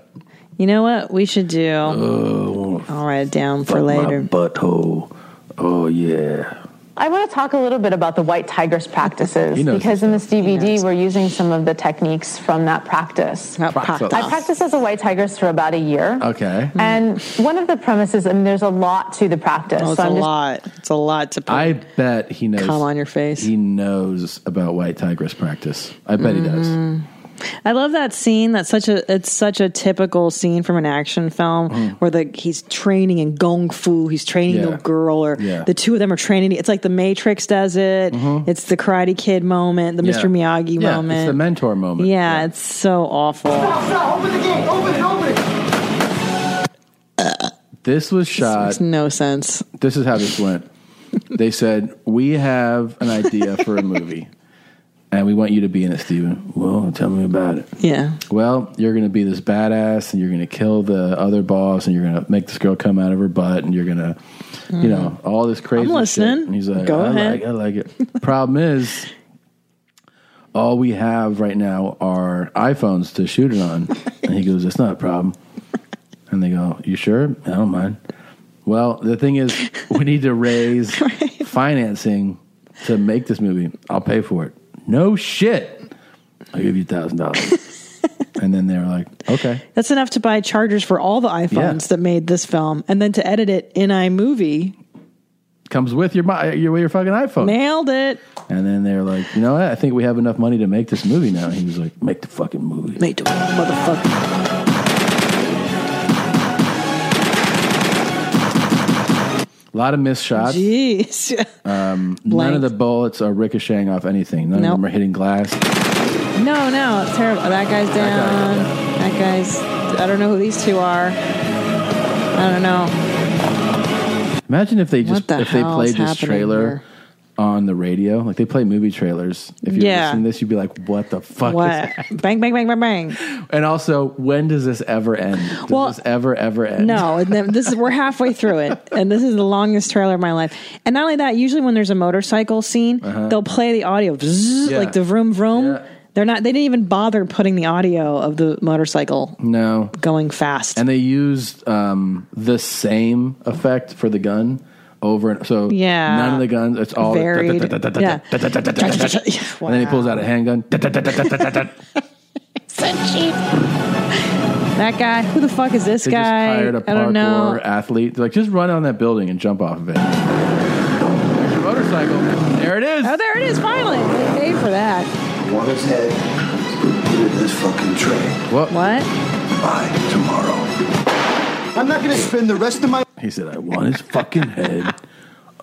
Speaker 5: You know what we should do? I'll write it down for
Speaker 4: Oh. Fuck
Speaker 5: later.
Speaker 4: My butthole. Oh, yeah.
Speaker 9: I want to talk a little bit about the White Tigers practices
Speaker 15: He knows
Speaker 9: because in this DVD we're using some of the techniques from that practice.
Speaker 15: practice.
Speaker 9: I practiced as a White Tigress for about a year.
Speaker 4: Okay.
Speaker 9: And one of the premises, I mean, there's a lot to the practice.
Speaker 15: Oh, it's
Speaker 9: so I'm
Speaker 15: a
Speaker 9: just-
Speaker 15: lot. It's a lot to put.
Speaker 4: I bet he knows.
Speaker 15: Come on your face.
Speaker 4: He knows about white tigress practice. I bet he does.
Speaker 5: Mm-hmm. I love that scene. That's such a it's such a typical scene from an action film
Speaker 4: Mm.
Speaker 5: where the he's training in gung fu. He's training
Speaker 15: Yeah.
Speaker 5: the girl, or
Speaker 15: Yeah.
Speaker 5: the two of them are training. It's like the Matrix does it.
Speaker 4: Mhm.
Speaker 5: It's the Karate Kid moment, the
Speaker 4: Yeah.
Speaker 5: Mr. Miyagi
Speaker 4: Yeah,
Speaker 5: moment.
Speaker 4: It's the mentor moment.
Speaker 5: Yeah, it's so awful.
Speaker 22: Stop, stop, open the gate, open it, open it.
Speaker 4: This was shot.
Speaker 15: makes no sense.
Speaker 4: This is how this went. they said, We have an idea for a movie, and we want you to be in it, Steven. Well, tell me about it.
Speaker 15: Yeah.
Speaker 4: Well, you're going to be this badass, and you're going to kill the other boss, and you're going to make this girl come out of her butt, and you're going to, you know, all this crazy.
Speaker 15: I'm listening.
Speaker 4: Shit. And he's like,
Speaker 15: Go
Speaker 4: I
Speaker 15: ahead.
Speaker 4: like, I like it. Problem is, all we have right now are iPhones to shoot it on, and he goes, "That's not a problem." And they go, "You sure? I don't mind." Well, the thing is, we need to raise financing to make this movie. I'll pay for it. No shit. I'll give you thousand dollars. And then they were like, "Okay."
Speaker 5: That's enough to buy chargers for all the iPhones
Speaker 4: Yeah.
Speaker 5: that made this film, and then to edit it in iMovie.
Speaker 4: Comes with your mi- your with your fucking iPhone.
Speaker 5: Nailed it.
Speaker 4: And then they're like, "You know what? I think we have enough money to make this movie now." He was like, "Make the fucking movie."
Speaker 5: Make the motherfucker.
Speaker 4: A lot of missed shots.
Speaker 5: Jeez.
Speaker 4: Um, none of the bullets are ricocheting off anything. None of them
Speaker 5: Nope.
Speaker 4: are hitting glass.
Speaker 5: No, no, it's terrible. That guy's down. That, guy's. I don't know who these two are. I don't know.
Speaker 4: Imagine if they just
Speaker 5: the
Speaker 4: if they
Speaker 5: hell's
Speaker 4: played this
Speaker 5: happening
Speaker 4: trailer
Speaker 5: here?
Speaker 4: on the radio, like they play movie trailers. If you're
Speaker 5: Yeah.
Speaker 4: listening to this, you'd be like, "What the fuck?"
Speaker 5: what?
Speaker 4: Is
Speaker 5: Bang, bang, bang, bang, bang.
Speaker 4: and also, when does this ever end? Does
Speaker 5: Well,
Speaker 4: this ever ever end?
Speaker 5: No, and then this is we're halfway through it, and this is the longest trailer of my life. And not only that, usually when there's a motorcycle scene,
Speaker 4: Uh-huh.
Speaker 5: they'll play the audio zzz,
Speaker 4: Yeah.
Speaker 5: like the vroom vroom. They're not. They didn't even bother putting the audio of the motorcycle
Speaker 4: No.
Speaker 5: going fast.
Speaker 4: And they used um, the same effect for the gun over and so
Speaker 5: Yeah.
Speaker 4: none of the guns. It's all
Speaker 5: Varied. Yeah.
Speaker 4: And then he pulls out a handgun.
Speaker 5: So cheap. That guy. Who the fuck is this
Speaker 4: They
Speaker 5: guy?
Speaker 4: just hired a
Speaker 5: I don't know.
Speaker 4: parkour athlete. They're like, just run on that building and jump off of it. There's
Speaker 5: Mm.
Speaker 4: your motorcycle. There it is.
Speaker 5: Oh, there it is. Finally, they paid for that.
Speaker 6: One is head into this fucking train
Speaker 4: What?
Speaker 5: What?
Speaker 6: by tomorrow.
Speaker 11: I'm not going to spend the rest of my
Speaker 4: He said, I want his fucking head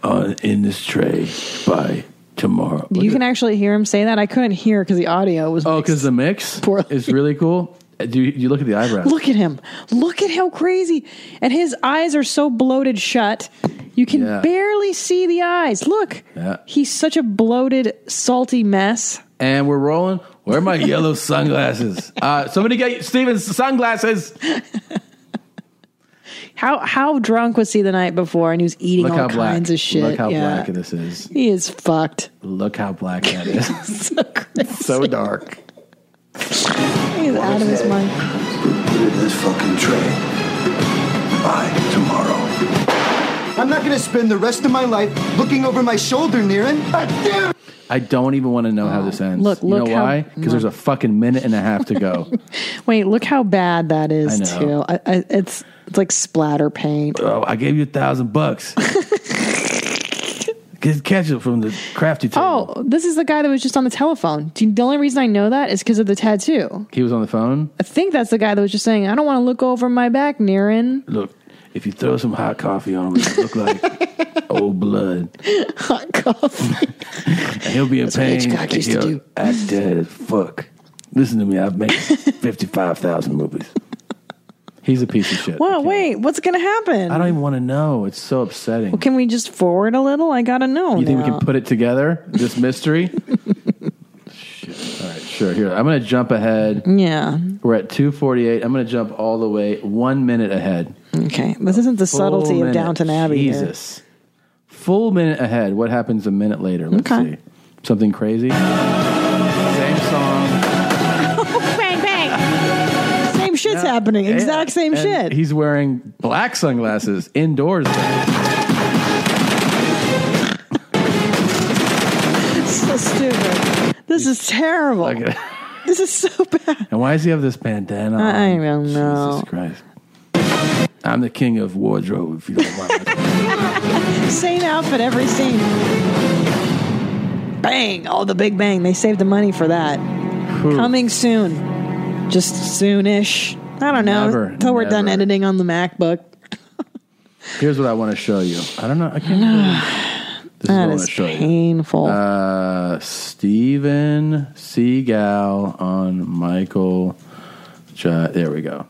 Speaker 4: on, in this tray by tomorrow.
Speaker 5: You can actually hear him say that. I couldn't hear because the audio was.
Speaker 4: Oh, because the mix is really cool. Uh, Do you, you look at the eyebrows?
Speaker 5: Look at him. Look at how crazy. And his eyes are so bloated shut. You can
Speaker 4: Yeah.
Speaker 5: barely see the eyes. Look.
Speaker 4: Yeah.
Speaker 5: He's such a bloated, salty mess.
Speaker 4: And we're rolling. Where are my yellow sunglasses? Uh, somebody get Steven's sunglasses.
Speaker 5: How how drunk was he the night before and he was eating
Speaker 4: Look
Speaker 5: all
Speaker 4: how black.
Speaker 5: kinds of shit.
Speaker 4: Look how
Speaker 5: yeah.
Speaker 4: black this is.
Speaker 5: He is fucked.
Speaker 4: Look how black that is. so dark.
Speaker 5: He's out of his mind.
Speaker 6: Into this fucking train by tomorrow.
Speaker 11: I'm not going to spend the rest of my life looking over my shoulder, Niren. Damn!
Speaker 4: I don't even want to know how this ends.
Speaker 5: Look,
Speaker 4: you
Speaker 5: look
Speaker 4: know
Speaker 5: how-
Speaker 4: why? Because there's a fucking minute and a half to go.
Speaker 5: Wait, look how bad that is
Speaker 4: I know.
Speaker 5: too. I, I, it's it's like splatter paint.
Speaker 4: oh, I gave you a thousand bucks. Get ketchup from the crafty table.
Speaker 5: Oh, this is the guy that was just on the telephone. Do you- The only reason I know that is because of the tattoo.
Speaker 4: He was on the phone.
Speaker 5: I think that's the guy that was just saying, "I don't want to look over my back, Niren."
Speaker 4: Look, if you throw some hot coffee on him, it'll look like old blood.
Speaker 5: Hot coffee.
Speaker 4: And he'll be in
Speaker 5: That's what
Speaker 4: pain.
Speaker 5: Hitchcock
Speaker 4: and
Speaker 5: used to
Speaker 4: he'll
Speaker 5: do.
Speaker 4: Act dead as fuck. Listen to me. I've made 55,000 movies. He's a piece of shit.
Speaker 5: Whoa, wait, what's gonna happen?
Speaker 4: I don't even want to know. It's so upsetting.
Speaker 5: Well, can we just forward a little? I gotta know.
Speaker 4: you think we
Speaker 5: now.
Speaker 4: can put it together? This mystery? Shit. All right, sure. Here, I'm going to jump ahead.
Speaker 5: Yeah.
Speaker 4: We're at 248. I'm going to jump all the way one minute ahead.
Speaker 5: Okay. This isn't the
Speaker 4: Full
Speaker 5: subtlety of
Speaker 4: minute.
Speaker 5: Downton Abbey. here.
Speaker 4: Jesus. Full minute ahead. What happens a minute later? Let's see. Something crazy. Same song.
Speaker 5: bang bang. Same shit's happening. Exact same
Speaker 4: And
Speaker 5: shit.
Speaker 4: He's wearing black sunglasses indoors.
Speaker 5: so stupid. This is terrible. This is so bad.
Speaker 4: And why does he have this bandana? on?
Speaker 5: I don't know.
Speaker 4: Jesus Christ. I'm the king of wardrobe, if you don't mind.
Speaker 5: Same outfit every scene. Bang! All the big bang. They saved the money for that.
Speaker 4: Whew.
Speaker 5: Coming soon. Just soonish. I don't know.
Speaker 4: Never,
Speaker 5: Until we're done
Speaker 4: never.
Speaker 5: editing on the MacBook.
Speaker 4: Here's what I want to show you. I don't know. I can't. Really, this
Speaker 5: That
Speaker 4: what I
Speaker 5: is
Speaker 4: wanna show you.
Speaker 5: painful.
Speaker 4: Uh, Steven Seagal on Michael. J- there we go.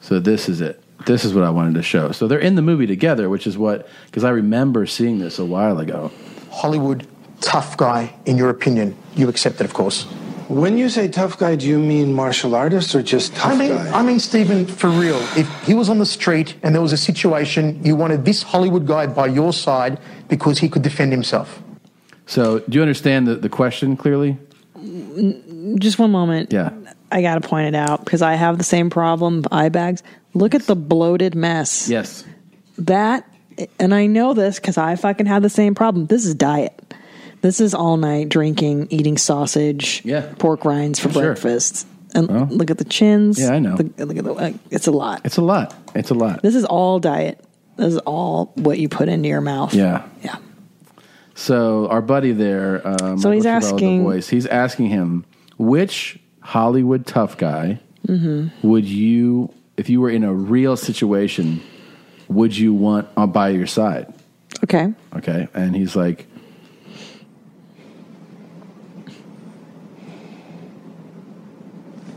Speaker 4: So this is it. This is what I wanted to show. So they're in the movie together, which is what because I remember seeing this a while ago.
Speaker 16: Hollywood tough guy, in your opinion. You accept it, of course.
Speaker 6: When you say tough guy, do you mean martial artist or just tough
Speaker 16: I mean,
Speaker 6: guy?
Speaker 16: I mean, Stephen, for real. If he was on the street and there was a situation, you wanted this Hollywood guy by your side because he could defend himself.
Speaker 4: So do you understand the, the question clearly?
Speaker 5: Just one moment.
Speaker 4: Yeah.
Speaker 5: I got to point it out because I have the same problem with eye bags. Look at the bloated mess.
Speaker 4: Yes.
Speaker 5: That, and I know this because I fucking have the same problem. This is diet. This is all night drinking, eating sausage, yeah. pork rinds for
Speaker 4: Sure.
Speaker 5: breakfast. And look at the chins.
Speaker 4: Yeah, I know.
Speaker 5: The- look at the, like, it's a lot.
Speaker 4: It's a lot. It's a lot.
Speaker 5: This is all diet. This is all what you put into your mouth.
Speaker 4: Yeah.
Speaker 5: Yeah.
Speaker 4: So our buddy there, um,
Speaker 5: So he's asking-
Speaker 4: voice, he's asking him which Hollywood tough guy
Speaker 5: Mm-hmm.
Speaker 4: would you, if you were in a real situation, would you want on by your side?
Speaker 5: Okay.
Speaker 4: Okay, and he's like,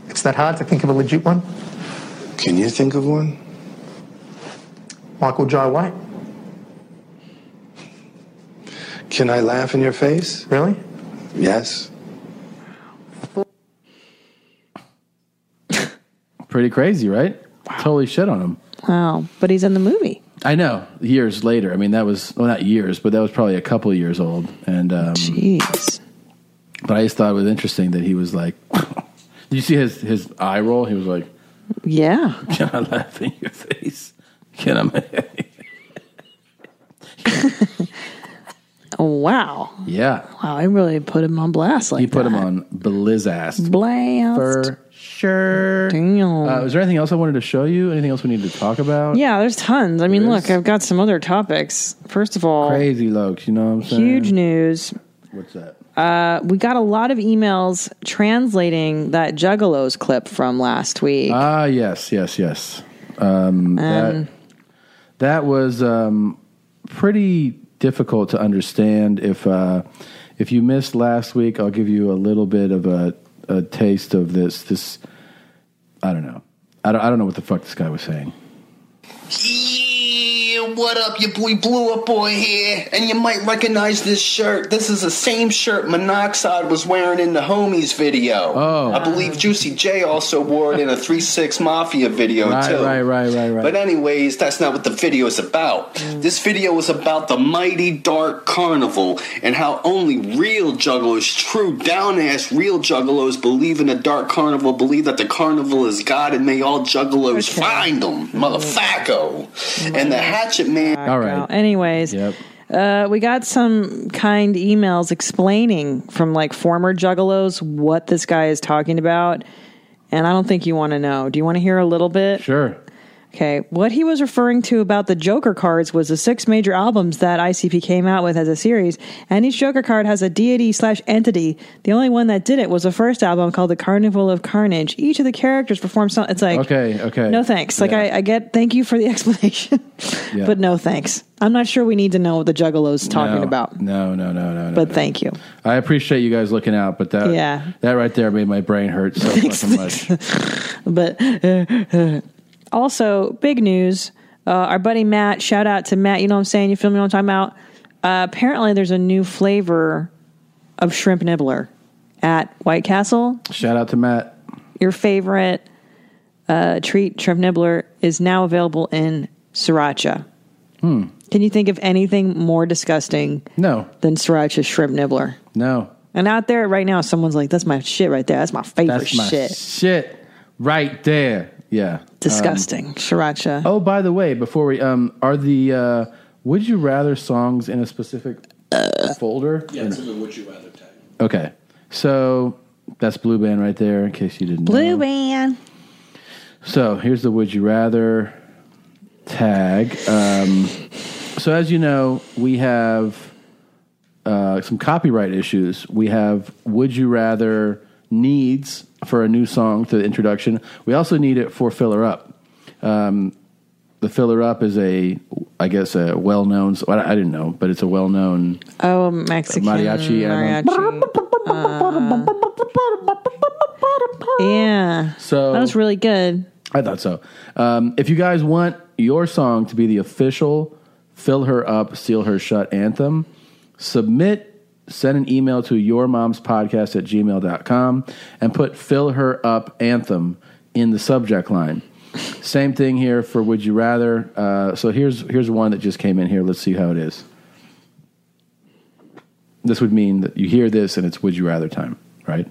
Speaker 16: It's that hard to think of a legit one.
Speaker 6: Can you think of one?
Speaker 16: Michael Jai White.
Speaker 6: Can I laugh in your face?
Speaker 16: Really?
Speaker 6: Yes.
Speaker 4: pretty crazy, right? Totally shit on him.
Speaker 5: Wow. But he's in the movie.
Speaker 4: I know. Years later, I mean, that was well, not years, but that was probably a couple of years old. And um,
Speaker 5: jeez,
Speaker 4: but I just thought it was interesting that he was like, "Did you see his his eye roll? He was like,
Speaker 5: Yeah.
Speaker 4: "Can I laugh in your face? Can I?"
Speaker 5: Oh, wow.
Speaker 4: yeah,
Speaker 5: Wow. I really put him on blast like
Speaker 4: he put
Speaker 5: that.
Speaker 4: him on blizzast.
Speaker 5: Blast.
Speaker 4: For sure.
Speaker 5: Damn.
Speaker 4: Uh, is there anything else I wanted to show you? Anything else we need to talk about?
Speaker 5: yeah, there's tons. I mean, look, I've got some other topics. First of all,
Speaker 4: Crazy Lokes, you know what I'm saying?
Speaker 5: huge news.
Speaker 4: What's that?
Speaker 5: Uh, we got a lot of emails translating that Juggalos clip from last week.
Speaker 4: Ah, yes, yes, yes. Um, that,
Speaker 5: Um,
Speaker 4: that was um, pretty difficult to understand. If uh, if you missed last week, I'll give you a little bit of a, a taste of this. This I don't know. I don't, I don't know what the fuck this guy was saying.
Speaker 17: Yeah, what up, your boy Blew Up Boy here, and you might recognize this shirt. This is the same shirt Monoxide was wearing in the Homies video.
Speaker 4: Oh.
Speaker 17: I believe Juicy J also wore it in a 3 6 Mafia video,
Speaker 4: right,
Speaker 17: too.
Speaker 4: right, right, right, right.
Speaker 17: But anyways, that's not what the video is about. This video is about the mighty dark carnival and how only real juggalos, true down ass real juggalos, believe in a dark carnival, believe that the carnival is God, and may all juggalos find them, motherfucker. And the hatchet man.
Speaker 5: All right. Anyways, uh, we got some kind emails explaining from like former Juggalos what this guy is talking about, and I don't think you want to know. Do you want to hear a little bit?
Speaker 4: Sure.
Speaker 5: Okay. What he was referring to about the Joker cards was the six major albums that ICP came out with as a series, and each Joker card has a deity slash entity. The only one that did it was the first album called The Carnival of Carnage. Each of the characters performed some. It's like
Speaker 4: okay, okay.
Speaker 5: no thanks. Like
Speaker 4: Yeah.
Speaker 5: I, I get thank you for the explanation,
Speaker 4: Yeah.
Speaker 5: but no thanks. I'm not sure we need to know what the Juggalo's talking
Speaker 4: No,
Speaker 5: about,
Speaker 4: No, no, no, no, no.
Speaker 5: but thank you.
Speaker 4: I appreciate you guys looking out, but that
Speaker 5: Yeah.
Speaker 4: that right there made my brain hurt so fucking much.
Speaker 5: But uh, also, big news. Uh, our buddy Matt, shout out to Matt. You know what I'm saying? You feel me? You know what I'm talking about? Uh, apparently, there's a new flavor of shrimp nibbler at White Castle.
Speaker 4: Shout out to Matt.
Speaker 5: Your favorite uh, treat, shrimp nibbler, is now available in sriracha.
Speaker 4: Hmm.
Speaker 5: Can you think of anything more disgusting?
Speaker 4: No.
Speaker 5: Than sriracha shrimp nibbler.
Speaker 4: No.
Speaker 5: And out there right now, someone's like, "That's my shit right there. That's my favorite
Speaker 4: That's my
Speaker 5: shit."
Speaker 4: shit right there. Yeah. Um,
Speaker 5: Disgusting. sriracha.
Speaker 4: Oh, um, by the way, before we um are the uh would you rather songs in a specific folder.
Speaker 7: Yeah, it's in the Would You Rather tag.
Speaker 4: Okay, so that's Blue Band right there. In case you didn't. know.
Speaker 5: Blue band.
Speaker 4: So here's the would you rather tag. Um, so as you know, we have uh, some copyright issues. We have would you rather needs for a new song to the introduction. We also need it for filler up. Um, the filler up is a, I guess, a well known. I didn't know, but it's a well known
Speaker 15: Oh, Mexican
Speaker 4: Mariachi, I
Speaker 15: mariachi. Uh, yeah.
Speaker 4: So
Speaker 15: that was really good.
Speaker 4: I thought so. Um, if you guys want your song to be the official "Fill Her Up, Seal Her Shut" anthem, submit, send an email to yourmomspodcast at gmail.com and put "Fill Her Up Anthem" in the subject line. Same thing here for "Would You Rather." Uh, so here's here's one that just came in here. Let's see how it is. This would mean that you hear this and it's "Would You Rather" time, right?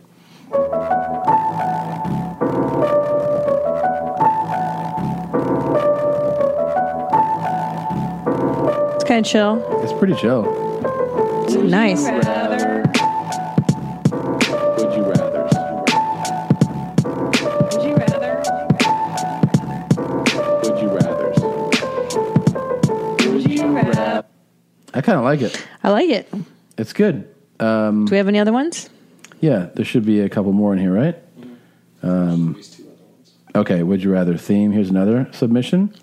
Speaker 5: It's kind of chill.
Speaker 4: It's pretty chill.
Speaker 5: It's nice.
Speaker 4: Would you rather? Would you rather? I kind of like it.
Speaker 5: I like it.
Speaker 4: It's good. Um,
Speaker 5: Do we have any other ones?
Speaker 4: Yeah, there should be a couple more in here, right? Um, okay, would you rather theme? Here's another submission.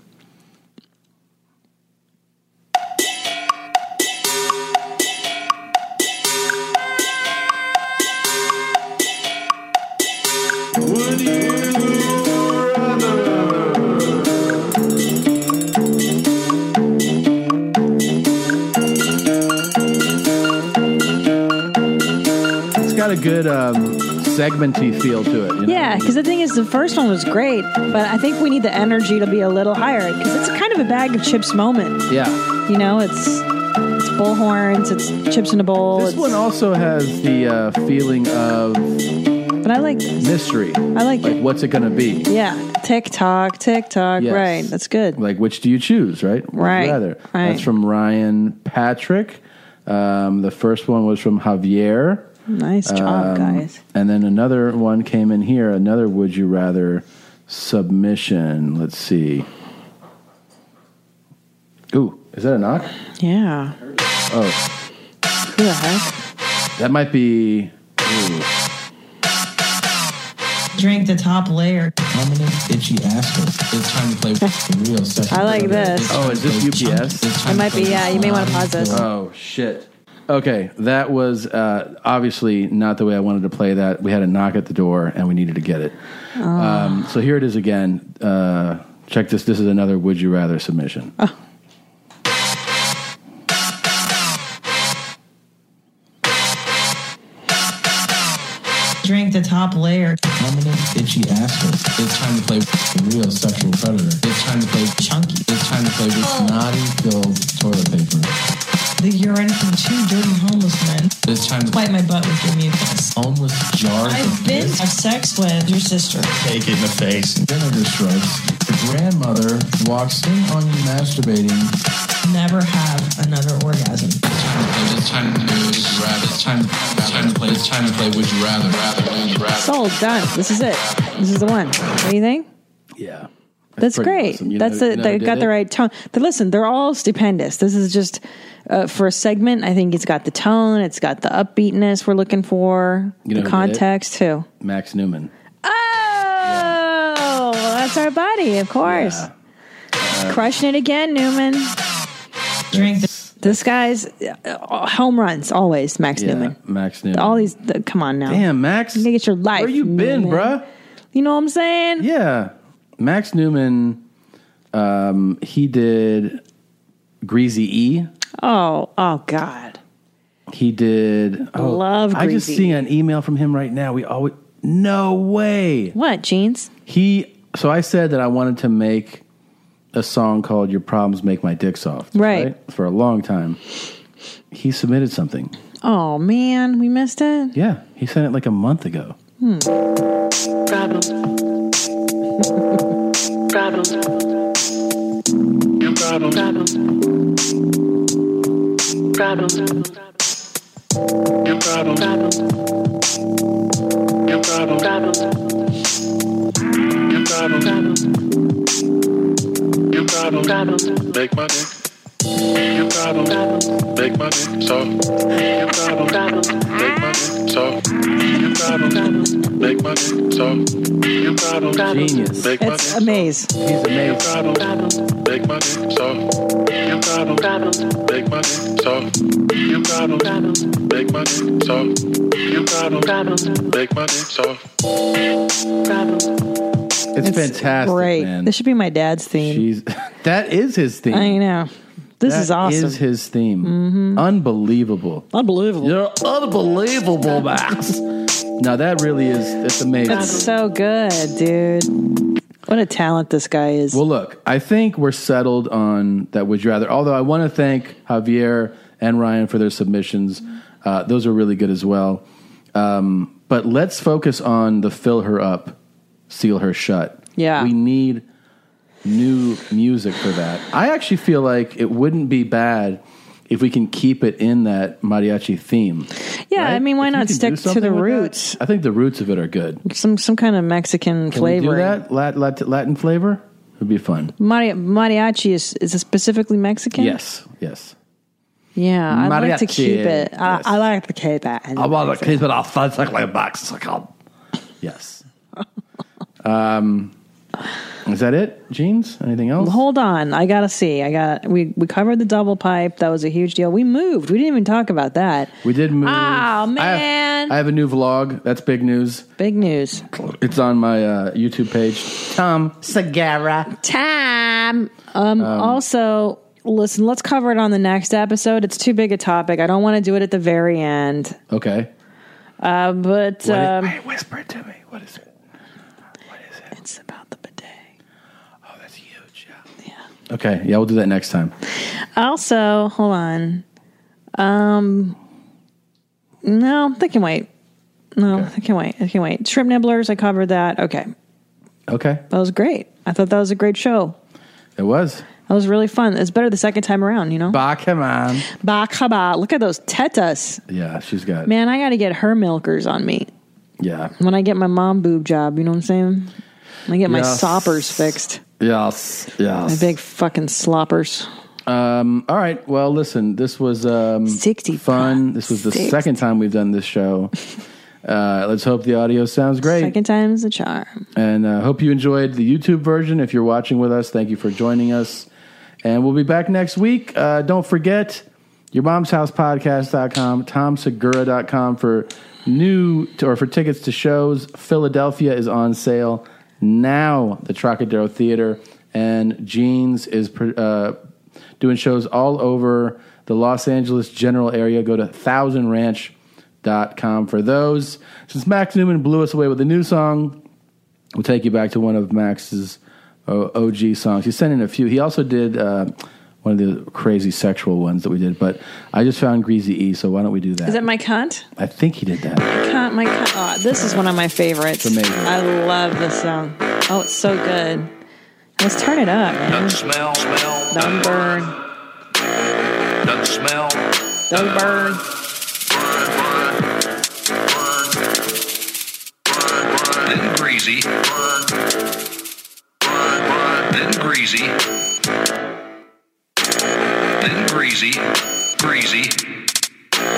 Speaker 4: It's got a good um, segmenty feel to it. You know?
Speaker 5: Yeah, because the thing is, the first one was great, but I think we need the energy to be a little higher because it's kind of a bag of chips moment.
Speaker 4: Yeah.
Speaker 5: You know, it's it's bullhorns, it's chips in a bowl.
Speaker 4: This
Speaker 5: it's,
Speaker 4: one also has the uh, feeling of
Speaker 5: but I like,
Speaker 4: mystery.
Speaker 5: I like
Speaker 4: Like,
Speaker 5: it.
Speaker 4: what's it going to be?
Speaker 5: yeah, tick tock, tick tock,
Speaker 4: Yes.
Speaker 5: right? That's good.
Speaker 4: Like, which do you choose, right? Would you
Speaker 5: Right,
Speaker 4: Rather.
Speaker 5: right.
Speaker 4: That's from Ryan Patrick. Um, the first one was from Javier.
Speaker 5: Nice job,
Speaker 4: Um,
Speaker 5: guys.
Speaker 4: And then another one came in here, another Would You Rather submission. Let's see. Ooh, is that a knock?
Speaker 15: Yeah.
Speaker 4: Oh,
Speaker 15: Who the heck?
Speaker 4: that might be. ooh.
Speaker 15: Drink the top layer.
Speaker 24: Prominent itchy assholes. It's time to play with real stuff.
Speaker 5: I like this.
Speaker 4: Oh, is this UPS?
Speaker 5: It might be, yeah, you may want to pause this.
Speaker 4: Oh, shit. Okay, that was uh, obviously not the way I wanted to play that. We had a knock at the door and we needed to get it.
Speaker 5: Oh.
Speaker 4: Um, so here it is again. Uh, check this. This is another Would You Rather submission.
Speaker 24: Drink the top layer. Prominent itchy assholes. It's time to play with real sexual predator. It's time to play with chunky. It's time to play with
Speaker 5: Oh.
Speaker 24: snotty filled toilet paper.
Speaker 18: The urine from two dirty homeless men.
Speaker 24: It's time to
Speaker 18: Wipe my butt with your mucus.
Speaker 24: homeless jars.
Speaker 18: I've been have sex with your sister.
Speaker 24: Take it in the face. Vinegar strokes. The grandmother walks in on you masturbating.
Speaker 18: Never have another orgasm.
Speaker 24: It's time to would you rather. It's time, it's time to play. It's time to play. Would you rather? Rather. Would you rather?
Speaker 5: Sold, done. This is it. This is the one. What do you think?
Speaker 4: Yeah.
Speaker 5: That's,
Speaker 4: pretty
Speaker 5: great.
Speaker 4: awesome. You know-
Speaker 5: That's the
Speaker 4: you know
Speaker 5: they
Speaker 4: who did
Speaker 5: got the
Speaker 4: it?
Speaker 5: right tone. But listen, they're all stupendous. This is just uh, for a segment. I think it's got the tone. It's got the upbeatness we're looking for.
Speaker 4: You know who
Speaker 5: the
Speaker 4: did it?
Speaker 5: context too.
Speaker 4: Max Newman.
Speaker 5: Oh, that's our buddy, of course. Uh, Crushing it again, Newman.
Speaker 24: Drink
Speaker 5: This guy's uh, home runs always, Max Newman.
Speaker 4: Max Newman.
Speaker 5: All these, th- come on now.
Speaker 4: Damn, Max.
Speaker 5: You gotta get your life.
Speaker 4: Where you been,
Speaker 5: Newman.
Speaker 4: bruh?
Speaker 5: You know what I'm saying?
Speaker 4: Yeah. Max Newman, um, he did Greasy E.
Speaker 5: Oh, oh God.
Speaker 4: He did. Oh,
Speaker 5: Love
Speaker 4: I just
Speaker 5: Greasy
Speaker 4: see
Speaker 5: E.
Speaker 4: an email from him right now. We always. No way.
Speaker 5: What, jeans?
Speaker 4: He. So I said that I wanted to make a song called Your Problems Make My Dick Soft.
Speaker 5: Right.
Speaker 4: For a long time. He submitted something.
Speaker 5: Oh man, we missed it.
Speaker 4: Yeah. He sent it like a month ago.
Speaker 5: Hmm.
Speaker 24: Problems. Problems. Your problems. Problems. Problems.
Speaker 13: Your problem. Your problem. Your problem. Your problem. Make my dick. Your problem. Make my dick soft. Your problem. Make my dick soft. Your problem. Make my dick soft. Your problem.
Speaker 5: Genius.
Speaker 13: Make my
Speaker 5: It's a maze.
Speaker 4: He's amazing.
Speaker 13: Your problem. Make my dick soft. Your problem. Make my dick soft. Your problem. Make my dick soft. Your problem. Make my dick soft.
Speaker 4: It's, fantastic,
Speaker 5: Great.
Speaker 4: man.
Speaker 5: This should be my dad's theme.
Speaker 4: that is his theme.
Speaker 5: I know. This is
Speaker 4: That
Speaker 5: awesome. Mm-hmm.
Speaker 4: Is his theme unbelievable? Unbelievable. You're unbelievable, Max. Now that really is. It's amazing.
Speaker 5: That's so good, dude. What a talent this guy is.
Speaker 4: Well, look, I think we're settled on that. Would you rather? Although I want to thank Javier and Ryan for their submissions. Uh, those are really good as well. Um, but let's focus on the fill her up, seal her shut.
Speaker 5: Yeah.
Speaker 4: we need new music for that. I actually feel like it wouldn't be bad if we can keep it in that mariachi theme.
Speaker 5: yeah, I mean, why
Speaker 4: If you
Speaker 5: not
Speaker 4: can
Speaker 5: stick
Speaker 4: do
Speaker 5: to
Speaker 4: something
Speaker 5: the
Speaker 4: with that,
Speaker 5: roots?
Speaker 4: I think the roots of it are good.
Speaker 5: Some some kind of Mexican
Speaker 4: Can
Speaker 5: flavor.
Speaker 4: we do that? Lat, lat, Latin flavor would be fun.
Speaker 5: Mari- mariachi is is it specifically Mexican?
Speaker 4: Yes, yes.
Speaker 5: Yeah, I like to
Speaker 4: Mariachi.
Speaker 5: keep it. I, I like to keep it.
Speaker 4: I want to keep it off. That's like my box. Like, um, yes. um, is that it? Jeans? Anything else?
Speaker 5: Hold on, I gotta see. I got we we covered the double pipe. That was a huge deal. We moved. We didn't even talk about that.
Speaker 4: We did move.
Speaker 5: Oh man,
Speaker 4: I have, I have a new vlog. That's big news.
Speaker 5: Big news.
Speaker 4: It's on my uh, YouTube page. Tom Segura.
Speaker 5: time. Um, also, listen. Let's cover it on the next episode. It's too big a topic. I don't want to do it at the very end.
Speaker 4: Okay.
Speaker 5: Uh, but
Speaker 4: What i-
Speaker 5: um,
Speaker 4: hey, whisper it to me. What is it? What is it?
Speaker 5: It's about the bidet.
Speaker 4: Oh, that's huge. Yeah. Yeah. Okay. Yeah, we'll do that next time.
Speaker 5: Also, hold on. Um, no, they can wait. No, they can wait. They can wait. Shrimp nibblers, I covered that. Okay,
Speaker 4: Okay.
Speaker 5: that was great. I thought that was a great show.
Speaker 4: It was.
Speaker 5: That was really fun. It's better the second time around, you know.
Speaker 4: Bakaman.
Speaker 5: Bakaba. Look at those tetas.
Speaker 4: Yeah, she's got.
Speaker 5: Man, I got to get her milkers on me
Speaker 4: Yeah.
Speaker 5: when I get my mom boob job. You know what I'm saying? When I get my
Speaker 4: Yes.
Speaker 5: soppers fixed.
Speaker 4: Yes.
Speaker 5: My
Speaker 4: Yes.
Speaker 5: big fucking sloppers.
Speaker 4: Um, all right. Well, listen, this was um, 60 fun. This was the
Speaker 5: 60.
Speaker 4: second time we've done this show. Uh, let's hope the audio sounds great.
Speaker 5: Second time's a charm.
Speaker 4: And uh, hope you enjoyed the YouTube version. If you're watching with us, thank you for joining us. And we'll be back next week. Uh, don't forget your mom's house podcast.com, tomsegura.com for new or for tickets to shows. Philadelphia is on sale now, the Trocadero Theater. And Jeans is pr- uh, doing shows all over the Los Angeles general area. Go to Thousand thousandranch.com for those. Since Max Newman blew us away with a new song, We'll take you back to one of Max's uh, OG songs. He sent in a few. He also did uh, one of the crazy sexual ones that we did, but I just found Greasy E, so why don't we do that?
Speaker 5: Is it my cunt?
Speaker 4: I think he did that.
Speaker 5: Cunt, my cunt. Aw, this is one of my favorites.
Speaker 4: It's amazing.
Speaker 5: I love this song. Oh, it's so good. Let's turn it up. Man.
Speaker 19: smell, smell.
Speaker 5: Don't burn.
Speaker 19: Duck smell.
Speaker 5: Don't burn.
Speaker 19: Then greasy. Then greasy. Then greasy. Greasy.